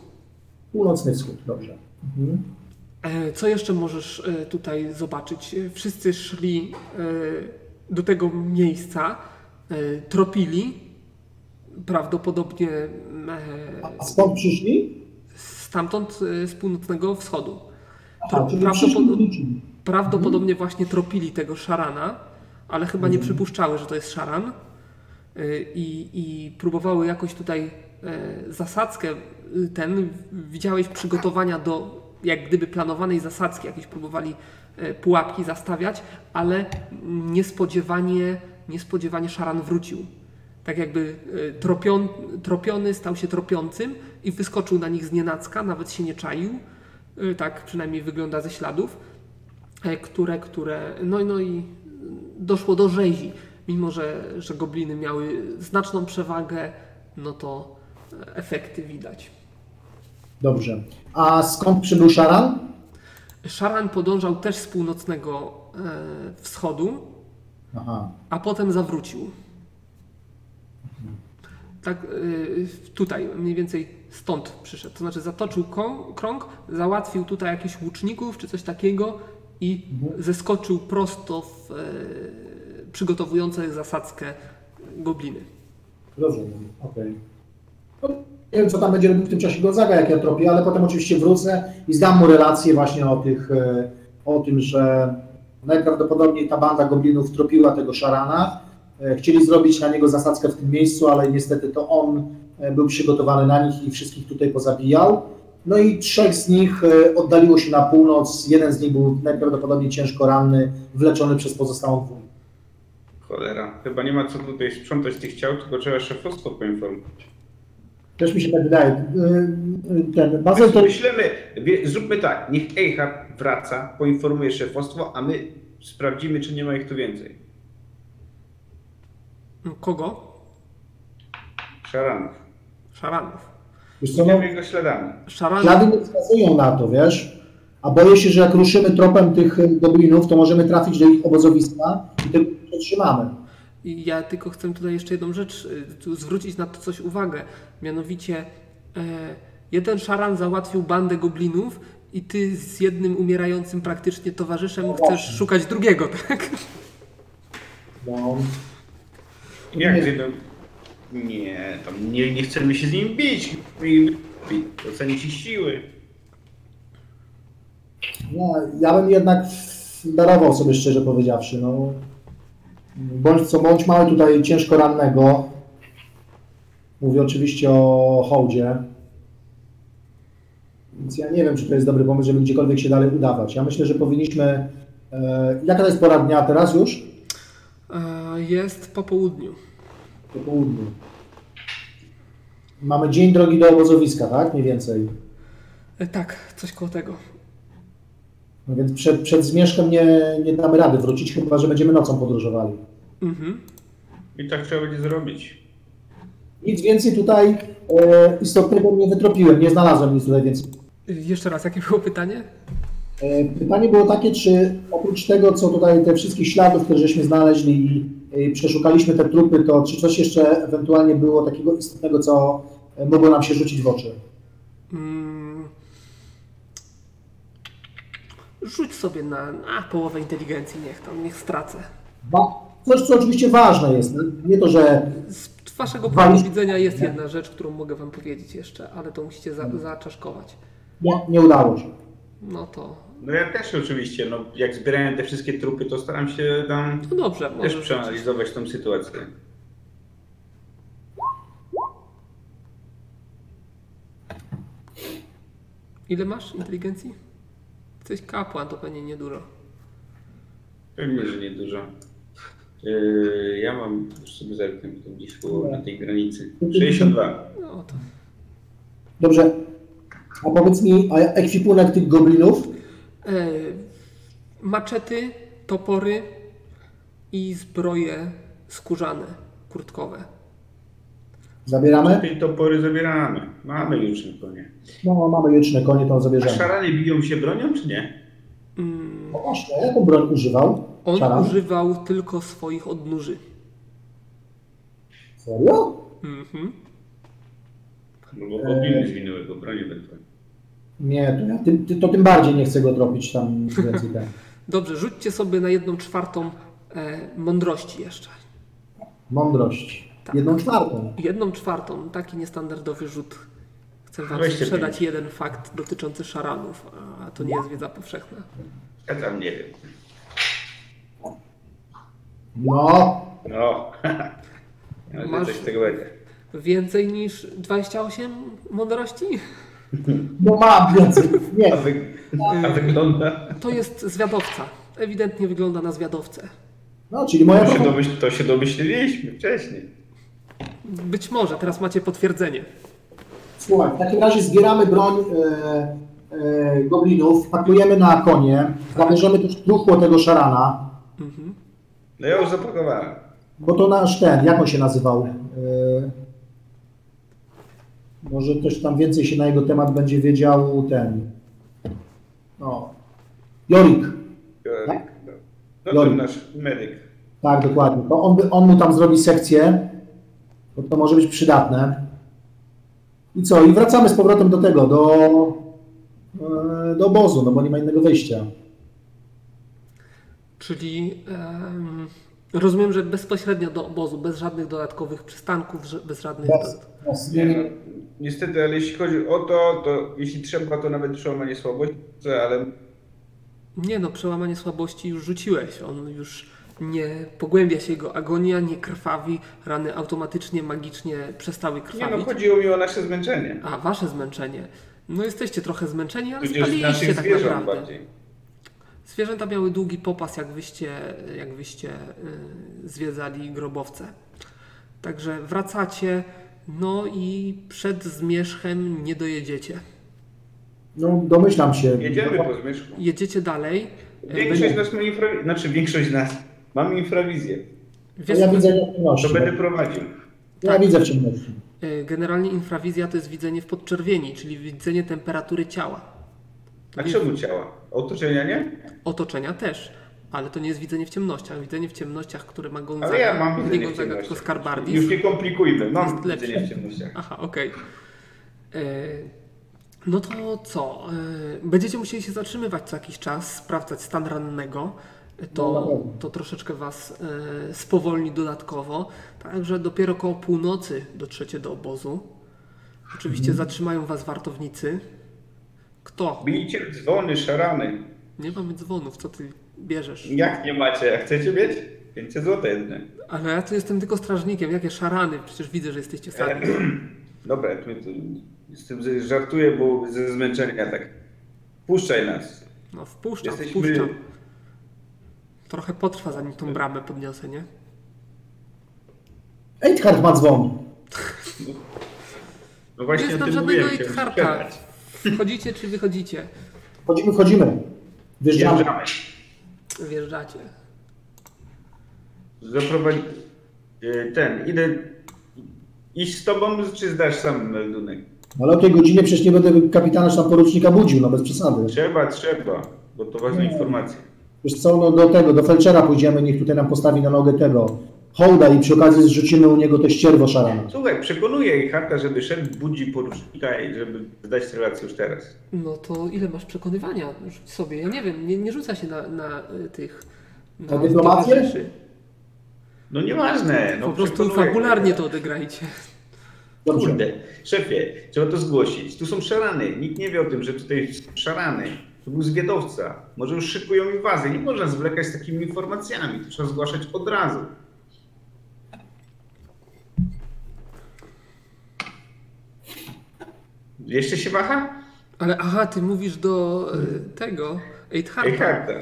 D: północny wschód. Dobrze. Mhm.
A: E, Co jeszcze możesz e, tutaj zobaczyć? E, Wszyscy szli e, do tego miejsca, e, tropili, prawdopodobnie e,
D: A skąd przyszli?
A: stamtąd y, z północnego wschodu.
D: Aha,
A: Pra-
D: czyli przyszli
A: prawdopodo-
D: niczym.
A: prawdopodobnie właśnie tropili tego szarana, ale chyba nie przypuszczały, że to jest szaran y, i, i próbowały jakoś tutaj y, zasadzkę y, ten, widziałeś przygotowania do jak gdyby planowanej zasadzki, jakieś próbowali y, pułapki zastawiać, ale niespodziewanie, niespodziewanie szaran wrócił. Tak jakby y, tropion, tropiony stał się tropiącym i wyskoczył na nich z nienacka, nawet się nie czaił. Y, Tak przynajmniej wygląda ze śladów e, które, które, no, i- no i doszło do rzezi. Mimo, że, że gobliny miały znaczną przewagę, no to e, efekty widać.
D: Dobrze. A skąd przybył szaran?
A: Szaran podążał też z północnego e, wschodu,
D: Aha.
A: a potem zawrócił. Tak, y, tutaj, mniej więcej stąd przyszedł. To znaczy zatoczył ko- krąg, załatwił tutaj jakichś łuczników czy coś takiego i zeskoczył prosto w y, przygotowujące zasadzkę gobliny.
D: Rozumiem, okej. No, Nie wiem, co tam będzie robił w tym czasie Gonzaga, jak ja tropię, ale potem oczywiście wrócę i zdam mu relację właśnie o, tych, e, o tym, że najprawdopodobniej ta banda goblinów tropiła tego szarana. E, Chcieli zrobić na niego zasadzkę w tym miejscu, ale niestety to on e, był przygotowany na nich i wszystkich tutaj pozabijał. No i trzech z nich e, oddaliło się na północ. Jeden z nich był najprawdopodobniej ciężko ranny, wleczony przez pozostałą dwójkę.
C: Cholera, chyba nie ma co tutaj sprzątać tych ciał, tylko trzeba szefostwo poinformować.
D: Też mi się tak wydaje. Y, y, Ten bazel to
C: Myślemy, wie- zróbmy tak, niech Eichart wraca, poinformuje szefostwo, a my sprawdzimy, czy nie ma ich tu więcej.
A: Kogo?
C: Szaranów.
A: Szaranów.
D: Wiesz co, no,
C: Idziemy jego śladami.
A: Szaranów
D: ślady nie wskazują na to, wiesz? A boję się, że jak ruszymy tropem tych y, goblinów, to możemy trafić do ich obozowiska i tego nie przetrzymamy.
A: I ja tylko chcę tutaj jeszcze jedną rzecz y, tu zwrócić na to coś uwagę. Mianowicie e, jeden szaran załatwił bandę goblinów i ty z jednym umierającym praktycznie towarzyszem chcesz szukać drugiego, tak?
D: No,
C: Jak nie. Nie, tam nie, nie chcemy się z nim bić. I- i- Oceni ci siły.
D: no, ja bym jednak darował sobie szczerze powiedziawszy. No. Bądź co bądź, mamy tutaj ciężko rannego. Mówię oczywiście o hołdzie. Więc ja nie wiem, czy to jest dobry pomysł, żeby gdziekolwiek się dalej udawać. Ja myślę, że powinniśmy... E, jaka to jest pora dnia teraz już?
A: E, jest po południu.
D: Po południu. Mamy dzień drogi do obozowiska, tak? Mniej więcej.
A: E, tak, coś koło tego.
D: No więc przed, przed zmierzchem nie, nie damy rady wrócić, chyba że będziemy nocą podróżowali.
A: Mhm.
C: I tak trzeba będzie zrobić.
D: Nic więcej tutaj e, istotnego nie wytropiłem, nie znalazłem nic tutaj więcej.
A: Y, Jeszcze raz, jakie było pytanie?
D: E, pytanie było takie, czy oprócz tego, co tutaj, te wszystkich śladów, które żeśmy znaleźli i i przeszukaliśmy te trupy, to czy coś jeszcze ewentualnie było takiego istotnego, co e, mogło nam się rzucić w oczy?
A: Mm. Rzuć sobie na, na połowę inteligencji, niech tam, niech stracę.
D: Ba- coś, co oczywiście ważne jest, nie to, że
A: Z waszego
D: Wam-
A: punktu widzenia jest jedna rzecz, którą mogę wam powiedzieć jeszcze, ale to musicie za, zaczaszkować.
D: nie, nie udało się.
A: No to...
C: No ja też oczywiście, no jak zbierałem te wszystkie trupy, to staram się tam
A: No dobrze,
C: też
A: może...
C: przeanalizować tą sytuację.
A: Ile masz inteligencji? Jesteś kapłan, to pewnie niedużo.
C: Pewnie, że niedużo. Yy, ja mam, już sobie zerknę, bo to gdzieś było na tej granicy. 62.
A: No to...
D: Dobrze, a powiedz mi, a ekwipunek tych goblinów,
A: E, maczety, topory i zbroje skórzane, kurtkowe.
D: zabieramy?
C: Tej topory zabieramy. Mamy już tylko nie.
D: No, mamy wieczne konie, to
C: A
D: zabierzemy.
C: szarany biją się bronią, czy nie?
A: Mm,
D: No właśnie, a jaką broń używał?
A: on
D: Szaran?
A: używał tylko swoich odnóży.
D: Serio?
A: Mhm.
C: No bo gobliny zwinęły go bronią ewentualnie.
D: Nie, to, ja tym, ty, to tym bardziej nie chcę go tropić tam więcej. tak.
A: Dobrze, rzućcie sobie na jedną czwartą e, mądrości jeszcze.
D: Mądrość.
A: Tak.
D: Jedną czwartą.
A: Jedną czwartą, taki niestandardowy rzut. Chcę wam
C: Weźcie
A: sprzedać
C: pięć.
A: jeden fakt dotyczący szaranów, a to nie jest wiedza powszechna.
C: Ja tam nie wiem.
D: No,
C: No, ale
A: Masz-
C: coś z tego będzie.
A: Więcej niż 28 mądrości?
D: no mam więcej. Nie,
C: A, wy... A
A: Y-
C: wygląda.
A: To jest zwiadowca. Ewidentnie wygląda na zwiadowcę.
D: no czyli moja
C: To się,
D: broń.
C: domyśl... to się domyśliliśmy wcześniej.
A: Być może, teraz macie potwierdzenie.
D: Słuchaj, w takim razie zbieramy broń e, e, goblinów, pakujemy na konie, zabierzemy też truchło tego szarana,
A: Mhm.
C: No ja już zapakowałem.
D: bo to nasz ten, jak on się nazywał? E, może ktoś tam więcej się na jego temat będzie wiedział ten. No. Jorik.
A: Tak?
C: Jorik, No, no
D: Jorik.
C: to nasz medyk.
D: Tak, dokładnie. Bo on, by, on mu tam zrobi sekcję, bo to może być przydatne. I co? I wracamy z powrotem do tego, do, e, do obozu, no bo nie ma innego wyjścia.
A: Czyli em, rozumiem, że bezpośrednio do obozu, bez żadnych dodatkowych przystanków, że- bez żadnych.
D: Bez, bez,
C: Nie, no, niestety, ale jeśli chodzi o to, to jeśli trzeba, to nawet przełamanie słabości, ale
A: Nie no, przełamanie słabości już rzuciłeś. On już nie pogłębia się jego agonia, nie krwawi, rany automatycznie, magicznie przestały
C: nie no,
A: krwawić.
C: chodziło mi o nasze zmęczenie.
A: A wasze zmęczenie. No jesteście trochę zmęczeni, ale
C: Tudzież
A: spaliliście
C: naszych
A: tak
C: zwierząt
A: naprawdę.
C: bardziej.
A: Zwierzęta miały długi popas, jak wyście, jak wyście y, zwiedzali grobowce. Także wracacie, no i przed zmierzchem nie dojedziecie.
D: no domyślam się.
C: Jedziemy po zmierzchu.
A: Jedziecie dalej. y,
C: Większość z
A: będzie-
C: nas ma infra... znaczy większość z nas mam infrawizję.
D: No,
A: wiesz
D: ja
A: co,
D: widzę w ciemności.
C: To będę prowadził.
D: Ja widzę w ciemności.
A: E, y, Generalnie infrawizja to jest widzenie w podczerwieni, czyli widzenie temperatury ciała.
C: A czemu ciała? Otoczenia nie?
A: Otoczenia też, ale to nie jest widzenie w ciemnościach. Widzenie w ciemnościach, które ma Gonzaga,
C: Ale ja mam
A: nie
C: widzenie w
A: Gonzaga, tylko
C: ciemnościach.
A: Skarbardis.
C: Już nie komplikujmy, mam
A: Jest lepsze.
C: widzenie w ciemnościach.
A: Aha, okej. E, No to co? E, Będziecie musieli się zatrzymywać co jakiś czas, sprawdzać stan rannego. E,
D: No, na
A: To,
D: pewno.
A: to troszeczkę Was e, spowolni dodatkowo. Także dopiero koło północy dotrzecie do obozu. Oczywiście
D: Mhm.
A: zatrzymają Was wartownicy. Kto?
C: Bijcie dzwony, szarany.
A: Nie mamy dzwonów, co Ty bierzesz?
C: Jak nie macie? A chcecie mieć? 500 zł jedne.
A: Ale no ja tu jestem tylko strażnikiem, jakie szarany, przecież widzę, że jesteście sami.
C: Dobra, to, to, z tym z- żartuję, bo ze zmęczenia tak. Puszczaj nas.
A: No wpuszczam,
C: Jesteśmy-
A: wpuszczam. Trochę potrwa zanim tą bramę podniosę, nie?
D: Eidhart ma dzwon.
C: No
A: Nie
C: właśnie o
A: znam
C: tym
A: żadnego
C: mówiłem, chciałem
A: Eidharta.
C: przekonać.
A: Wchodzicie czy wychodzicie?
D: Wchodzimy, wchodzimy. Wjeżdżamy.
C: Jeżdżamy.
A: Wjeżdżacie.
C: Zaprowadzi... y, Ten, idę... Iść z tobą, czy zdasz sam meldunek?
D: No, Ale o tej godzinie przecież nie będę kapitana czy tam porucznika budził, no bez przesady.
C: Trzeba, trzeba, bo to ważna informacja.
D: Wiesz co, no do tego, do Felczera pójdziemy, niech tutaj nam postawi na nogę tego hołda i przy okazji zrzucimy u niego to ścierwo szarane.
C: Słuchaj, przekonuję Eidharta, żeby szedł, budzi porucznika i żeby zdać relację już teraz.
A: No to ile masz przekonywania? Rzuć sobie. Ja nie wiem, nie, nie rzuca się na, na y, tych...
D: Na dyplomację?
A: towarzyszy.
C: No nieważne, no
A: po prostu
C: przekonuję. No
A: fabularnie to odegrajcie.
D: Dobrze.
C: Kurde, szefie, trzeba to zgłosić. Tu są szarany, nikt nie wie o tym, że tutaj są szarany. To był zwiadowca. Może już szykują inwazję. Nie można zwlekać z takimi informacjami. To trzeba zgłaszać od razu. Jeszcze się waha?
A: Ale aha, ty mówisz do y, tego, Eidharta.
C: Eidharta.
A: Y,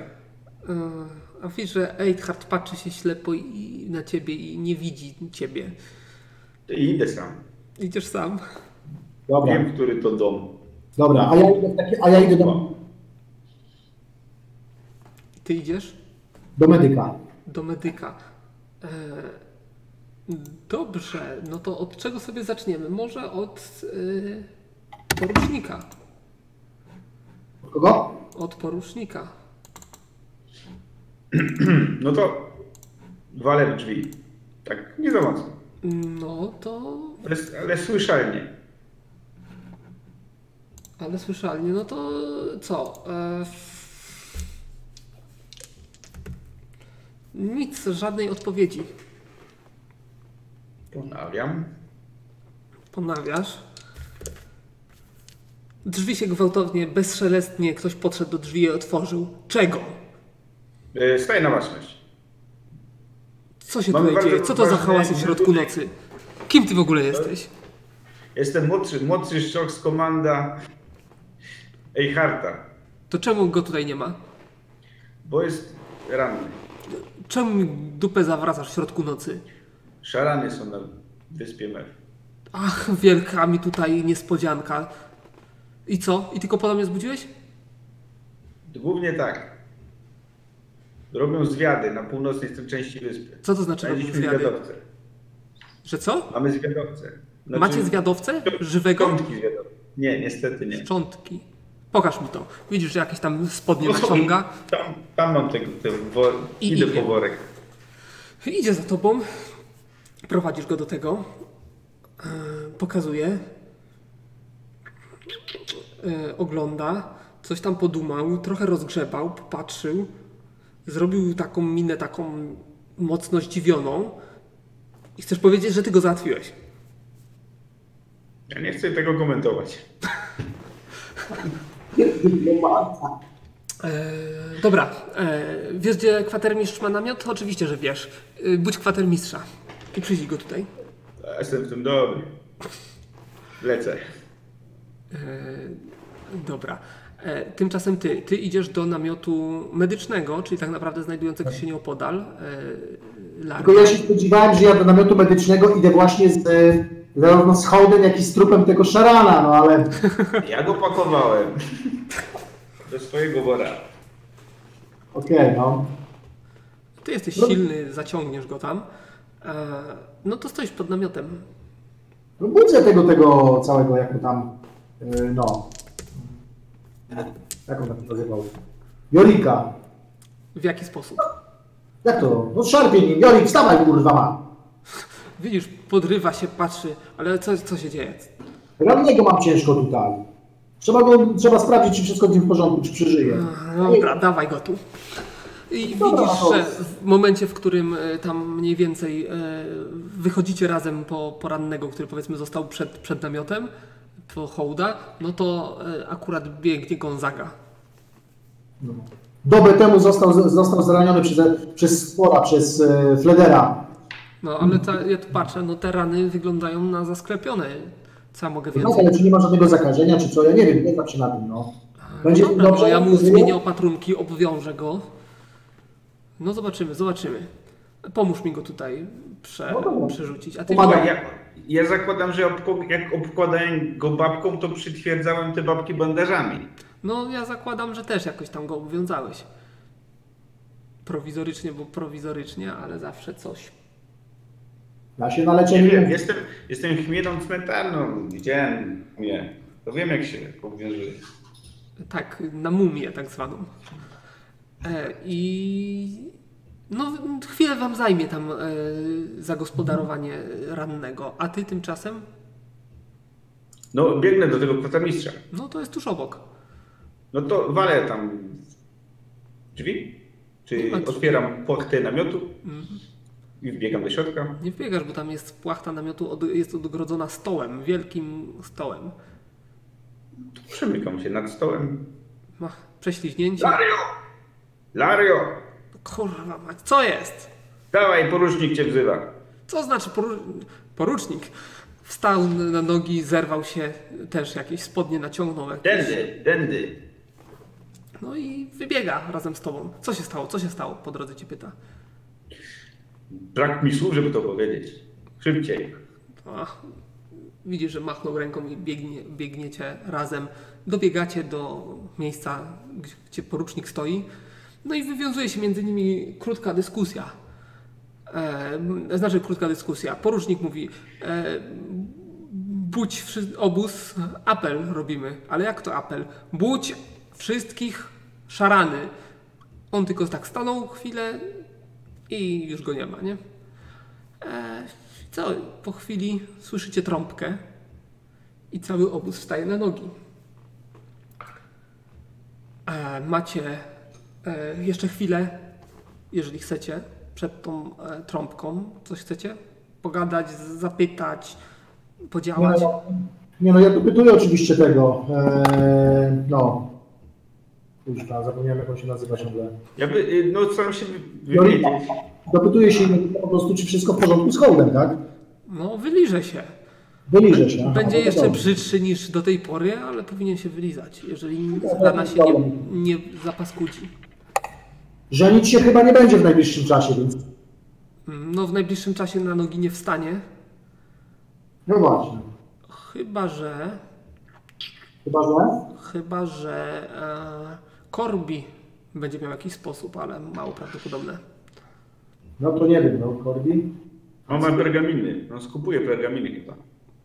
A: A wiesz, że Eidhart patrzy się ślepo i, i na ciebie i nie widzi ciebie.
C: To Idę sam.
A: Idziesz sam.
D: Dobra,
C: Wiem, który to dom.
D: dobra. A ja idę, w takie, a ja idę do,
A: Ty idziesz?
D: do medyka.
A: do medyka. E, dobrze, no to od czego sobie zaczniemy? Może od y, porucznika.
D: Kogo?
A: Od porucznika.
C: No to walę w drzwi. Tak, nie za mocno.
A: No to,
C: Ale, ale słyszalnie.
A: ale słyszalnie, no to co? E, nic, żadnej odpowiedzi.
C: Ponawiam.
A: Ponawiasz. Drzwi się gwałtownie, bezszelestnie ktoś podszedł do drzwi i otworzył. Czego?
C: E, Staję na baczność.
A: Co się
C: Mam
A: tutaj
C: bardzo
A: dzieje? Co to za
C: ważny
A: hałas w środku
C: budynek.
A: nocy? Kim ty w ogóle jesteś?
C: Jestem młodszy, młodszy szczok z komanda Eichharta,
A: To czemu go tutaj nie ma?
C: bo jest ranny.
A: Czemu mi dupę zawracasz w środku nocy?
C: Szarany są na wyspie Mer.
A: Ach, wielka mi tutaj niespodzianka. I co? I tylko po mnie zbudziłeś?
C: Głównie tak. Robią zwiady na północnej części wyspy.
A: Co to znaczy robić
C: Znaleźliśmy
A: zwiady?
C: zwiadowcę.
A: Że co?
C: Mamy zwiadowcę. Znaczy,
A: Macie zwiadowcę? Żywego?
C: Szczątki zwiadowcy. Nie, niestety nie.
A: Szczątki. Pokaż mi to. Widzisz, że jakieś tam spodnie naciąga.
C: No, Tam, tam mam tego, tego wo-
A: I
C: idę
A: idzie.
C: po worek.
A: Idzie za tobą. Prowadzisz go do tego. Yy, Pokazuje. Yy, Ogląda. Coś tam podumał, trochę rozgrzebał, popatrzył. Zrobił taką minę taką mocno zdziwioną. I chcesz powiedzieć, że ty go załatwiłeś.
C: Ja nie chcę tego komentować.
A: Yy, Dobra, yy, wiesz gdzie kwatermistrz ma namiot? Oczywiście, że wiesz. Yy, Budź kwatermistrza i przyjdź go tutaj.
C: Ja Jestem w tym dobry. Lecę.
A: Dobra. E, Tymczasem ty, ty idziesz do namiotu medycznego, czyli tak naprawdę znajdującego się nieopodal e,
D: Tylko
A: larwy.
D: ja się spodziewałem, że ja do namiotu medycznego idę właśnie z, e, zarówno z hołdem, jak i z trupem tego szarana, no ale
C: Ja go pakowałem do swojego wora.
D: okej, no.
A: Ty jesteś
D: No.
A: silny, zaciągniesz go tam. E, No to stoisz pod namiotem.
D: No budzę tego, tego całego, jak mu y, tam, e, no. Jak on tak nazywał? Jorika.
A: W jaki sposób?
D: Jak to? No szarpie nim. Jorik, wstawaj kurwa ma.
A: Widzisz, podrywa się, patrzy, ale co, co się dzieje?
D: Rannego mam ciężko tutaj. Trzeba, go, trzeba sprawdzić, czy wszystko w nim w porządku, czy przeżyje.
A: Dobra, dawaj go tu. I
D: Dobra,
A: widzisz,
D: to-
A: że w momencie, w którym e, tam mniej więcej e, wychodzicie razem po porannego, który powiedzmy został przed, przed namiotem, po hołda, no to e, akurat biegnie Gonzaga.
D: Dobę temu został, został zraniony przez, przez Spora, przez e, Fledera.
A: No ale ta, ja tu patrzę, no te rany wyglądają na zasklepione. Co ja mogę
D: No,
A: więcej?
D: ale czy nie ma żadnego zakażenia, czy co? Ja nie wiem, nie znam się na tym, no. Będzie
A: Dobra,
D: dobrze,
A: no ja mu
D: będzie
A: zmienię
D: nie?
A: opatrunki, obwiążę go. No zobaczymy, zobaczymy. Pomóż mi go tutaj prze,
D: No dobra.
A: przerzucić. A ty
D: Pomaga.
C: Ja, ja zakładam, że obko, jak obkładałem go babką, to przytwierdzałem te babki bandażami.
A: No ja zakładam, że też jakoś tam go obwiązałeś. Prowizorycznie, bo prowizorycznie, ale zawsze coś.
D: Ja się na leczenie
C: Nie
D: nie
C: wiem, jestem, jestem chmieną cmentarną, widziałem mnie. To wiem jak się obwiązuje.
A: Tak, na mumię tak zwaną. E, I no chwilę wam zajmie tam e, zagospodarowanie rannego, a ty tymczasem,
C: No biegnę do tego kratamistrza.
A: no to jest tuż obok.
C: No to walę tam drzwi, czy
A: A Mhm. co?
C: otwieram płachty namiotu i wbiegam do środka.
A: Nie wbiegasz, bo tam jest płachta namiotu, od, jest odgrodzona stołem, wielkim stołem.
C: Przemykam się nad stołem.
A: Ma prześliźnięcie.
C: Lario! Lario!
A: Kurwa mać, co jest?
C: Dawaj, porucznik cię wzywa.
A: Co znaczy poru... porucznik? Wstał na nogi, zerwał się, też jakieś spodnie naciągnął. Jakieś.
C: Dędy, dędy.
A: No i wybiega razem z tobą. Co się stało? Co się stało? Po drodze cię pyta.
C: Brak mi słów, żeby to powiedzieć. Szybciej.
A: Ach, widzisz, że machnął ręką i biegnie, biegniecie razem. Dobiegacie do miejsca, gdzie- gdzie porucznik stoi. No i wywiązuje się między nimi krótka dyskusja. E, m, znaczy krótka dyskusja. Porucznik mówi, e, budź wszy- obóz, apel robimy. Ale jak to apel? Budź wszystkich szarany. On tylko tak stanął chwilę i już go nie ma, nie? E, co, po chwili słyszycie trąbkę i cały obóz wstaje na nogi. E, macie e, jeszcze chwilę, jeżeli chcecie, przed tą e, trąbką. Coś chcecie? Pogadać, z- zapytać,
D: Nie
A: podziałać.
D: no, nie no, ja dopytuję oczywiście tego. E, no. Kurwa, zapomniałem jak on się nazywa ciągle.
C: Ja by, y, no staram się wy- wywiedzieć.
A: tak.
D: Jorika. Dopytuję się po prostu, czy wszystko w porządku z hołdem, tak?
A: No, wyliże się.
D: Wyliżę się. Aha,
A: Będzie
D: no to
A: jeszcze
D: dobrze.
A: brzydszy niż do tej pory, ale powinien się wylizać, jeżeli
D: Dobra,
A: rana się nie,
D: dobra.
A: nie zapaskudzi.
D: Żenić się chyba nie będzie w najbliższym czasie, więc...
A: No, w najbliższym czasie na nogi nie wstanie,
D: No właśnie.
A: chyba że
D: Chyba, że...
A: Chyba, że e, Corby będzie miał jakiś sposób, ale mało prawdopodobne.
D: No to nie wiem, no Corby.
C: No, mam pergaminy. No skupuję pergaminy chyba.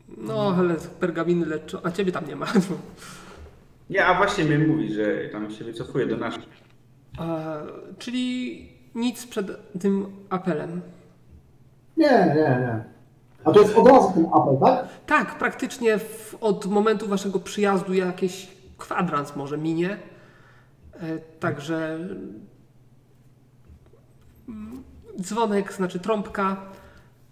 D: Mhm.
A: No, ale pergaminy leczą, a ciebie tam nie ma.
C: Nie, a właśnie mnie mówi, że tam się wycofuje do naszych.
A: E, czyli nic przed tym apelem.
D: Nie, nie, nie. A to jest od razu ten apel, tak?
A: Tak, praktycznie w, od momentu waszego przyjazdu jakiś kwadrans może minie. E, Także mm, dzwonek, znaczy trąbka,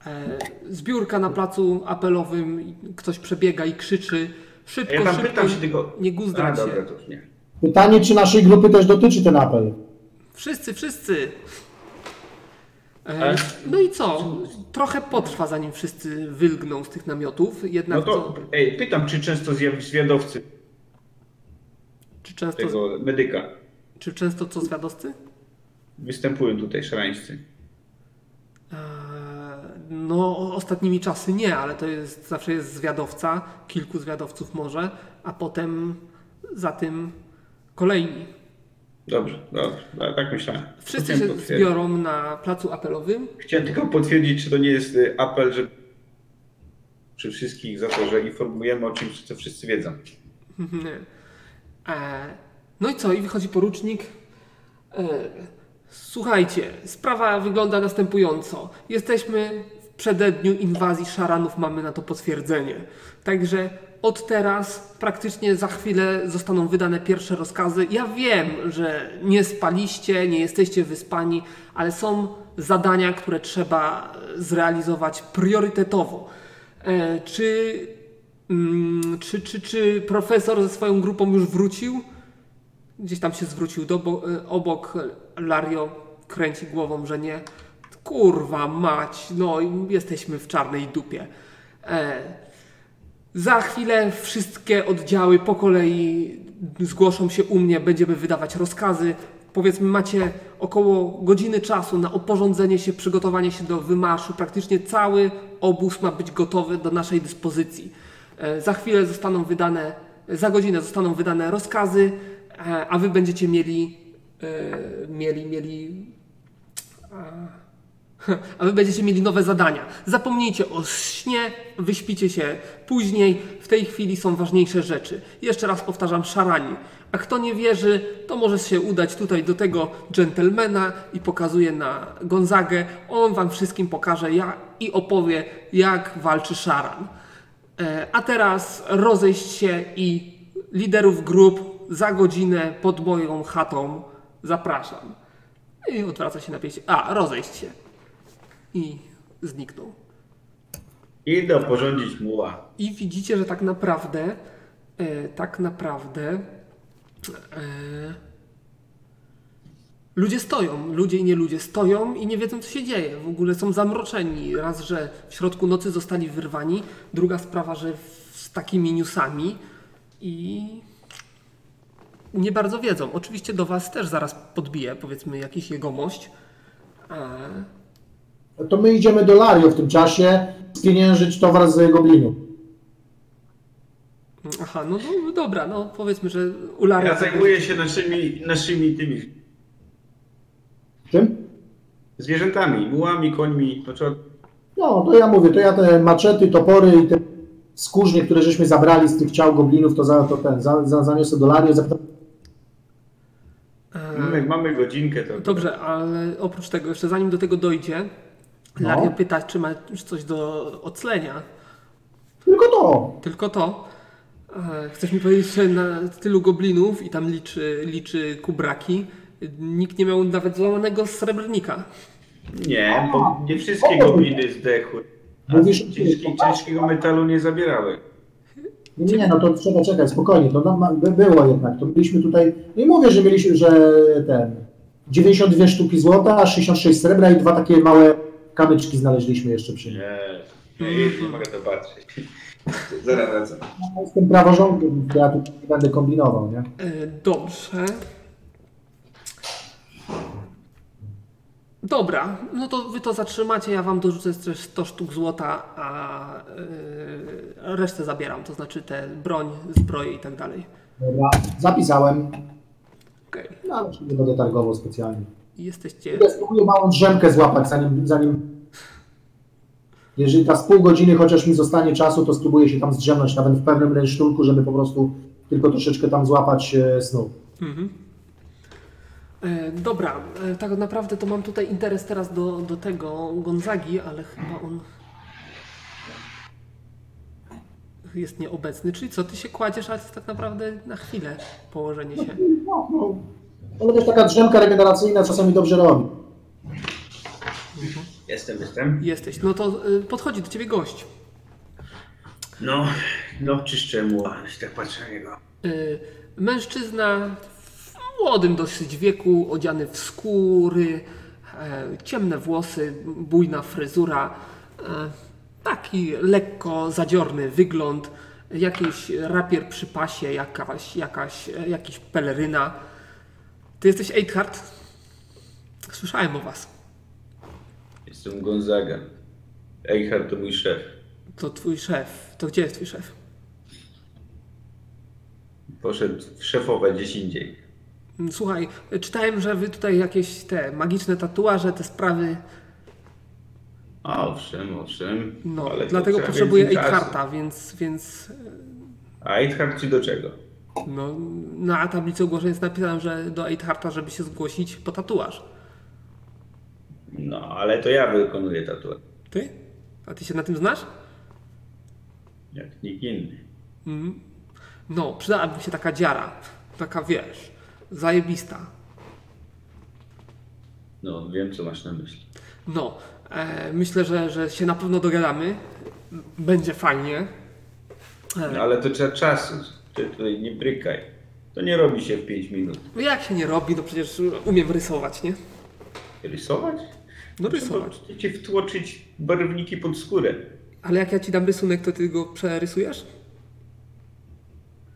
A: e, zbiórka na placu apelowym, i ktoś przebiega i krzyczy
C: A
A: szybko,
C: ja tam
A: szybko,
C: pytam się tylko...
A: nie guzdra
C: A,
A: się.
C: dobra, to już nie.
D: Pytanie, czy naszej grupy też dotyczy ten apel?
A: Wszyscy, wszyscy! E, No i co? Trochę potrwa zanim wszyscy wylgną z tych namiotów, jednak
C: No to,
A: co?
C: ej, pytam, czy często zjaw- zwiadowcy
A: Czy często,
C: tego medyka
A: czy często co zwiadowcy?
C: występują tutaj szarańscy.
A: Eee, No, o- ostatnimi czasy nie, ale to jest zawsze jest zwiadowca, kilku zwiadowców może, a potem za tym kolejni.
C: Dobrze, dobrze, no, tak myślałem.
A: Wszyscy
C: Chciałem
A: się
C: potwierdzić.
A: zbiorą na placu apelowym.
C: Chciałem tylko potwierdzić, czy to nie jest y, apel, że przy wszystkich za to, że informujemy o czymś, co wszyscy wiedzą.
A: Nie. Eee, No i co? I wychodzi porucznik. E, słuchajcie, sprawa wygląda następująco. Jesteśmy w przededniu inwazji szaranów, mamy na to potwierdzenie. Także od teraz, praktycznie za chwilę zostaną wydane pierwsze rozkazy. Ja wiem, że nie spaliście, nie jesteście wyspani, ale są zadania, które trzeba zrealizować priorytetowo. E, czy, mm, czy, czy, czy profesor ze swoją grupą już wrócił? Gdzieś tam się zwrócił do bo- y, obok. Lario kręci głową, że nie. Kurwa mać, no i jesteśmy w czarnej dupie. E, za chwilę wszystkie oddziały po kolei zgłoszą się u mnie, będziemy wydawać rozkazy. Powiedzmy, macie około godziny czasu na oporządzenie się, przygotowanie się do wymarszu. Praktycznie cały obóz ma być gotowy do naszej dyspozycji. E, Za chwilę zostaną wydane, za godzinę zostaną wydane rozkazy, e, a wy będziecie mieli, e, mieli, mieli a wy będziecie mieli nowe zadania. Zapomnijcie o śnie, wyśpicie się później. W tej chwili są ważniejsze rzeczy. Jeszcze raz powtarzam, szarani. A kto nie wierzy, to może się udać tutaj do tego dżentelmena i pokazuje na Gonzagę. On wam wszystkim pokaże jak, i opowie, jak walczy szaran. E, A teraz rozejść się i liderów grup za godzinę pod moją chatą zapraszam. I odwraca się na pieśń. A, rozejść się i zniknął.
C: Idę porządzić muła.
A: I widzicie, że tak naprawdę, e, tak naprawdę e, ludzie stoją, ludzie i nie ludzie stoją i nie wiedzą, co się dzieje. W ogóle są zamroczeni. Raz, że w środku nocy zostali wyrwani, druga sprawa, że w, z takimi newsami i nie bardzo wiedzą. Oczywiście do was też zaraz podbije, powiedzmy, jakiś jegomość. E,
D: To my idziemy do Lario w tym czasie spieniężyć towar z goblinu.
A: Aha, no, no dobra, no powiedzmy, że Ulara...
C: Ja zajmuję się naszymi, naszymi tymi
D: Czym?
C: zwierzętami, mułami, końmi, poczot...
D: No, to ja mówię, to ja te maczety, topory i te skórznie, które żeśmy zabrali z tych ciał goblinów, to, za, to ten, za, za, zaniosę do Lario, zapytam,
C: Mamy, mamy godzinkę to.
A: Dobrze, ale oprócz tego, jeszcze zanim do tego dojdzie,
D: No.
A: Lario pyta, czy ma już coś do oclenia.
D: tylko to.
A: Tylko to. E, Chcesz mi powiedzieć, że na tylu goblinów i tam liczy, liczy kubraki, nikt nie miał nawet złamanego srebrnika.
C: Nie, bo nie wszystkie
D: O!
C: gobliny zdechły. A
D: Mówisz-
C: ciężki, ciężkiego metalu nie zabierały.
D: Nie, nie, no to trzeba czekać, spokojnie, to nam, ma- by- było jednak, to mieliśmy tutaj, nie mówię, że mieliśmy, że ten, 92 sztuki złota, 66 srebra i dwa takie małe kamyczki znaleźliśmy jeszcze przy nim.
C: Nie, nie mogę to patrzeć. Zaraz wracam.
D: Ja Jestem praworządkiem, to ja tu nie będę kombinował, nie?
A: E, Dobrze. Dobra, no to wy to zatrzymacie, ja wam dorzucę jeszcze 100 sztuk złota, a e, resztę zabieram, to znaczy te broń, zbroje i tak dalej.
D: Dobra, zapisałem,
A: Okej,
D: no, ale się nie będę targował specjalnie.
A: jesteście...
D: Ja spróbuję małą drzemkę złapać, zanim, zanim. Jeżeli ta z pół godziny chociaż mi zostanie czasu, to spróbuję się tam zdrzemnąć, nawet w pewnym rynsztunku, żeby po prostu tylko troszeczkę tam złapać e, snu.
A: E, dobra, e, tak naprawdę to mam tutaj interes teraz do, do tego Gonzagi, ale chyba on jest nieobecny. Czyli co, ty się kładziesz, ale to jest tak naprawdę na chwilę położenie się.
D: No, no. Ale też taka drzemka regeneracyjna czasami dobrze robi.
C: Jestem, jestem.
A: Jesteś. No to y, podchodzi do ciebie gość.
C: No, no czyszczę muła, jeśli tak patrzę na niego.
A: Y, mężczyzna w młodym dosyć wieku, odziany w skóry, e, ciemne włosy, bujna fryzura, e, taki lekko zadziorny wygląd, jakiś rapier przy pasie, jakaś, jakaś, e, jakiś peleryna. Ty jesteś Eithard? Słyszałem o was.
C: Jestem Gonzaga. Eichhardt to mój szef.
A: To twój szef. To gdzie jest twój szef?
C: Poszedł w szefowe gdzieś indziej.
A: Słuchaj, czytałem, że wy tutaj jakieś te magiczne tatuaże, te sprawy
C: A owszem, owszem.
A: No,
C: ale to
A: dlatego
C: trzeba
A: potrzebuję
C: więcej czasu.
A: Eidharta, więc, więc
C: A Eichhardt ci do czego?
A: No, na tablicy ogłoszeń jest napisane, że do 8harta, żeby się zgłosić po tatuaż.
C: No, ale to ja wykonuję tatuaż,
A: Ty? A ty się na tym znasz?
C: jak nikt inny.
A: No, przydałaby mi się taka dziara. Taka, wiesz, zajebista.
C: No, wiem, co masz na myśli.
A: No, e, myślę, że, że się na pewno dogadamy. Będzie fajnie. E,
C: No, ale to trzeba czasu. Ty tutaj nie brykaj. To nie robi się w 5 minut.
A: No jak się nie robi, no przecież umiem rysować, nie?
C: Rysować?
A: No
C: Trzeba
A: rysować.
C: ci wtłoczyć barwniki pod skórę.
A: Ale jak ja ci dam rysunek, to ty go przerysujesz?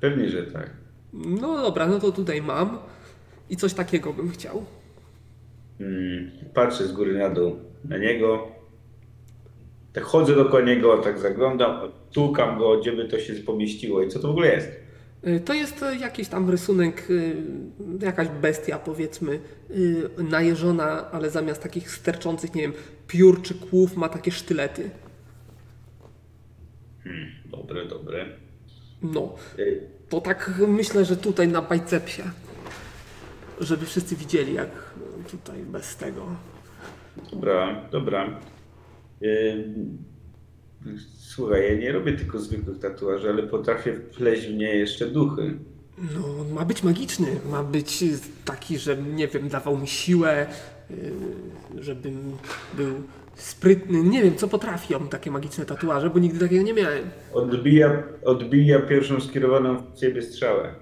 C: Pewnie, że tak.
A: No dobra, no to tutaj mam. I coś takiego bym chciał.
C: Mm, patrzę z góry na dół na niego. Tak chodzę dookoła niego, tak zaglądam, tukam go, gdzie by to się pomieściło i co to w ogóle jest.
A: Y, To jest y, jakiś tam rysunek, y, jakaś bestia powiedzmy, y, najeżona, ale zamiast takich sterczących, nie wiem, piór czy kłów ma takie sztylety.
C: Dobre, dobre. Y,
A: No,
C: Ej,
A: to tak myślę, że tutaj na bajcepsie, żeby wszyscy widzieli jak y, tutaj bez tego.
C: Dobra, dobra. Ym, Słuchaj, ja nie robię tylko zwykłych tatuaży, ale potrafię wpleść w nie jeszcze duchy.
A: No, on ma być magiczny, ma być y, taki, że nie wiem, dawał mi siłę, y, żebym był sprytny. Nie wiem, co potrafi on takie magiczne tatuaże, bo nigdy takiego nie miałem.
C: Odbija, odbija pierwszą skierowaną w ciebie strzałę.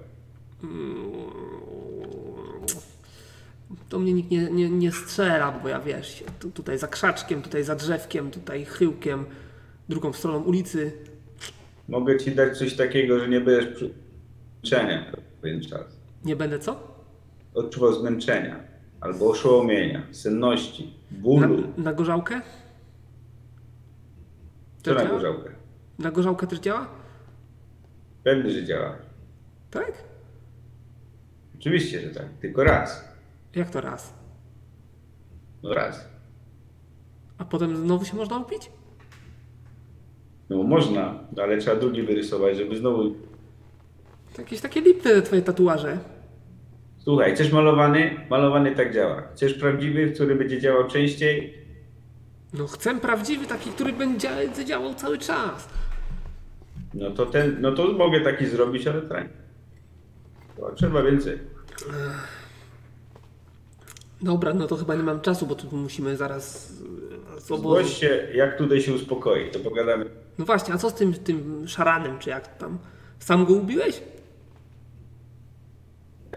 A: To mnie nikt nie, nie, nie strzela, bo ja wiesz, się tu, tutaj za krzaczkiem, tutaj za drzewkiem, tutaj chyłkiem, drugą stroną ulicy.
C: Mogę ci dać coś takiego, że nie będziesz przy- zmęczenia przez pewien czas.
A: Nie będę co?
C: Odczuwał zmęczenia albo oszołomienia, senności,
A: Na,
C: bólu.
A: na gorzałkę?
C: Co na
A: działa?
C: gorzałkę?
A: Na gorzałkę też działa?
C: Pewnie, że działa.
A: Tak?
C: Oczywiście, że tak. Tylko raz.
A: Jak to raz?
C: No raz.
A: A potem znowu się można upić?
C: No można, no ale trzeba drugi wyrysować, żeby znowu...
A: To jakieś takie lipne te twoje tatuaże.
C: Słuchaj, chcesz malowany? Malowany tak działa. Chcesz prawdziwy, który będzie działał częściej?
A: No chcę prawdziwy taki, który będzie dzia- działał cały czas.
C: No to ten, no to mogę taki zrobić, ale tak. To trzeba więcej.
A: Dobra, no to chyba nie mam czasu, bo tu musimy zaraz e, z obozu.
C: Zgłoś się, jak tutaj się uspokoi, to pogadamy.
A: No właśnie, a co z tym, tym szaranem, czy jak tam? Sam go ubiłeś?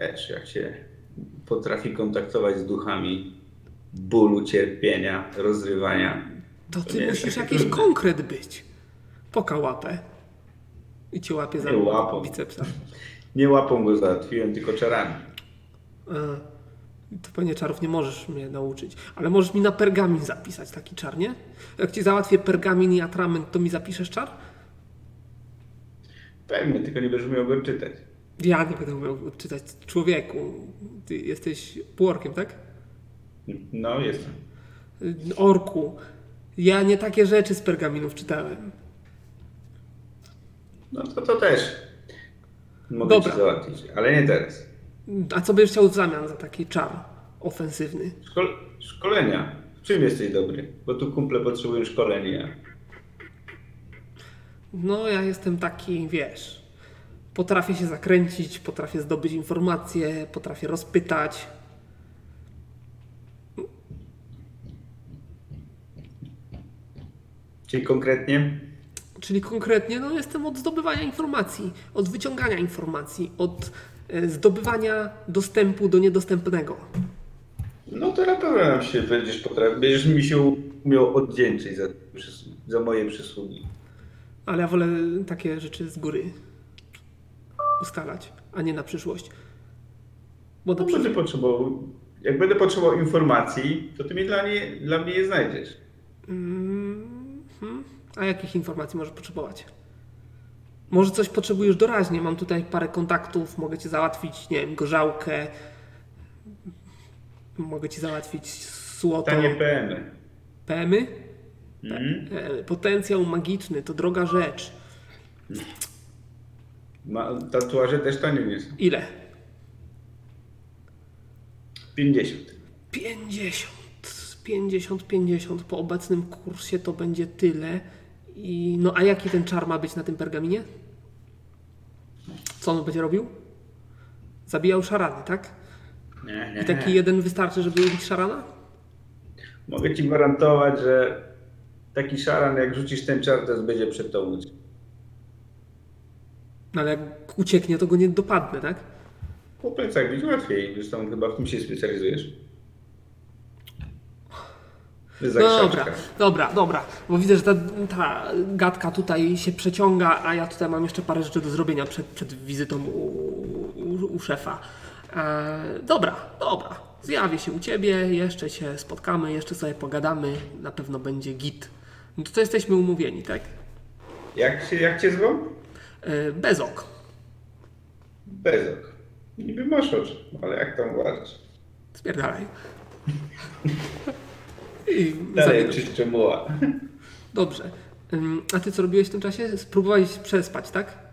C: Wiesz, jak się potrafi kontaktować z duchami bólu, cierpienia, rozrywania.
A: To
C: nie
A: ty
C: jest
A: musisz
C: takie
A: jakiś
C: trudne.
A: konkret być. Poka łapę. I cię łapie za
C: Nie łapą.
A: bicepsa.
C: Nie łapą go załatwiłem, tylko czarami.
A: A, to pewnie czarów nie możesz mnie nauczyć. Ale możesz mi na pergamin zapisać taki czar, nie? Jak ci załatwię pergamin i atrament, to mi zapiszesz czar?
C: Pewnie, tylko nie będziesz umiał go czytać.
A: Ja nie będę umiał czytać człowieku. Ty jesteś półorkiem, tak?
C: No, jestem.
A: Y, Orku. Ja nie takie rzeczy z pergaminów czytałem.
C: No to, to też. Mogę
A: Dobra.
C: ci załatwić, ale nie teraz.
A: A co byś chciał w zamian za taki czar ofensywny?
C: Szkol szkolenia. W czym jesteś dobry? Bo tu kumple potrzebują szkolenia.
A: No, ja jestem taki, wiesz. Potrafię się zakręcić, potrafię zdobyć informacje, potrafię rozpytać.
C: Czyli konkretnie?
A: Czyli konkretnie, no, jestem od zdobywania informacji, od wyciągania informacji, od e, zdobywania dostępu do niedostępnego.
C: No to na pewno nam się będziesz potrafił. Będziesz mi się umiał oddzięczyć za, przysłu- za moje przysługi.
A: Ale ja wolę takie rzeczy z góry ustalać, a nie na przyszłość. Bo na
C: No,
A: przyszłość.
C: będę potrzebował, jak będę potrzebował informacji, to ty mi dla, nie, dla mnie je znajdziesz.
A: Mhm. A jakich informacji możesz potrzebować? Może coś potrzebujesz doraźnie. Mam tutaj parę kontaktów, mogę ci załatwić, nie wiem, gorzałkę. Mogę ci załatwić złoto.
C: Tanie PM.
A: Pemy?
C: Mhm.
A: E, Potencjał magiczny to droga rzecz.
C: Ma, tatuaże też tanie nie są.
A: Ile?
C: 50.
A: 50. 50, 50. Po obecnym kursie to będzie tyle. I no a jaki ten czar ma być na tym pergaminie? Co on będzie robił? Zabijał szarany, tak?
C: Nie,
A: I taki jeden wystarczy, żeby ubić szarana?
C: Mogę ci gwarantować, że taki szaran, jak rzucisz ten czar, to będzie przed tobą.
A: No ale jak ucieknie, to go nie dopadnę, tak?
C: Po plecach być łatwiej, zresztą chyba w tym się specjalizujesz. Wyzak
A: No dobra,
C: siaczka.
A: dobra, dobra, bo widzę, że ta, ta gadka tutaj się przeciąga, a ja tutaj mam jeszcze parę rzeczy do zrobienia przed, przed wizytą u, u, u szefa. E, dobra, dobra, zjawię się u Ciebie, jeszcze się spotkamy, jeszcze sobie pogadamy, na pewno będzie git. No to, to jesteśmy umówieni, tak?
C: Jak, się, jak cię zwą?
A: E, bez ok.
C: Bezok. Niby masz oczy, ale jak tam uważasz?
A: Spierdalaj. I
C: Dalej
A: zamykam.
C: czyszczę muła.
A: Dobrze. Ym, A Ty co robiłeś w tym czasie? Spróbowałeś przespać, tak?